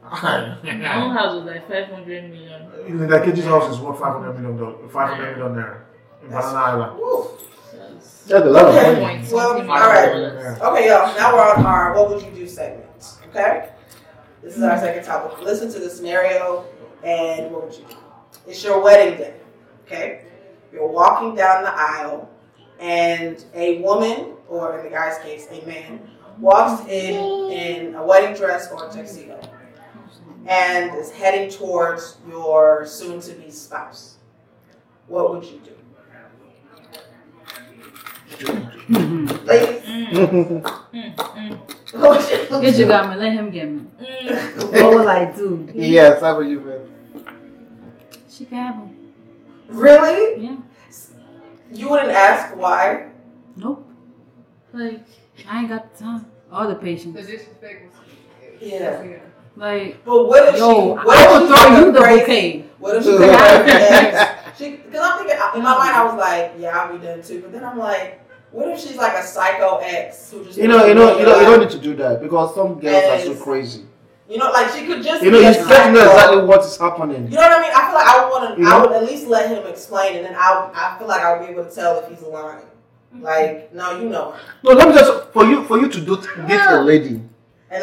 My own house was like 500 million.
In the Dakeji's house is worth 500 million dollars, 500 million naira in Banana Island.
Woo.
That's
That's a lot of
Okay.
money.
point
Well,
something
all right.
dollars.
Okay, y'all. Now we're on our what would you do segment. Okay. This is our second topic. Listen to the scenario and what would you do? It's your wedding day. Okay. You're walking down the aisle and a woman, or in the guy's case, a man, walks in in a wedding dress or a tuxedo and is heading towards your soon-to-be spouse. What would you do? Ladies, what would you
Get you got me. Let him get me.
Mm.
What will I do?
Yes, that's what you mean.
She can have him.
Really?
Yeah.
You wouldn't ask why?
Nope. Like I ain't got the time or the patience.
disrespect was.
Yeah.
Like
But what if
yo,
she? What
I will
if she
throw you the
crazy?
bouquet.
What if she? took out her ex? She, because I'm thinking in my mind, I was like, yeah, I'll be done too. But then I'm like, what if she's like a psycho ex who just
You know, you know, you know, you don't need to do that because some girls are
Yes.
so crazy.
You know, like she could just
You know,
be
you
a
just don't know
psycho.
exactly what Mm-hmm. is happening.
You know what I mean? I feel like I would want to.
You
I
know?
would at least let him explain, and then I I feel like I would be able to tell if he's lying. Mm-hmm. Like, no, you know.
No, let me just for you for you to do date a lady
And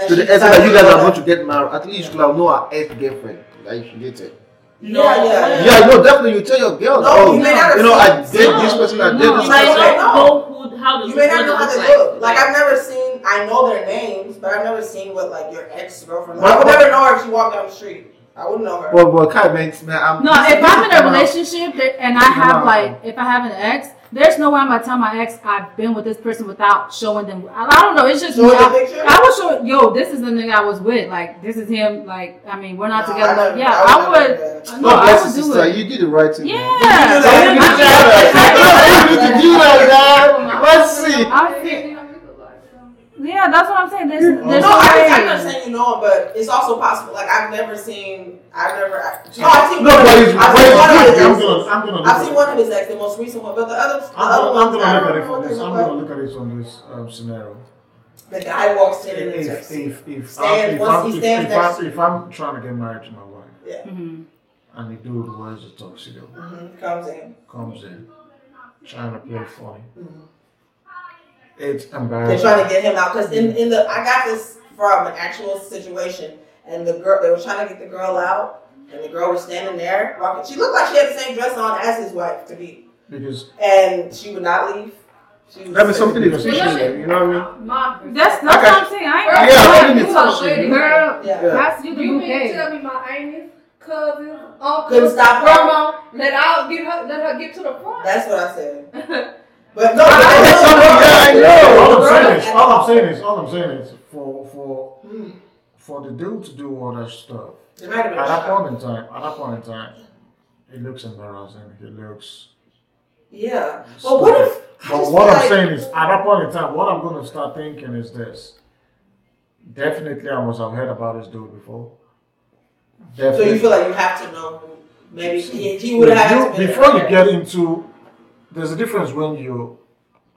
then
to the
she
extent that you guys
decided-
are going to get married. At least you could have known her ex girlfriend that you dated.
No, yeah, yeah.
Yeah, no, definitely you tell your girl.
No,
oh,
you may not
you know, I
have
did
seen-
this person, I did
No,
this
Like,
no,
Mm, you
person.
don't
no.
know who, how does
You may not know how
look
they
like.
look. Like I've never seen. I know their names, but I've never seen what like your ex girlfriend. Like, I would never know her if she walked down the street. I wouldn't know her.
Well, but Kai, man, man, I'm.
No, if I'm in a relationship that- and I have
No.
like, if I have an ex, there's no way I'm gonna tell my ex I've been with this person without showing them. I, I don't know. It's just
Show her the
I,
picture?
I would show. Yo, this is the nigga I was with. Like, this is him. Like, I mean, we're not
No,
together.
never-
yeah, I
never
would.
do that.
No,
God
I
bless
would
you,
do
sister.
it.
You did the right thing.
Yeah.
man.
do that.
I
You do that.
mean, I-
You need to do that, man. Let's see.
I- I think- Yeah, that's what I'm saying. There's,
No,
there's no
I, I'm not
way.
saying you know him, but it's also possible. Like I've never seen. I've never. I, no, I've seen
No,
one.
but it's-
I've
but
seen
it's
one of
good.
his
I'm
exes.
gonna, I'm gonna look
I've
at
seen
it.
one of his ex, the most recent one, but the other, the
I'm
other
gonna,
ones. I
I'm gonna look
don't
at it
know
from
what
this.
they
I'm
look like.
gonna look at it from this um, scenario.
The guy walks in and
If, if,
texts.
if, if,
Stand-
if,
once
I'm,
he
if,
stands
if,
next
I'm, if I'm trying to get married to my wife
Mhm.
and the dude wears a tuxedo,
hmm Comes in.
comes in, trying to play funny,
Mhm.
it's
They're
embarrassing.
trying to get him out because in, in the I got this from an actual situation, and the girl they were trying to get the girl out, and the girl was standing there walking. She looked like she had the same dress on as his wife to be,
because
and she would not leave. She was
That means something is
Because-
fishy there. You know what I mean?
Mom,
That's that's
Okay.
what I'm saying. I ain't
Yeah, I
got
think
the
it's
time.
something.
You a girl.
Yeah.
Yeah.
That's you the
You mean to
bouquet.
tell me my aunties, cousins, uncles,
Couldn't stop her?
grandma, that I'll get her, let her get to the front?
That's what I said. But no,
That's something that I know.
all I'm saying is, all I'm saying is, all I'm saying is, for for
Hmm.
for the dude to do all that stuff
It might have
at
been a
that
shock.
point in time, at that point in time, it looks embarrassing. It looks.
Yeah. But what if? I
But
just
what
feel
I'm
like-
saying is, at that point in time, what I'm going to start thinking is this. Definitely, I must have heard about this dude before.
So you
Definitely.
feel like you have to know? who- Maybe he, he would have had to been
You- before you
there.
get into, there's a difference when you're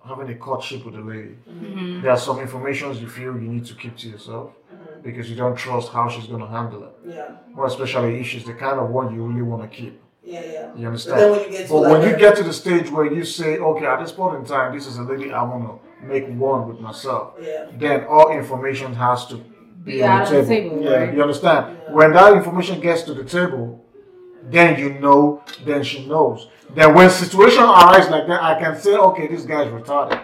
having a courtship with a lady.
Mm-hmm.
There are some informations you feel you need to keep to yourself
Mm-hmm.
because you don't trust how she's going to handle it.
Yeah.
Or especially if she's the kind of one you really want to keep.
Yeah. Yeah.
You
But
understand?
then when you get to
But
like
when
a-
you get to the stage where you say, okay, at this point in time, this is a lady I want to make one with myself,
Yeah.
then all information has to
be out of the table,
Yeah,
right?
you understand? When that information gets to the table, then you know, then she knows. Then when situation arises like that, I can say, okay, this guy's retarded.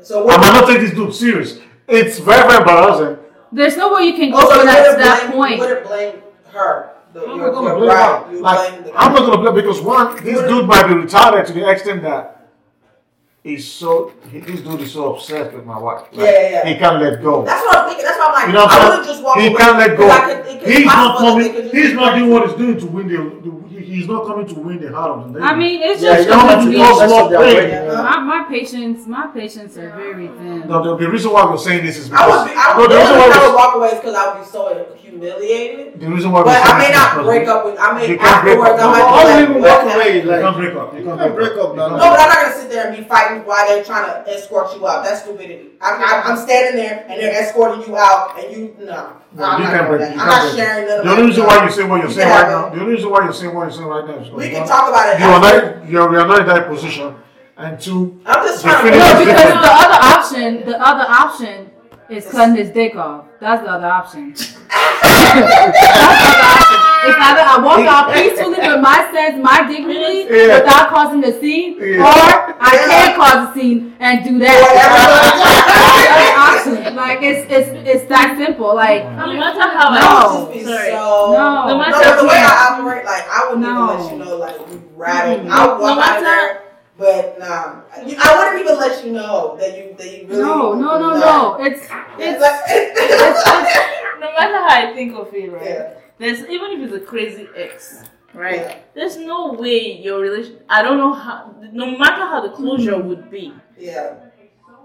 So
I
what?
might not take this dude serious. It's very, very embarrassing.
There's no way you can go
Oh, so you
past
wouldn't
that
blame,
point.
You wouldn't blame her. The,
I'm
you're,
not gonna
you're
blame
right.
her.
You blame
Like,
the
I'm not gonna blame because one, this dude might be retarded to the extent that he's so he, this dude is so obsessed with my wife. Like,
Yeah, yeah, yeah.
He can't let go.
That's what I'm thinking. That's why I'm like,
You know what
I
I'm
wouldn't just walk
saying? He
away.
can't let go.
'Cause I could- it could
he's not
possibly- it
coming.
could just
He's
be
not doing
personal.
what he's doing to win the. the he- he's not coming to win the heart of the lady.
I mean, it's
Yeah,
just
you don't
want to
me.
cause
That's what
more
they're
pain.
Yeah.
My, my patients, my patients are very thin.
No, the, the reason why we're saying this is
I
because
would, I
no,
would,
the
the
reason
only reason I would
why
walk away is because I would be so humiliated.
we're, the reason why
But
we're saying
I
this
may
is
not
because
break up with. I
You
may
can't break
afterwards.
up.
I
No,
might
all
you
be
can
like, what
walk
happened?
away is
You can't
like
break up. You can't
can't
break
break
up.
up now.
You
No,
can't
but I'm not gonna sit there and be fighting while they're trying to escort you out. That's stupidity. I'm, I'm, I'm standing there and they're escorting you out, and you no.
No,
I'm
you
not
can't
doing
break-
that.
you
I'm
can't
not
break.
sharing none of
The
that.
only reason why you're saying what you're
You
saying
can have
right now,
it.
the only reason why you're saying what you're saying right now is because
We can
one,
talk about it.
You are
after.
not, you're, you're not in that position, and two,
I'm just
the
trying to.
No,
feeling is
because
different.
the other option, the other option is cutting his dick off. That's the other option. That's the other option. It's either I walk out peacefully with my sense, my dignity,
Yeah.
without causing a scene,
Yeah.
or I can cause a scene and do that. That's the other option. Like it's it's it's that simple. Like
No matter how
I
I
would just be
No.
Sorry.
so.
No.
No
No,
matter
but the way
how-
I operate, like I wouldn't even let you know, like you ratted. I would walk
No
out of
matter-
there, but nah, You- I wouldn't even let you know that you that you really.
no, no, no, no. It's
It's
it's
like
no matter how I think of it, right?
Yeah.
There's even if it's a crazy ex, right?
Yeah.
There's no way your relation. I don't know how. No matter how the closure would be,
yeah.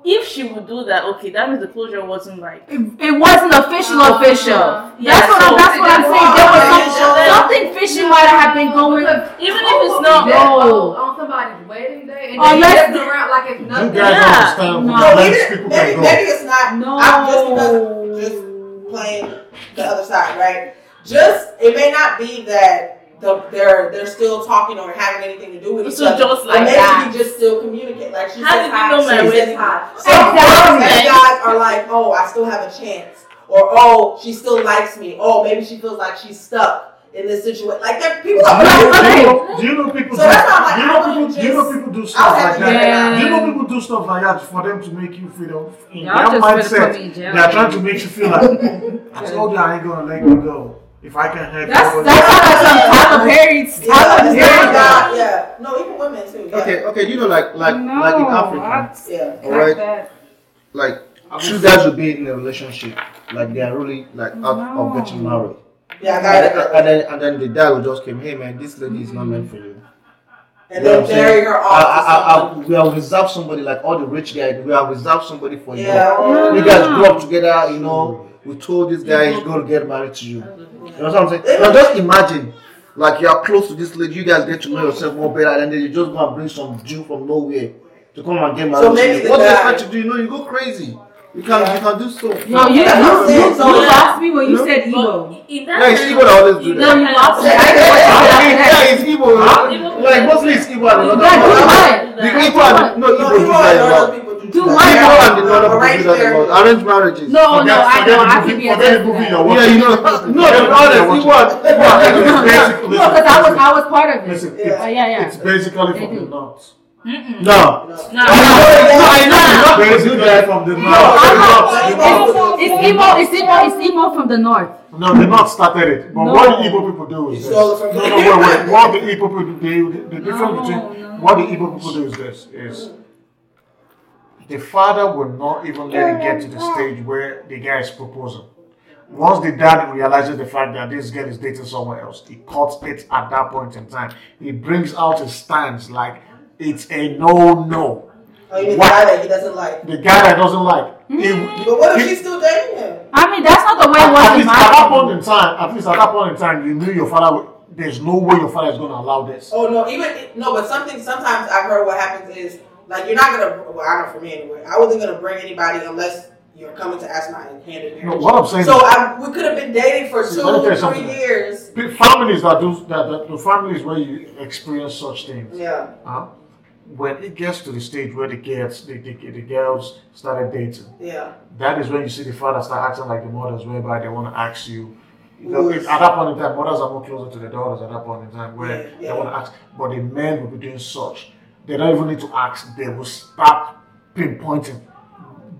if she would do that, okay, that means the closure wasn't like.
it, it wasn't official official.
yeah,
that's what
so-
I'm, that's what I'm saying. There was some,
Yeah.
something fishy might have been going.
Because
Even
people
if
will
it's
be
not,
that
no.
old Oh, on somebody's wedding day and
Unless
just
the-
around like it's
You guys
nothing.
Yeah.
don't understand
No,
what
No,
the
even-
ladies people
maybe
can
maybe
go.
it's not.
No.
I'm just because just playing the other side, right? Just it may not be that the, they're they're still talking or having anything to do with each
So
other.
just
Or
like
maybe
that.
you just still communicate. Like she
How
says
did you
hi,
know my
she
wedding?
says hi. Some girls
Exactly.
and guys are like, oh, I still have a chance, or oh, she still likes me, oh, maybe she feels like she's stuck in this situation. Like there, people are.
Do you
Okay.
know- Do you know people?
So
do-
that's not like
do
I
you know
wouldn't
people- Do you know
just-
people do
I
stuff
would have
like
to
that?
get it out.
Do you
Yeah.
know people do stuff like that for them to make you feel off? In
Y'all
their
just gonna put me in
mindset,
jail.
they are trying to make you feel like, I told you I ain't gonna let you go. If I can help
That's
you, I will."
that's not like some Tyler Perry.
Yeah,
Tyler
it's
Perry.
not God, yeah. No, even women too. Yeah.
Okay, okay, you know, like, like,
no,
like in Africa,
Yeah.
all right,
That.
like two guys will be in a relationship, like they are really like out of
No.
getting married,
Yeah, I
and
got
then,
it.
and then and then the guy will just came, hey man, this lady is not meant for you.
And then
You know what I'm saying?
bury her
I,
off. to
I, I,
someone.
I, we have reserved somebody like all the rich guys. We have reserved somebody for
Yeah.
you. We guys grew up together, you know. We told this guy he's going to get married to you. You know what I'm saying? Now just imagine, like you are close to this lady. You guys get to know yourself more better, and then you just go and bring some dude from nowhere to come and get married.
So maybe the
to you. What do you
guy-
try to do? You know, you go crazy. You can you can do so.
No, you you,
That's what I'm saying.
you, you
So, like,
lost me when you
no.
said ego.
But
Yeah,
in that
it's evil that always do
oh, in
that.
that
lost me.
kind of-
Yeah, it's evil. Like mostly it's evil. and
You guys
another
do
one.
what?
The evil and no
No,
evil do
people are
that a lot.
normal people do
Do
that.
what?
People
Yeah,
and the
uh,
Lord of
arranged
people that
marriage.
about arranged marriages.
No, Oh, no, I know. I
forget the
can be
movie,
a
forget
testament.
the
No,
movie you're watching.
Yeah, you know, no, to be honest, he was. he was-
It's basically-
because I was I was part of it.
Listen,
Yeah.
Oh, yeah, yeah.
It's basically
They
from
do.
the north.
No.
No.
No,
I know, no, I know, you don't do
Basically
that.
from the
I'm
north.
not-
The north-
It's, it's emo. It's emo. It's emo from the north.
No, the north started it. But
No.
what the Igbo people do is
It's
this.
all
No,
from-
no, wait, wait. What the Igbo people do, the, the difference between
no.
what the Igbo people do is this: is the father will not even let it get to the stage where the guy is proposing. Once the dad realizes the fact that this girl is dating someone else, he cuts it at that point in time. He brings out his stance like it's a no-no.
Oh, you mean the guy that he doesn't like.
The guy that doesn't like. He,
But what if
he-
she's still dating him?
I mean, that's not the way it
at,
was in
least at that
my.
point in time, at least at that point in time, you knew your father. would- There's no way your father is going to allow this.
Oh no, even no, but something sometimes I've heard what happens is like you're not gonna. Well, I don't know for me anyway. I wasn't gonna bring anybody unless you're coming to ask my hand in
No,
marriage.
what I'm saying,
So I, we could have been dating for
See, let me tell
two,
you
three
something.
years.
the families that do that, that the families where you experience such things,
Yeah,
huh? when it gets to the stage where the girls, the, the, the girls started dating,
Yeah.
that is when you see the father start acting like the mothers, whereby they want to ask you. Because
Yes.
if- at that point in time, mothers are more closer to the daughters at that point in time, where
Yeah,
they
yeah.
want to ask. But the men will be doing such; they don't even need to ask; they will start pinpointing.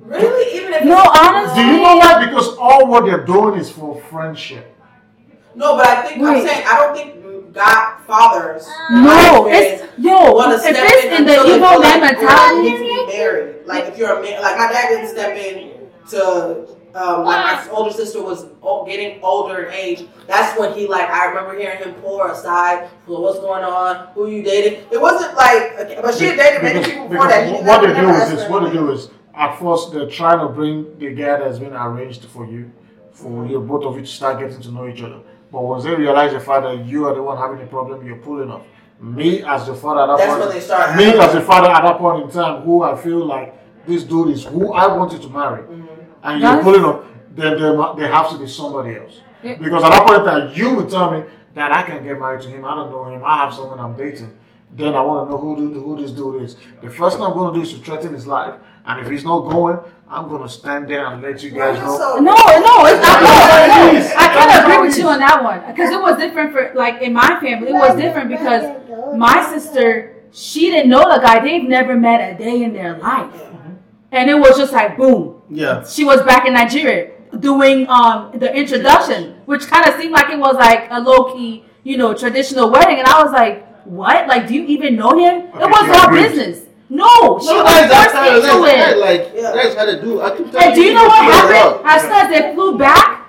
Really? Even if
No,
it's-
honestly-
Do you know why? Because all what they're doing is for friendship.
No, but I think I'm
Wait.
saying I don't think God fathers.
No, it's yo.
want to
Oh, If
step in
it's in the
until they
evil
feel
man
like you're
mentality,
needs to be married. Like if you're a man, like my dad didn't step in to. Um,
Ah.
like my older sister was o- getting older in age. That's when he like I remember hearing him pull her aside. Well, what's going on? Who you dating? It wasn't like, okay, but she had dated many
Because-
people before
because
that. He
What
never-
they do
never
is
asked
this:
her
what they
anything.
do is at first they're trying to bring the guy that's been arranged for you, for you both of you to start getting to know each other. But once they realize the fact that you are the one having the problem, you're pulling off. Me as the father at that
That's
point,
when they start
me
acting.
as the father at that point in time, who I feel like this dude is who I wanted to marry, and you're
That's-
pulling off. Then there, mu- there has to be somebody else.
Yeah.
Because at that point in time, you will tell me that I can get married to him. I don't know him. I have someone I'm dating. Then I want to know who do, who this dude is. The first thing I'm going to do is to threaten his life. And if he's not going, I'm going to stand there and let you guys know.
So-
No, no, it's not.
That's
No,
how it
no.
is.
I
That's
kind
how
of agree
it
with you
is.
on that one because it was different for like in my family. It was different because my sister she didn't know the guy. They've never met a day in their life,
Mm-hmm.
and it was just like boom.
Yeah.
She was back in Nigeria doing um the introduction, which kind of seemed like it was like a low key, you know, traditional wedding, and I was like, what? Like, do you even know him?
Okay,
it was
she
our
agreed.
business. No, she
No,
was
that's
forced
that's how
into
that's
it.
like
Yeah.
that's how they do. I keep telling
And do you know what
people as well.
happened? As soon as they flew back,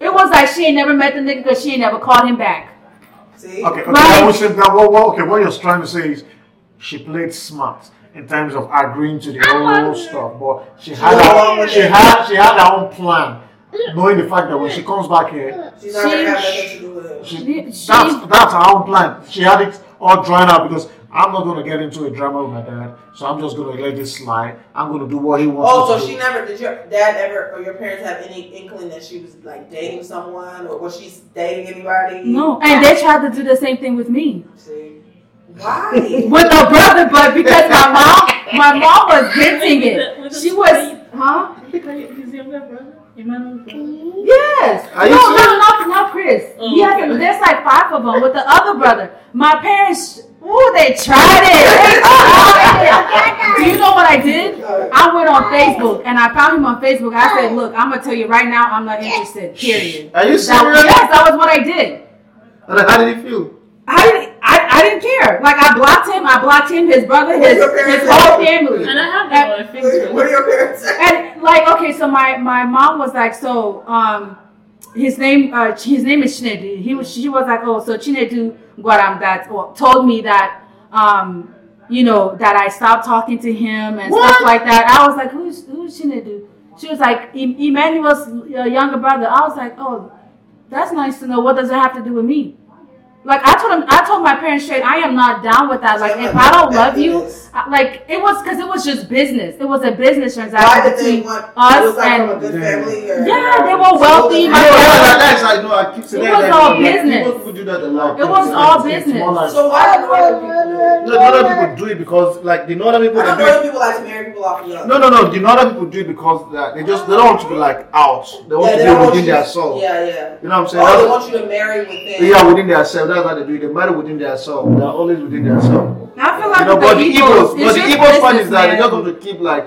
it was like she ain't never met the nigga because she ain't never called him back.
See?
Okay, okay.
Right.
Now, what's it- now, what, what, okay, what you're trying to say is she played smart in terms of agreeing to the whole stuff, but she had her, she had she had her own plan, knowing the fact that when she comes back here,
She's not gonna
She-
have nothing to do with it.
she,
She-
that's that's her own plan. She had it all drawn out because I'm not going to get into a drama with my dad, so I'm just going to let this slide. I'm going to do what he wants.
Oh,
me
so
to
she
do.
never did your dad ever or your parents have any inkling that she was like dating someone or was she dating anybody?
No, and they tried to do the same thing with me
See, why?
with a brother, but because my mom, my mom was venting it. She was, huh?
His younger brother, Emmanuel. brother.
Yes.
Are you
no,
serious?
no, not not Chris.
Oh,
yes,
okay.
there's like five of them with the other brother. My parents, ooh, they tried it. They tried it. Do you know what I did? I went on Facebook and I found him on Facebook. I said, "Look, I'm gonna tell you right now, I'm not interested. Period."
Are you
That,
serious?
yes, that was what I did.
And how did it feel?
I didn't, I, I didn't care. Like I blocked him. I blocked him, his brother, his
Your parents
his whole
did.
family.
And I have that on Facebook.
what are your parents saying?
And like, okay, so my my mom was like, so um, his name uh, his name is Chinedu. He was she was like, oh, so Chinedu Gwaram that or told me that um, you know that I stopped talking to him and stuff like that. I was like, who's who's Chinedu? She was like, "E- Emmanuel's uh, younger brother. I was like, oh, that's nice to know. What does it have to do with me? Like I told him, I told my parents straight, I am not down with that. Like if I don't love you, I- like it was because it was just business. It was a business
Why
transaction
did they
between
want?
us
it was like from a
and-
good family. Or,
yeah, they were wealthy. My
No, no, no,
parents-
that's like no. I keep saying
It
that,
was
like,
all
like,
business.
People do that a lot.
It was all business.
More like-
So why do northern people?
No, the other people do it because like the northern
Do
people
it? I know
they do it
northern people like to marry people off young.
No, no, no. The northern people do it because they are- they just they don't want to be like out. They want
yeah,
to
don't
be
want
within
you-
their soul.
Yeah, yeah.
You know what I'm saying?
Oh, they
That's-
want you to marry within.
They are within themselves. That's how they do it. They marry within themselves. They're always within themselves.
I feel
You
like
know,
with
but
the
the
Igbos,
evil,
it's
but
just
the evil part
uh,
business,
is that they
man.
just want to keep like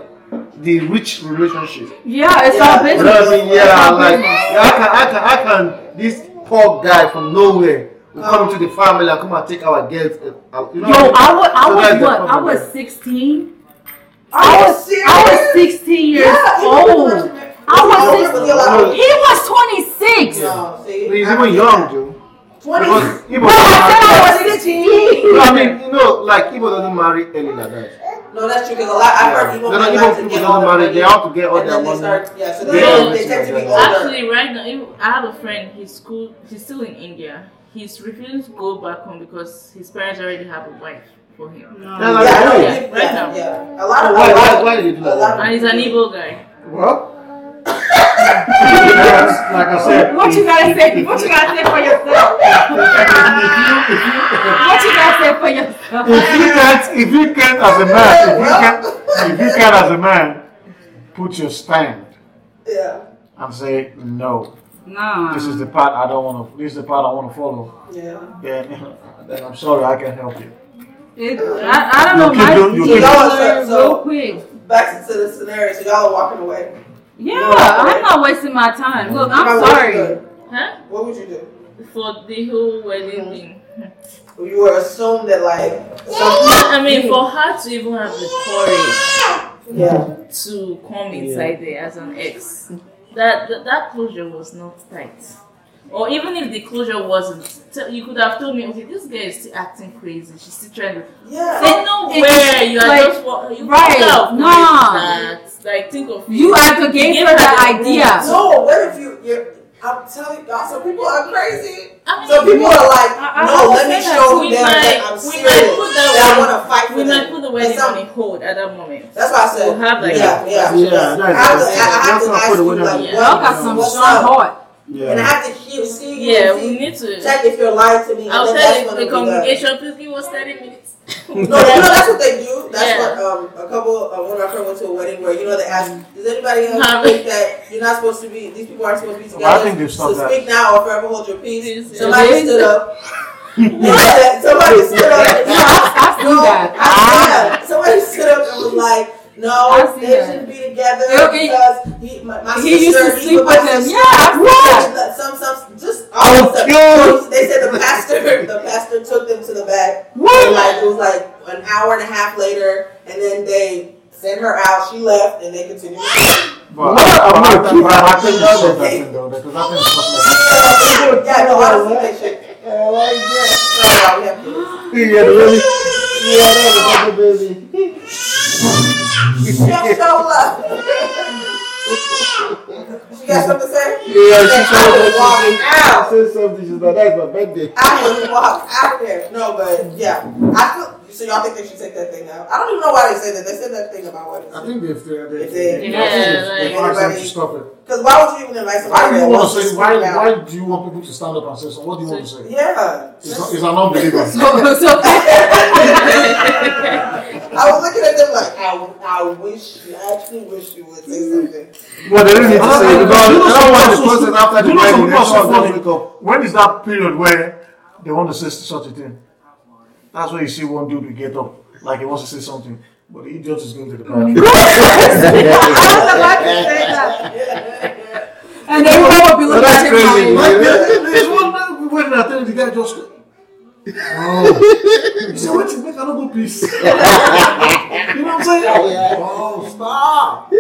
the rich relationship.
Yeah, it's
Yeah.
all
You know what I
business.
mean? Yeah, like yeah, I can, I can, I can. This poor guy from nowhere will come into the family and come and take our girls. uh, uh, You know
Yo,
what
I
mean?
was, I
So that's
was
the
what? I
problem
was
there.
16.
Are
I
you
was,
serious?
I was 16 years
Yeah, even with
old.
northern people-
I was
Northern people, they allow-
16. He was 26.
No, see,
Oh. He's
I-
even young, dude.
Twenty.
Because
But
Igbo,
I said I was
no,
16.
I mean, you know, like Igbo doesn't marry early like that.
No, that's true. Because a lot I've heard
Yeah.
people
They don't
like
even
to
people
get
don't
older
marry. They have to get all
and
their
then they
money.
start. Yeah, so
Yeah,
they,
yeah,
they tend to be
yeah.
older.
Actually, right now, even- I have a friend. His school, he's still in India. He's refusing to go back home because his parents already have a wife for him,
That's
yeah, I
like,
don't
why?
think-
Right now.
yeah, yeah. A lot of
Why,
a lot
why,
of-
why did you do
a lot
that?
of-
and he's an evil guy.
What?
Yes, like I said,
What you gotta say? What you gotta say for yourself?
if you, if you,
What you gotta say for yourself?
if you can't, if you can as a man, if you can, if you can as a man, put your stand
Yeah.
and say no.
Nah.
This is the part I don't want to. This is the part I want to follow.
Yeah.
Then, then I'm sorry, I can help you.
It, I, I don't know.
You keep doing-
My
you
feet
keep-
are
So-
real quick.
Back to the scenario. So y'all are walking away.
Yeah, I'm not wasting my time. Look, I'm
Now, what would you
sorry.
do?
Huh?
What would you do?
For the whole wedding thing.
You would assume that like. Some,
I mean, for her to even have the courage
yeah.
to come inside there as an ex, that, that that closure was not tight. Or even if the closure wasn't, t- you could have told me, okay, this girl is still acting crazy. She's still trying to
Yeah.
Say no
It-
where you are
like,
just wa- you
right,
fucked up with
nah.
that. Like think of
You
it.
advocate
You
for
gave
that
her the
idea.
rules.
Oh, No. What if you? You're, I'm telling y'all. Some people are crazy.
I mean,
So people are like,
I- I
no,
don't
let me
say that.
show
We
them that
might-
I'm
we
serious.
might put that
That I
one-
want to fight for
we
them.
might put the wedding
That's
on
something-
hold at that moment.
That's why I said.
We'll have
yeah,
like that.
yeah.
Yeah, that
I have to, I
is awesome.
have
That's
to ask
not for the
you
winner.
like,
Yeah.
Y'all got some
what, what's
strong
up?
heart.
And I
Yeah.
have to hear, see, you,
Yeah,
see,
we need to.
check if you're lying to me. and
I'll
then
tell
that's
you
when
the
it'll be done.
congregation. Please give us thirty minutes.
No, you know that's what they do. That's
Yeah.
what um a couple uh, one of our friends went to a wedding where you know they asked, does anybody
Have
else think that you're not supposed to be? These people aren't supposed to be together.
Well, I think they've
so
stopped that.
speak now or forever hold your peace.
Yes,
Somebody
yes.
stood up. yeah, somebody stood up.
No, I, I see
No,
that. I,
I, yeah, somebody stood up and was like,
I
no,
see
they
that.
shouldn't be together
Yeah, he-
because he, my, my
he used
sister,
to
he
sleep
was my
with him.
sister."
Yeah, I
Some, some, just all the
kill
stuff. They said the pastor, the pastor took them to the back. And like it was like an hour and a half later, and then they sent her out. She left, and they continued.
But
What?
but I, think- but I
Another
think you said that
thing.
thing though, because I think it's possible.
yeah, no, honestly, they should.
I like that.
No, we have kids.
Yeah, really. Yeah, that's a baby.
She'll show love. You got something to say?
Yeah, she
I would walk
said
out.
that. She said something. She's like, that's my birthday.
I would walk out there. No, but yeah, I feel. So y'all think they should take that thing out? I don't even know why they said that. They said that thing about
I
what?
think they've they're, they're,
If they-
Yeah,
they're,
like-
to stop it.
Because why would you even invite somebody?
Why do you
that
want
wants
to say?
speak
Why
out?
why do you want people to stand up and say something? What do you want to say?
Yeah.
It's, not, it's an unbeliever.
So, so
I was looking at them like, I, w- I wish, I actually wish you would say something.
Well, they didn't need
Uh-huh.
to say it because
You know
that
some
was the
people are so-
process after the wedding. That's how they
you know some people are so funny.
wake up.
When is that period where they want to say such a thing? That's where you see one dude will get up, like he wants to say something, but the idiot is going to the bathroom.
and everyone will be
But
looking at
that's
him
crazy.
like,
man.
There's one man we went and I think the guy just. Oh. You say, wait, make another piece. you know what I'm saying? Oh, stop.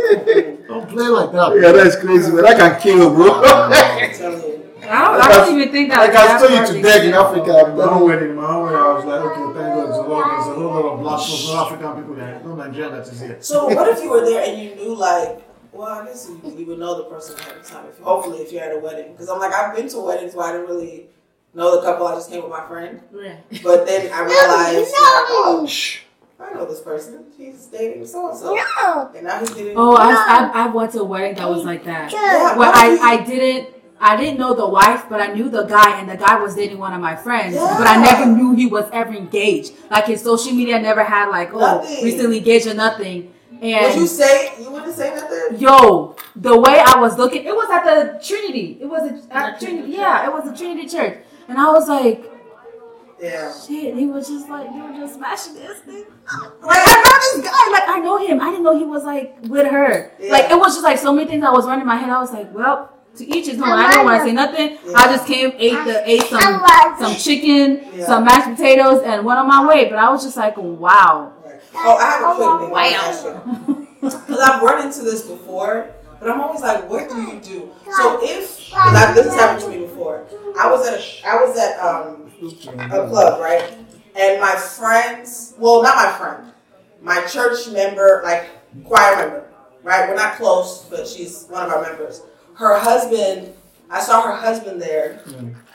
Don't play like that.
Yeah, that's crazy, man. I can kill you, bro. I
I'm telling you.
I don't, I don't even think that.
can
that's
still you
worthy.
to death in Africa.
My
I'm
own
done.
wedding, my own wedding, I was like, okay, thank God it's a lot. There's a whole lot of black people, no African people there, no Nigerian that is here.
So what if you were there and you knew like, well, I guess you, you would know the person ahead of time. If, hopefully, if you're at a wedding, because I'm like, I've been to weddings where I didn't really know the couple. I just came with my friend,
Yeah.
but then I realized, like, oh, I know this person. He's dating so and so, and now he's getting.
Oh, I, I, I went to a wedding that was like that.
Yeah,
Well,
why
I,
do you-
I didn't I didn't know the wife, but I knew the guy, and the guy was dating one of my friends.
Yeah.
But I never knew he was ever engaged. Like his social media never had like oh
Nothing.
recently engaged or nothing.
would you
And
say you wouldn't say nothing?
yo, the way I was looking, it was at the Trinity. It was a, at Trinity. Yeah, it was the Trinity Church, and I was like,
Yeah.
shit. He was just like you were just smashing this thing. Like I know this guy. Like I know him. I didn't know he was like with her.
Yeah.
Like it was just like so many things I was running in my head. I was like, well, to each his own. I didn't want to say nothing.
Yeah.
I just came, ate the ate some some chicken,
Yeah.
some mashed potatoes, and went on my way. But I was just like, wow.
Oh, I have a quick thing. Wow. Because I've run into this before, but I'm always like, what do you do? So if, because I've- this has happened to me before. I was at a, I was at um, a club, right? And my friends, well, not my friend, my church member, like choir member, right? We're not close, but she's one of our members. Her husband, I saw her husband there,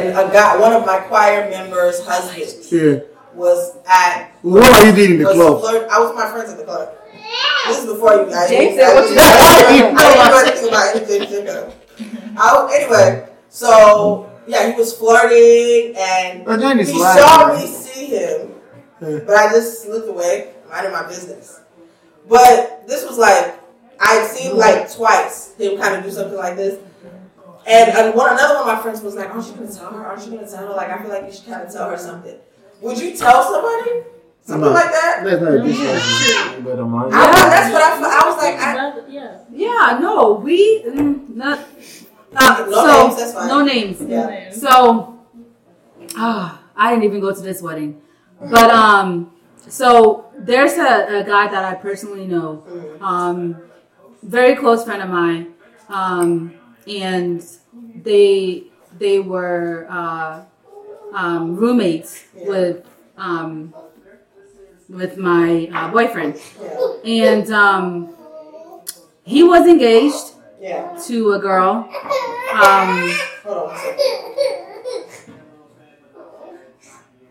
and a guy, one of my choir members' husbands
Yeah.
was at
What are you doing in the
was
club?
flirt- I was with my friends at the club. This is before you guys.
Jake
I,
said, "What you
I,
doing?"
I didn't know anything about anything. you know. I was- Oh, anyway, so yeah, he was flirting and
But then it's
he
live,
saw
man.
me see him. but I just looked away, minded my business. But this was like I had seen like twice him kind of do something like this. And uh, one, another one of my friends was like, "Aren't you gonna tell her? Aren't you gonna tell her? Like, I feel like you should kind of tell her something. Would you tell somebody something
No.
like that?"
That's not a good question.
Better mind.
I, that's what I felt. I was like, I,
yeah.
Yeah, no, we mm, not. Uh,
No
so,
names, that's fine.
No names.
yeah.
So, ah, I didn't even go to this wedding, but um, so there's a, a guy that I personally know, um, very close friend of mine, um, and they they were uh, um, roommates with um, with my uh, boyfriend,
Yeah.
and um, he was engaged
Yeah.
to a girl. Um,
Hold on. one second.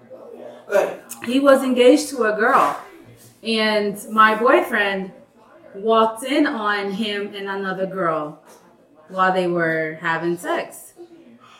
Go ahead.
he was engaged to a girl and my boyfriend walked in on him and another girl while they were having sex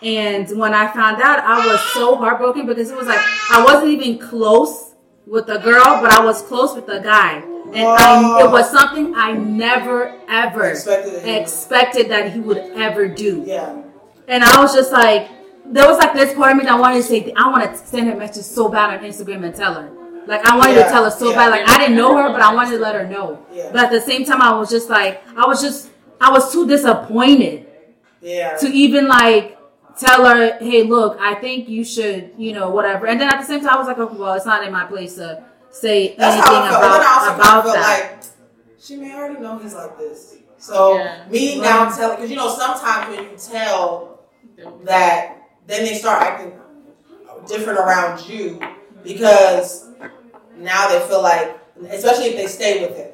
and when i found out i was so heartbroken because it was like i wasn't even close with the girl but i was close with the guy and I, it was something i never ever
Expected it.
expected that he would ever do
Yeah.
and I was just like, there was like this part of me that wanted to say, I want to send her a message so bad on Instagram and tell her. Like I wanted
Yeah,
to tell her so
yeah.
bad. Like I didn't know her, but I wanted to let her know.
Yeah.
But at the same time, I was just like, I was just, I was too disappointed
Yeah.
to even like tell her, hey, look, I think you should, you know, whatever. And then at the same time, I was like, okay, well, it's not in my place to say
That's
anything
how I felt. and then I also
about
kind of
about
felt
that.
like she may already know he's like this. So
Yeah.
me now telling, because you know sometimes when you tell that, then they start acting different around you because now they feel like, especially if they stay with him,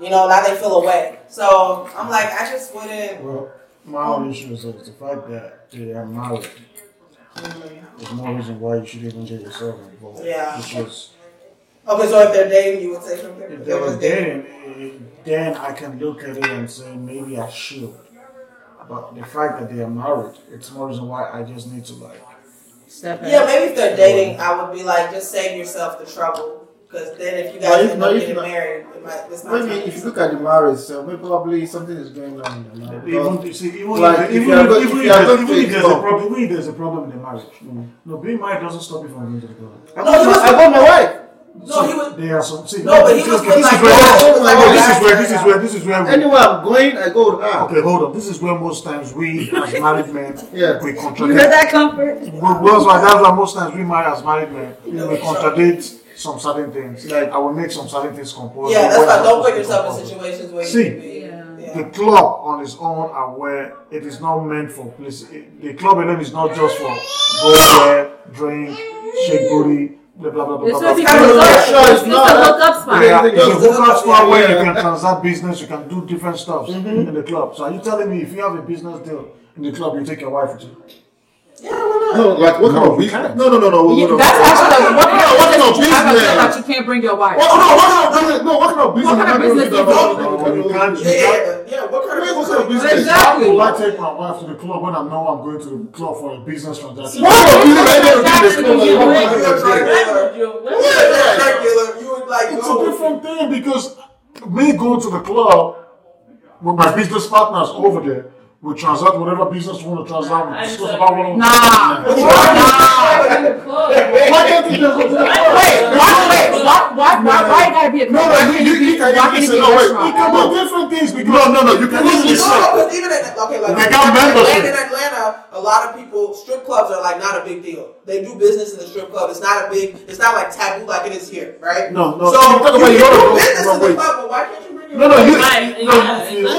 you know, now they feel away. So I'm like, I just wouldn't.
Well, my own issue is that the fact that they are married.
Mm-hmm.
There's no reason why you should even get yourself involved.
Yeah.
Because
Okay, so if they're dating, you would say something.
if they were dating, eh, then I can look at it and say maybe I should. But the fact that they are married, it's no reason why I just need to like.
Step
Yeah, maybe if they're dating, I would be like, just save yourself the trouble. Because then if you
Well,
guys
if
end
not-
up
if
getting
not-
married, it might, it's not
Maybe if you
time.
look at the marriage, so maybe probably something is going on. in the marriage.
Even, you see, even,
Like,
if,
if
even,
you are
if,
go-
even,
if
if,
you are
there's-
going
even
to
if there's a
explore.
problem, even if there's a problem in the marriage,
Mm.
no, being married doesn't stop you from going to the girl.
I got my- I got my wife.
No, he was.
There are some. See,
No, but he
this
was
is
with
where-
like.
oh my God,
this is where this is where this is where this is where we,
Anywhere I'm going, I go with her.
okay hold on. This is where most times we as married men
Yeah.
we
You heard
contradict.
that comfort?
Well, that's why that's why most times we married as married men we contradict some certain things. Like I will make some certain things compulsory.
Yeah, that's
when
why
I'm
don't put
supposed
yourself
to
in
compulsory.
situations where you
See.
could be.
The
Yeah.
club on its own are where it is not meant for place. it- The club alone is not just for go there, drink, shake booty, blah blah blah blah.
It's
blah,
just a
blah.
kind of
look
like-
Sure,
up
it's not.
spot.
Yeah.
It's a vocal spot where you
Yeah.
can transact business, you can do different stuff
Mm-hmm.
in the club. So are you telling me if you have a business deal in the club, you take your wife with you?
Yeah, why not?
No, like what kind
No,
of
we
business?
can't.
No, no, no, no, no, no.
That's actually the one
No, what kind of
thing that you
business?
that you can't bring your wife.
What, Oh, no, what kind of business? No, what kind of business?
What kind of business
No, no, no, no, no,
you
no,
can't-
no,
Yeah,
no,
yeah, but- yeah. What kind of
What kind of business?
How
Exactly.
will I take my wife to the club when I know I'm going to the club for a business transaction?
What kind of business are they doing in the club?
You
Like,
were a
what kind of business?
regular. You were a regular. You would like
It's a
go.
different thing because me going to the club with my business partners over there, we transact whatever business we want to transact. We discuss about what we want.
Nah.
Why can't you just go to the club?
Why, wait, why, why, why, why you gotta be a
No, no, you, you, you
why
can
can't it be
listen.
a
No, wait.
restaurant?
You can do different things because. No, no, no. You can
No, because even in okay, like
They got membership.
in Atlanta, a lot of people strip clubs are like not a big deal. They do business in the strip club. It's not a big. It's not like taboo like it is here, right?
No, no.
So
You talk about
you
your
can do
own-
business
no,
in the
wait.
club, but why can't you bring your
No, no, you.
You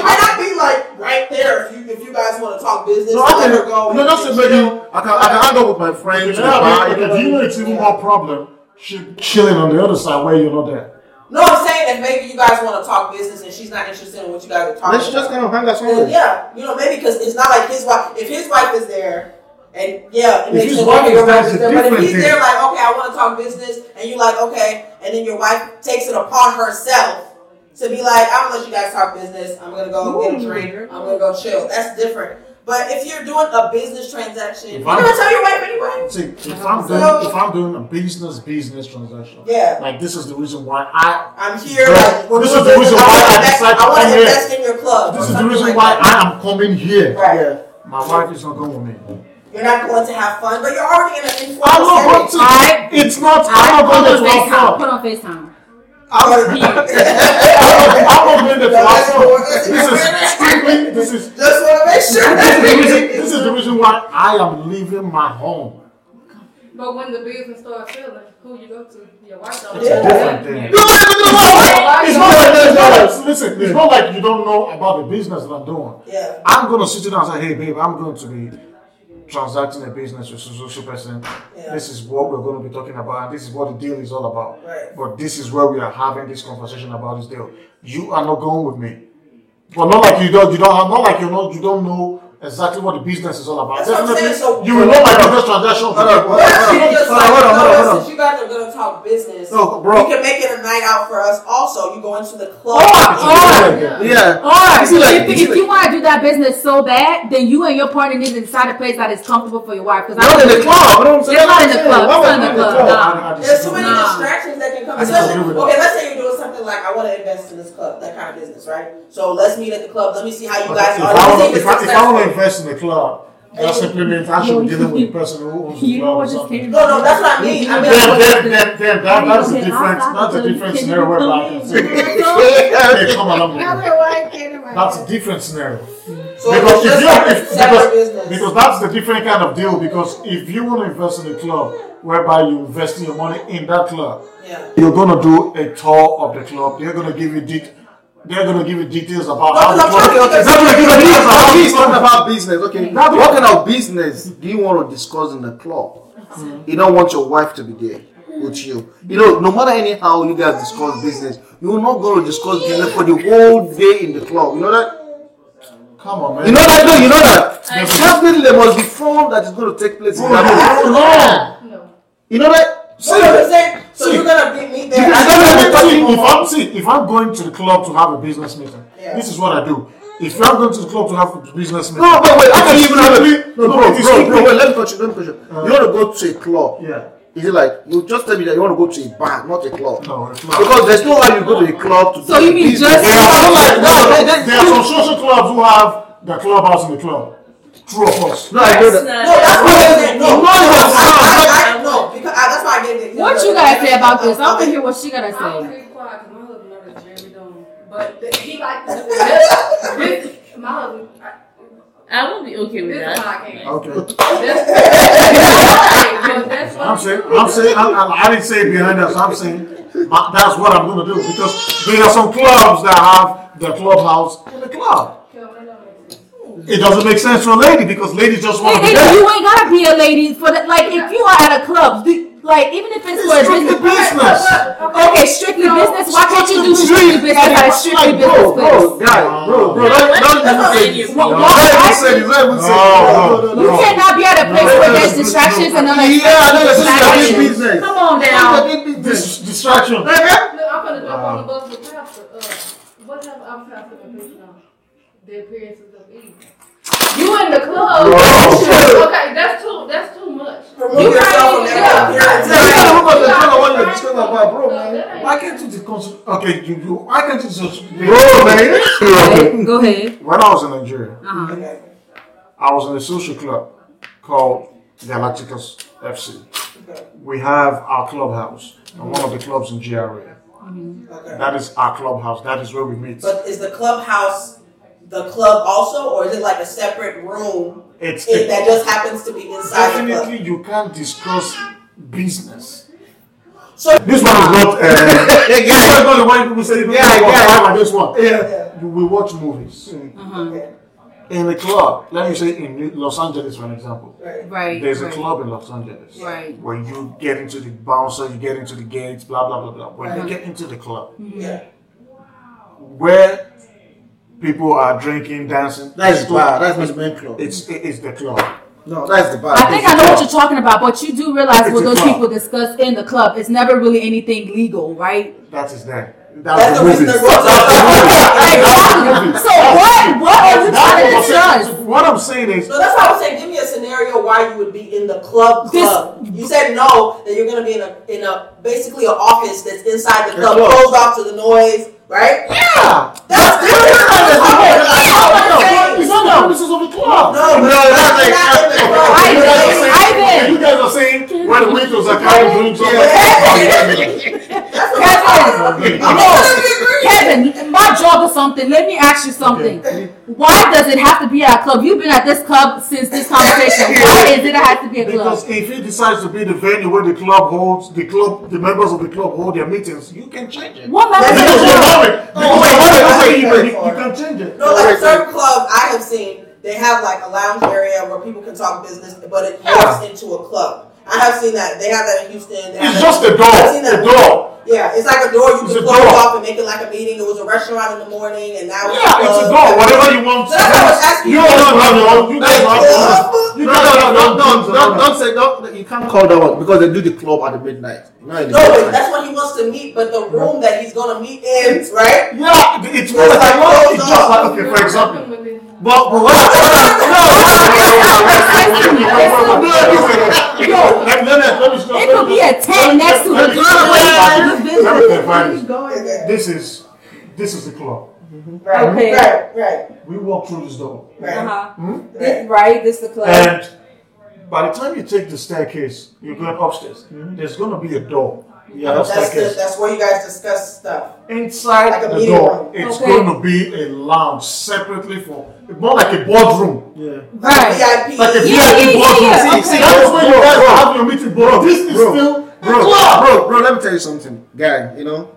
might not be like right there if you if you guys want to talk business.
No, I
let her
can.
go.
No,
and
that's a
chill.
menu. I can. I can hang out with my friends.
You
to
know
the
what I
bar,
mean?
you
Because
know,
you know it's even more problem. She chilling on the other side where you're not there.
No, I'm saying that maybe you guys want to talk business and she's not interested in what you guys are talking
Let's
about.
just kind of hang out
Well,
Oh.
somewhere.
yeah, you know, maybe because it's not like his wife. If his wife is there, and yeah, it
If
makes
his
sense.
wife
okay,
is
your
there,
wife is
it's a
there. But if
different
he's
thing.
there, like, okay, I want to talk business, and you like, okay, and then your wife takes it upon herself to be like, I'm gonna let you guys talk business. I'm gonna go get a drink. I'm gonna go chill. That's different. But if you're doing a business transaction,
If
you're
I'm-
gonna tell your wife anyway.
See, if I'm doing
So-
if I'm doing a business business transaction,
Yeah.
like this is the reason why I
I'm here.
Bro,
like, we're
this
doing
is the
this.
reason
I
why
wanna
I
invest-
decided to
I want
come
to
here.
invest in your club. or
this is the
something
reason
like
why
that.
I am coming here.
Right.
My wife is not going with me.
You're not going to have fun, but you're already in an
I'm
informal
not going to.
setting.
I-
it's
I
not. I'm not going
put
to
on FaceTime.
Florida.
Put on FaceTime.
I'm not
I'm not going to Florida.
That's
This is strictly. This is
Just want to make sure.
this is the reason. This is the reason why I am leaving my home.
But when the business starts filling, who you go to? Your wife don't.
It's a
different thing.
You don't even know why.
It's not like it's not like- listen. It's not like you don't know about the business that I'm doing.
Yeah.
I'm gonna sit you down and say, hey babe, I'm going to be transacting a business with so so person.
Yeah.
This is what we're gonna be talking about, and this is what the deal is all about.
Right.
But this is where we are having this conversation about this deal. You are not going with me. But not like you don't you don't have not like you know you don't know exactly what the business is all about.
That's what I'm saying, so-
you will know my business transaction.
Hold on,
Well,
hold on,
that's
hold on.
it, just
Hold on,
like,
hold on,
no,
hold on,
no,
hold on.
Since you guys are gonna talk business,
No, bro.
we can make it a night out for us. Also, you go into the club.
Oh, oh.
Yeah.
Or
You see, like-
if,
you see,
if
like-
you want to do that business so bad, then you and your partner need to decide a place that is comfortable for your wife. Because
Not in the club. You know what I'm saying?
It's not in the
Yeah,
club.
why
It's not
would
in the
you
club.
do that?
Nah.
I- I just-
There's too many
Nah.
distractions that can come.
I disagree
Especially,
with
okay, let's say you're doing something like I want to invest in this club, that kind of business, right? So let's meet at the club. Let me see how you
But
guys
if,
are.
I
Let
wanna,
me see
if,
if
I,
it's
if I want to
successful.
invest in the club, that simply means I should be dealing with the person who owns the
You know
club. or
what just
something.
came?
No, no, that's what I mean. I mean,
Then,
like,
then, then, then that,
Are you
that's a
okay?
different,
Outside
that's a
the
different
building,
scenario where I can say,
Yeah.
hey, come along with me. That's a different scenario.
so it's
Because
just
if you-
like
if-
a separate
because-
business.
Because that's the different kind of deal. Because if you want to invest in a club whereby you invest your money in that club,
yeah.
you're gonna do a tour of the club. They're gonna give you det- they're gonna give you details about
No,
how the
because I'm
club.
trying to
Okay,
get
so
a-
we're
That's
talking
how
about
we
business,
talk
talking about business. Okay,
That's
what kind of business do you want to discuss in the club? You don't want your wife to be there with you. You know, no matter anyhow you guys discuss business, you're not going to discuss business for the whole day in the club. You know that?
Come on, man.
You know that? No, you know that.
I-
Definitely, there must be fun that is going to take place in that.
Hold on.
No.
You know that?
So, what I'm saying, so you're gonna be meet there.
Because
at-
I don't know, if I'm see, if I'm going to the club to have a business meeting,
Yeah.
this is what I do. If I'm going to the club to have a business meeting,
No, but wait, I
it
can
is
even have
strictly-
a. No, bro,
it is
bro,
strictly-
bro, wait, let me continue. Let me continue. You want to go to a club.
Yeah.
Is it like you just tell me that you want to go to a bar, not a club?
No, it's not.
Because there's no how you go to a club to
So
do
you mean
business.
just-
There are, some,
like, no, they- they-
there are some social clubs who have the clubhouse in the club. True or false?
No, I know that.
No, that's what I'm saying. No,
No, no,
I, I, I,
no.
no, because I, that's why I get it.
What you gotta say about this? I want to hear what she gotta
I don't
say.
be quiet because my husband knows that Jeremy don't. But th- he likes to do this. This- My husband. I-
I won't be okay with
This is
that.
my game.
Okay.
That's- Hey, but that's what
I'm saying, I'm saying, I, I, I didn't say it behind us. I'm saying my, that's what I'm going to do because there are some clubs that have the clubhouse in the club.
Okay, well, that makes sense.
It doesn't make sense for a lady because ladies just want to
Hey,
be
hey,
there.
you ain't gotta be a lady for that. Like, if you are at a club, do- like even if it's for a
strictly
business.
business.
Okay, strictly business. Why can't you do strictly business at a strictly
Like,
business
bro,
place?
bro, guy, bro, bro,
No,
don't-
what
don't
you
even
saying
say
you-
this.
No,
Don't
why-
even say this, don't even say
No,
this.
no,
You cannot be at a place where there's distractions and all that.
Yeah, I know you're saying that is business.
Come on
That
now.
is business.
Dis- distraction.
Look, I'm gonna jump on the bus with Pastor. Uh, what happened? I'm Pastor Patino. The appearances of Eve. You in the club? Okay, that's too. That's too much.
Remove yourself from that
Yeah.
appearance.
Yeah, you don't know the kind of one you're discussing about, bro,
So
man.
that ain't-
Why can't you discuss? Okay, you, you why can't you discuss?
Bro, man.
Go ahead.
When I was in Nigeria,
Uh-huh.
I was in a social club called Galacticus FC. We have our clubhouse and one of the clubs in GRA.
Okay.
That is our clubhouse. That is where we meet.
But is the clubhouse the club also, or is it like a separate room
It's
it, that
it,
just happens to be inside the club?
definitely you can't discuss business.
So
This one is not. Uh, this one is not the one people say.
Yeah, yeah.
yeah. This one.
Yeah.
You will watch movies
okay,
in a club. Let me say in Los Angeles, for an example.
right.
Right.
There's a
right.
club in Los Angeles
Right.
where you get into the bouncer, you get into the gates, blah blah blah blah. When you get into the club,
Yeah.
where people are drinking, dancing,
That is
it's
bad. That's not the main club.
It's it is the club.
No, that's the bad.
I think I know what you're talking about, but you do realize
It's
what
a
those
club.
people discuss in the club. It's never really anything legal, right?
That is there. That's,
That's
the
the reason
movies.
they're
That's the movies.
Exactly. So What? What are you trying to
That
discuss?
is- What I'm saying is,
So Oh, that's why I was saying, give me a scenario why you would be in the club
This-
club. you said no, that you're gonna be in a in a basically an office that's inside the club,
club.
closed off to the noise, right?
Yeah.
That's
it's not the premises of the club.
No,
No,
no,
that's like-
not in the club.
I
You guys are
I
saying-
did.
You guys are saying where the windows are carrying drinks. on the-
That's what I'm saying.
Kevin,
I'm totally agreeing.
Kevin, my job or something. Let me ask you something. Why does it have to be at a club? You've been at this club since this conversation. Why is it has to be a club?
Because if he decides to be the venue where the club holds, the club, the members of the club hold their meetings, you can change it.
What matters
Because
is
you
the club?
know
Oh,
it. Because
wait,
you know
wait,
it,
wait,
you
wait,
can- You can change it.
No, like certain clubs I have seen, they have like a lounge area where people can talk business, but it morphs into a club. I have seen that. They have that in Houston. They have
It's
that-
just a door,
I've seen that.
a door.
Yeah, it's like a door you
It's
can
a
close
door.
off and make it like a meeting. It was a restaurant in the morning, and now it's
Yeah, it's a door, whatever you want.
So that's what I was asking
You
you.
don't have your own, you guys have your
Club?
own.
No,
You
no,
guys have
no,
your
no,
own
no,
things and all
no,
that.
don't say no. You can't call that one because they do the club at the midnight. Not in the
No, but
midnight.
that's what he wants to meet, but the room that he's gonna meet in, right?
Yeah, it's more
That's like
like well,
those
it's just
dogs.
like okay, for example.
Within-
But but what? No, no, no, no, no, no, no, no, no, no, no, no, let me- let me- let me stop,
It
let
could
me
be a
stop.
tent next to
Let
the
me-
club.
let me- let me
Where you
define
going?
it. This is this is the club.
Right,
Okay.
right, right,
We walk through this door,
right.
Uh-huh.
Hmm?
This- Right, this the club.
and by the time you take the staircase, you're going upstairs. There's going to be a door. Yeah, that
That's the,
staircase.
that's where you guys discuss stuff.
Inside
Like a
the
meeting
door,
room.
it's
Okay.
going to be a lounge separately for more like a boardroom.
Yeah.
Right.
Like VIP.
Like a
Yeah, yeah,
VIP
yeah,
boardroom.
yeah,
See,
okay.
see,
That's where you
bro,
guys
bro.
have your meeting, bro. This is
Bro.
still the
Bro,
club.
bro, bro, let me tell you something, guy. You know,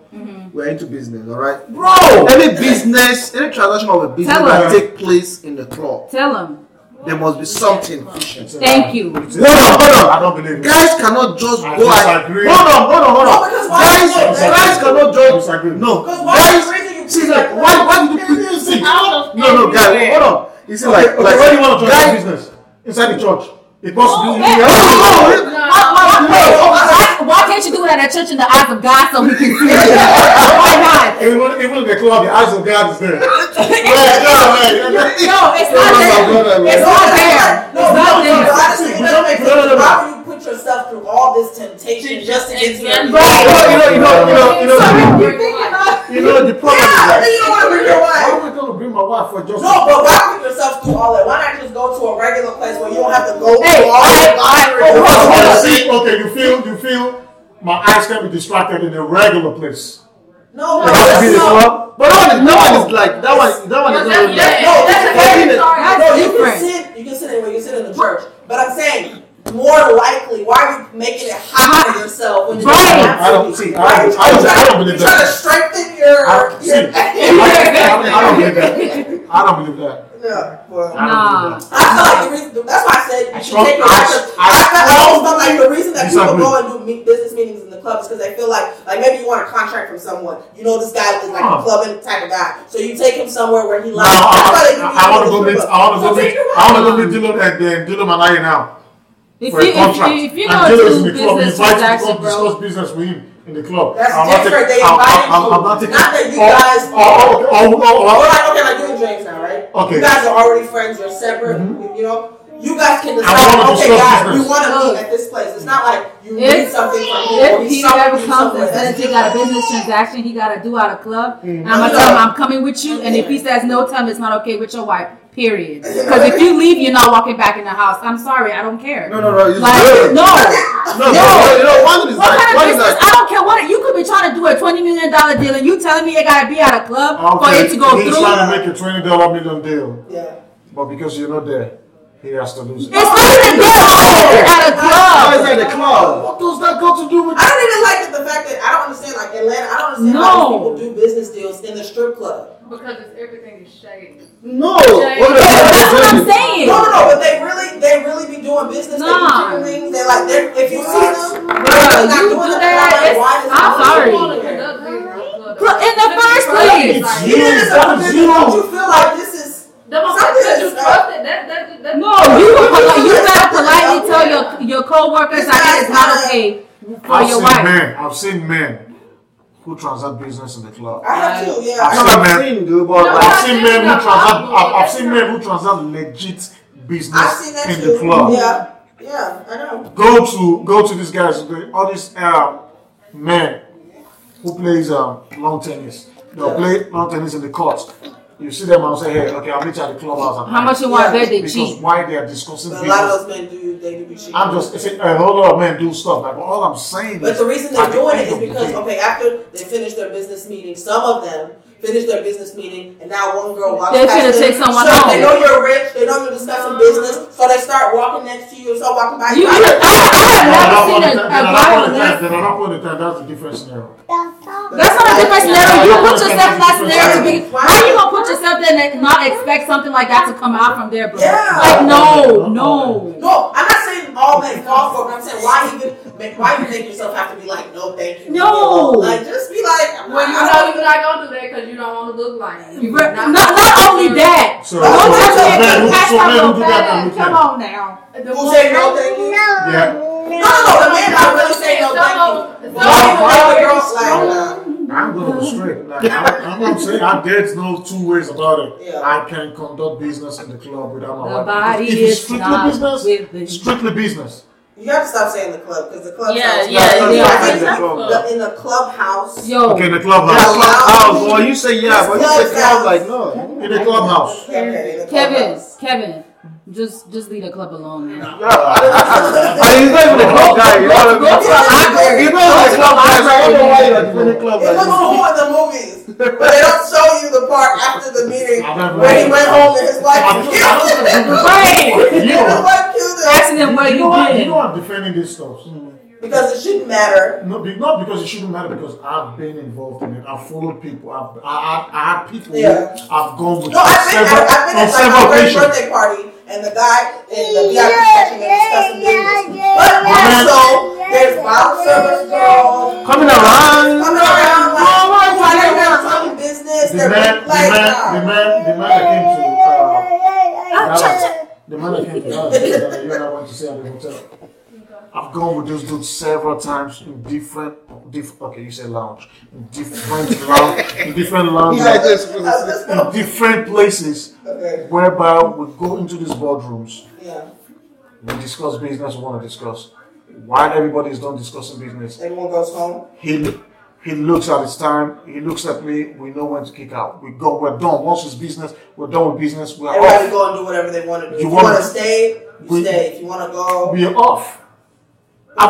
we're into business, all right.
Bro,
Any business, any transaction of a business
Tell
that
us.
take place in the club,
Tell him.
there must be something efficient.
Thank you.
Hold on, hold on.
I don't believe it.
Guys cannot just
I
go ahead.
disagree.
Hold on, hold on, hold
No,
on.
because why
Guys,
would they-
guys cannot
I
just
disagree.
no.
Because why
Guys,
the reason you
see,
keep
like,
that-
why, why did you put
It's
this?
a club.
No, no, guys, hold on. You see, like,
Okay, okay,
like,
where do you want to
guys, Oh,
join business? Inside the church. It must be. Oh,
yeah.
Yeah.
No,
Why, why, why can't you do it at a church in the eyes of God so we can see it?
oh,
Why not?
Even even the club, the eyes of God is there.
No, it's not there. It's not there.
No, no, no,
It's not
no,
there.
honestly, it doesn't make
No, no, no,
sense.
no.
Why would you put yourself through all this temptation just to get to your
Exactly.
wife?
You know, you know, you know, you know, you know,
Within-
you know, the problem is
Yeah,
like.
then you don't want to bring your
Why
wife.
are we going to bring my wife for just?
No, but why put yourself through all that? Why not just go to a regular place where you don't have to go through
Hey,
all
I,
that?
I,
Because
oh, hold
when
on.
you see, okay, you feel, you feel. My eyes can be distracted in a regular place.
No, no,
It has to be the
no.
club.
But that one, that one is like that one. That one is not really like.
No, that's
very
No, you
different.
can sit. You can sit anywhere. You can sit in the church. But I'm saying, more likely, why are you making it hot for yourself when you
Right.
don't have to
I don't
be?
see, I
Why are you
don't- I don't- I don't believe
trying- Trying
that.
to strengthen your.
I, see, I,
your-
I, I don't believe that. I don't believe that.
No, well.
I don't believe that.
I feel like the reason, that's why I said you should
strong-
take your
I-
license.
I
I, felt- I always
strong-
felt like the reason that people
Disagree.
go and do meet, business meetings in the club is because they feel like, like maybe you want a contract from someone. You know this guy is like
Huh.
a clubbing type of guy, so you take him somewhere where he
No,
likes. That's why
I,
they do
I,
meetings
I want to
in
go
the
meet.
club.
I want to go
So
meet.
take your
I want to go meet Dilo and and Dilo Malaya now
If
for a contract.
you, if you, if you
and Dilo is
don't
in
do
the club. He
business
invites me to
transaction,
come discuss
bro.
business with him in the club.
That's
I'm not
different. They
taking- I'm-
invited you.
I'm- I'm not taking.
Not that you
Oh,
guys-
Oh, oh, oh, oh,
We're
oh.
like, okay, like you and James now, right?
Okay. Mm-hmm.
You guys are already friends. You're separate. You, you know, you guys can
I
decide. Okay,
wanna discuss
guys,
business.
we want to
Look.
meet at this place. It's not like you
If-
need something from here. or
If
you
Peter
something
ever
from
comes and
somewhere.
says
That's
he got a
different.
business transaction he got to do at a club, I'm gonna tell him I'm coming with you. And if he says no, tell him it's not okay with your wife. Period. Because if you leave, you're not walking back in the house. I'm sorry, I don't care.
No, no, no. It's
Like
good.
no.
no, no. You know, one is
What
like,
kind
one
of
is
business?
like.
I don't care what. You could be trying to do a twenty million dollar deal, and you telling me it gotta be at a club for
Okay,
it to go
he's
through.
trying to make a twenty dollar million deal,
Yeah.
but because you're not there, he has to lose it.
It's not even good at a
Why is
club.
that the club?
What does that got to do with?
I don't even like it, the fact that I don't understand like Atlanta. I don't understand
No.
why these people do business deals in the strip club.
Because it's everything is shady.
No. What
That's
the
what
fuck is
I'm
it?
No,
saying.
no, no. But they really, they really be doing business.
Nah.
They be doing things. They like, they're- if you see them, they're
Bruh,
really not
you
doing
do
it.
that,
I'm like,
it's-
why is
I'm
it-
sorry. Bro, in the first place.
Like,
You did this
That
on
is
business.
you.
Don't you feel like this is?
Them
Something
motherfuckers that you
is-
trusted, that, that, that,
No, you poli- you gotta politely tell your your coworkers that it is not okay for
I've
your
seen
wife.
men. I've seen men who transact business in the club.
I have too, yeah.
I've
I
seen
have-
men-
seen, dude, but
No,
like,
I've seen
I've
men
seen
who
that
transact.
before,
I've, I've
that's
seen
not-
men who transact legit business
I've seen that
in
too.
the club.
Yeah, yeah, I know.
Go to go to these guys. the- All these um, men who plays um, long tennis. They'll play long tennis in the courts. You see them and say, "Hey, okay, I'll meet you at the clubhouse." at
How
night."
much you want to
Yeah.
bet they
Because
cheat?
why they are discussing
But a lot
business
of those men do they do be cheating.
I'm just it's a whole lot of men do stuff. Like, but all I'm saying
But
is,
the reason
at
they're
the
doing it
end
is
of the
because
day-
okay, after they finish their business meeting, some of them finish their business meeting, and now one girl walks.
They
past
finna
them.
take someone
so
home.
They know you're rich. They know you're discussing business, so they start walking next to you and start walking by
You,
you.
I, I, I have never seen a, a
Then
violent.
at that point in time, that's a different scenario.
That's not a different scenario. You put yourself in that scenario to be.
Why?
How you gonna put yourself there and not expect something like that to come out from there, bro?
Yeah.
Like no, no.
No, I'm not saying all men fall for it. but I'm saying why even make why you make yourself have to be like no, thank you.
No.
like just be like
Well, you know you're not gonna do that because you don't want to look like him.
You ver- Not, not only that.
So,
Don't
so-
touch
so
it.
men who-
Pass
so men
on
who do
your
that
bag.
are with
Come
men.
on now.
The
who
one-
say no, thank you.
Yeah,
No, no, no. The man not really say no, thank you.
Some-
But why you make the girls like?
I'm gonna be straight. Like, I'm, I'm not saying I, there's no two ways about it.
Yeah.
I can conduct business in the club without my
The
wife.
body
If
is
it's Oh, strictly
not
business,
with the-
strictly business.
You have to stop saying the club because the club.
Yeah,
sounds-
yeah,
I
yeah.
think
yeah.
the- in the clubhouse.
Yo,
Okay, in the clubhouse.
yeah, clubhouse. Well, you say yeah, but you say club like no.
In the clubhouse.
Okay, in the
Kevin,
clubhouse.
Kevin, just just leave the club alone, man.
And he's not even a club guy. You know what I mean?
Go to Ivory.
He's not even a club guy. So I don't know why you're defending club
It looks
like
cool in the movies, but they don't show you the part after the meeting
I've never-
where he went home and his wife
I've-
killed him.
Right.
You
His
know,
wife killed him
Accident where
you
you Mm.
know what? You
did.
know I'm defending this stuff.
because it shouldn't matter.
No, be, not because it shouldn't matter. Because I've been involved in it. I've followed people. I've I, I, I had people.
Yeah.
I've gone with
No, I've been
several,
at, I've been at
on
like
several
my friend's
occasions.
birthday party and the guy in the VIP section is discussing business. But
yeah,
also, there's bottle service girls
Coming around.
coming around like,
Oh, my
why they
God.
not talking business?
The
They're
man,
big
the man,
like,
the
uh,
man, the man that came to. Uh,
Oh,
Dallas, the man that came to Dallas, that you and I went to stay at the hotel. I've gone with this dude several times in different, diff, okay, you said lounge, in different lounge, in different lounges,
uh,
in different places,
Okay.
whereby we go into these boardrooms.
yeah,
We discuss business, we want to discuss. While everybody's done discussing business,
everyone goes home.
he he looks at his time, he looks at me, we know when to kick out. We go, we're done. Once it's business, we're done with business, we're
Everybody
off.
go and do whatever they want to do. If
You
you
wanna-
want to stay, you
We-
stay. If you want to go,
We're off.
why?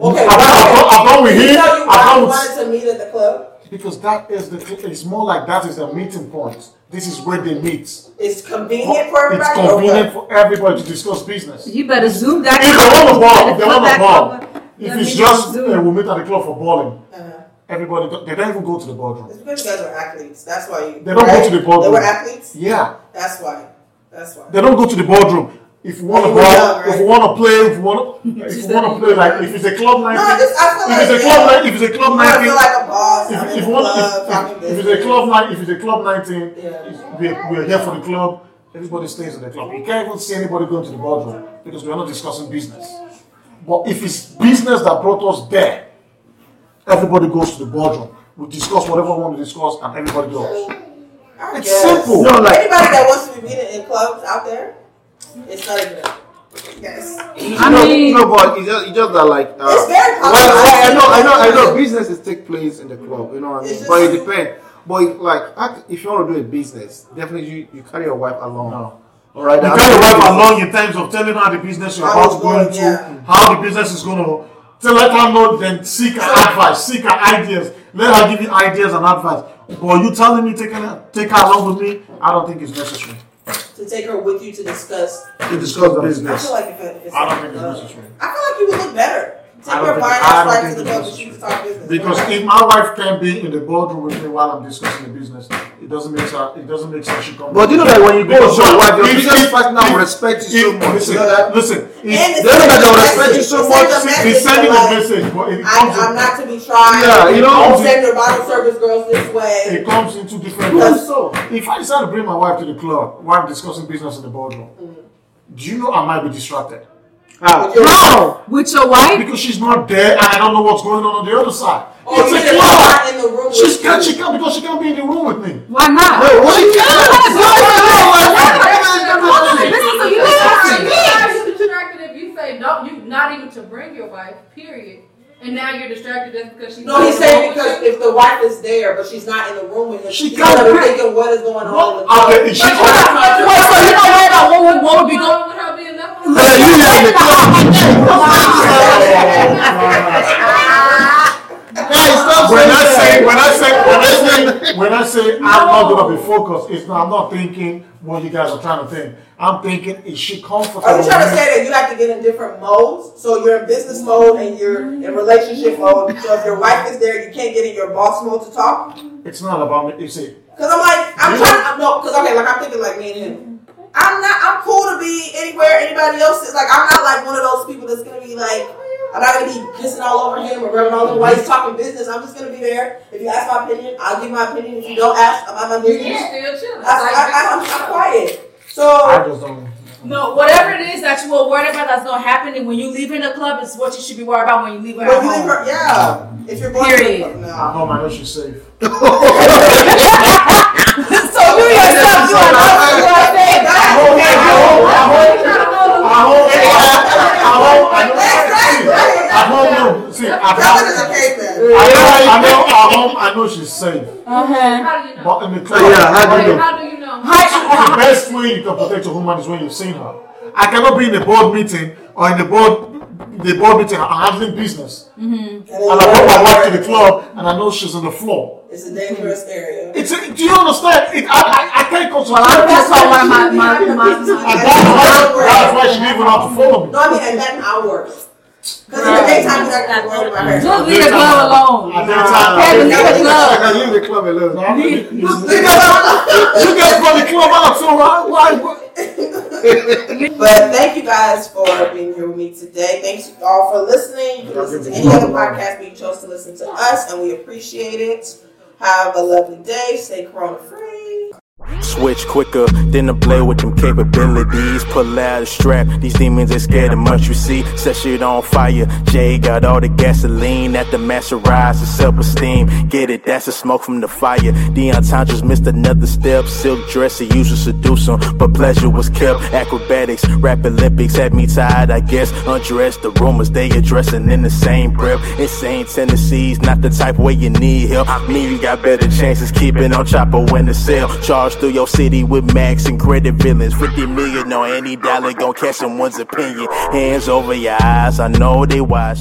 Okay,
I've, I've, gone- I've gone with
Did he
him,
tell you
I've
why
gone
you
with-
wanted to meet at the club?
because that is the it's more like that is a meeting point. This is where they meet.
It's convenient for everybody.
It's
or
convenient for everybody to discuss business.
You better zoom that.
If they want a ball, if they
Come
want a
back
ball,
over.
if
Yeah,
it's
we
just
zoom.
uh, we meet at the club for balling,
what? Uh-huh.
everybody go- they don't even go to the boardroom.
It's because you guys are athletes. That's why you.
They don't go
right?
to the ballroom.
They were athletes.
Yeah.
That's why. That's why.
They don't go to the boardroom. If you want to
You
ball,
were young,
if you
right?
want to play, if you want to, if you want to play, like if it's a club night,
No, I just- I feel
if it's a
like-
club night, if it's a club
I
night,
feel
thing,
like a boss. I'm
if,
in
if,
the
you want,
club talking
if, if, if
business.
it's a club night, if it's a club night thing,
Yeah.
it's- we're, we're here for the club. Everybody stays in the club. You can't even see anybody going to the boardroom because we are not discussing business. But if it's business that brought us there, everybody goes to the boardroom. We discuss whatever we want to discuss, and everybody goes.
I
It's
guess.
simple.
No, like-
Anybody that wants to be meeting in clubs out there, it's not even. Yes.
I
no,
mean-
no, but it's just, it's just that like. Uh,
It's very
well, I, I know, I know, I know.
popular.
Businesses take place in the club, you know what I
It's
mean. But it
just-
depends. But it- like, act- if you want to do a business, definitely you, you carry your wife along.
No.
All right.
You
that's-
can't arrive along in terms of telling her the business you're
How
about to
it's
go
going,
into,
yeah.
how the business is going to. So let her know, then seek her advice, seek her ideas. Let her give you ideas and advice. But you telling me taking her, take her along with me, I don't think it's necessary.
To take her with you to discuss.
You discuss
I
business.
feel like if it- it's
I don't think it's
uh,
necessary.
I feel like you would look better. Take
I don't
her
think-
buying
I
her
don't
flight to
think
the
it's
club and she can talk business.
Because if my wife can be in the boardroom with me while I'm discussing the business, it doesn't make sense. It doesn't make sense she come.
But you know that when you go
Because
with your wife, your
if-
business
if-
partner
if-
will respect you so
if-
much. You
Listen,
know that?
listen.
And
If,
it's
They don't
sending
know
a
they'll respect you
message.
so
It's
much.
sending a
he's sending a
like,
message, but it
I,
comes
I'm
in-
not to be tried.
Yeah, you know-
Don't send your bottle service girls this way.
it comes into different
Yes.
If I decide to bring
Mm.
my wife to the club while I'm discussing business in the boardroom, do you know I might be distracted?
Ah.
How?
How? With your wife?
Because she's not there, and I don't know what's going on on the other side.
Or
it's
even
a
if
club.
I'm not in the room
She's
with you.
can't, she can't because she can't be in the room with me.
Why not?
No, what you
You're distracted if you say no. You not even to bring your wife. Period. And now you're distracted just because she's.
No, he's saying because if the wife is there, but she's not in the room with him,
She
she's
can't
gonna be
pick-
thinking what is going on. in the club.
Okay, is she okay? When I say, when I say, when I say, when I say, I'm not gonna be focused. It's not, I'm not thinking what you guys are trying to think. I'm thinking, is she comfortable?
Are you trying to
with me?
say that you have to get in different modes? So you're in business mode and you're in relationship mode. So if your wife is there, you can't get in your boss mode to talk.
It's not about me. It's a
Because I'm like, I'm
You-
trying. I'm, no, because okay, like I'm thinking like me and him. I'm not. I'm cool to be anywhere anybody else is. Like I'm not like one of those people that's gonna be like. I'm not gonna be kissing all over him or rubbing all over him while he's talking business. I'm just gonna be there. If you ask my opinion, I'll give my opinion. If you don't ask, I'm not gonna I, I, I, I'm, I'm quiet. So
I just don't.
No, whatever it is that you were worried about that's not happening when you leave in the club is what you should be worried about when you leave her
when
at
you leave
home.
her, yeah. If you're going
Period.
to,
At
no.
home, I know she's safe.
so you yourself, you are not you are saying
At
that.
home, at home, at home, at home, at home, I know she's safe. At home, no. See, at
Brother is
home,
a caveman.
I know, I know, at home, I know she's safe.
Uh-huh.
But in the club,
Yeah, how do you know?
How do you know?
the best way you can protect a woman is when you've seen her. I cannot be in a board meeting or in the board the board meeting and handling business.
And
And I brought my
it's-
wife to the club and I know she's on the floor.
It's a dangerous area.
It's a, do you understand? It, I, I, I can't concentrate.
I'm just on one of my, my, my,
and that's why, that's why she didn't even have to follow me.
No, I mean at that hour. Because in the daytime, you're not going to worry about her.
Just leave the club alone.
At that
Kevin, leave the
time,
club.
I leave the club alone.
I- you guys, you guys brought the club out, so why? why, why?
But thank you guys for being here with me today. Thanks you all for listening. You can listen to any other podcast, but you chose to listen to us, and we appreciate it. Have a lovely day. Stay corona free.
Switch quicker than to play with them capabilities. Pull out a strap, these demons ain't scared of much. You see, set shit on fire. Jay got all the gasoline that the master rise to self esteem. Get it, that's the smoke from the fire. Deion Sanchez missed another step. Silk dress, he used to seduce him, but pleasure was kept. Acrobatics, rap Olympics had me tired, I guess. Undressed, the rumors they addressing in the same breath. Insane tendencies, not the type where you need help. Me, you got better chances keeping on chopper when the sale. Charge through your city with max and credit villains. 50 million on any dollar, gon' catch someone's opinion. Hands over your eyes, I know they watch.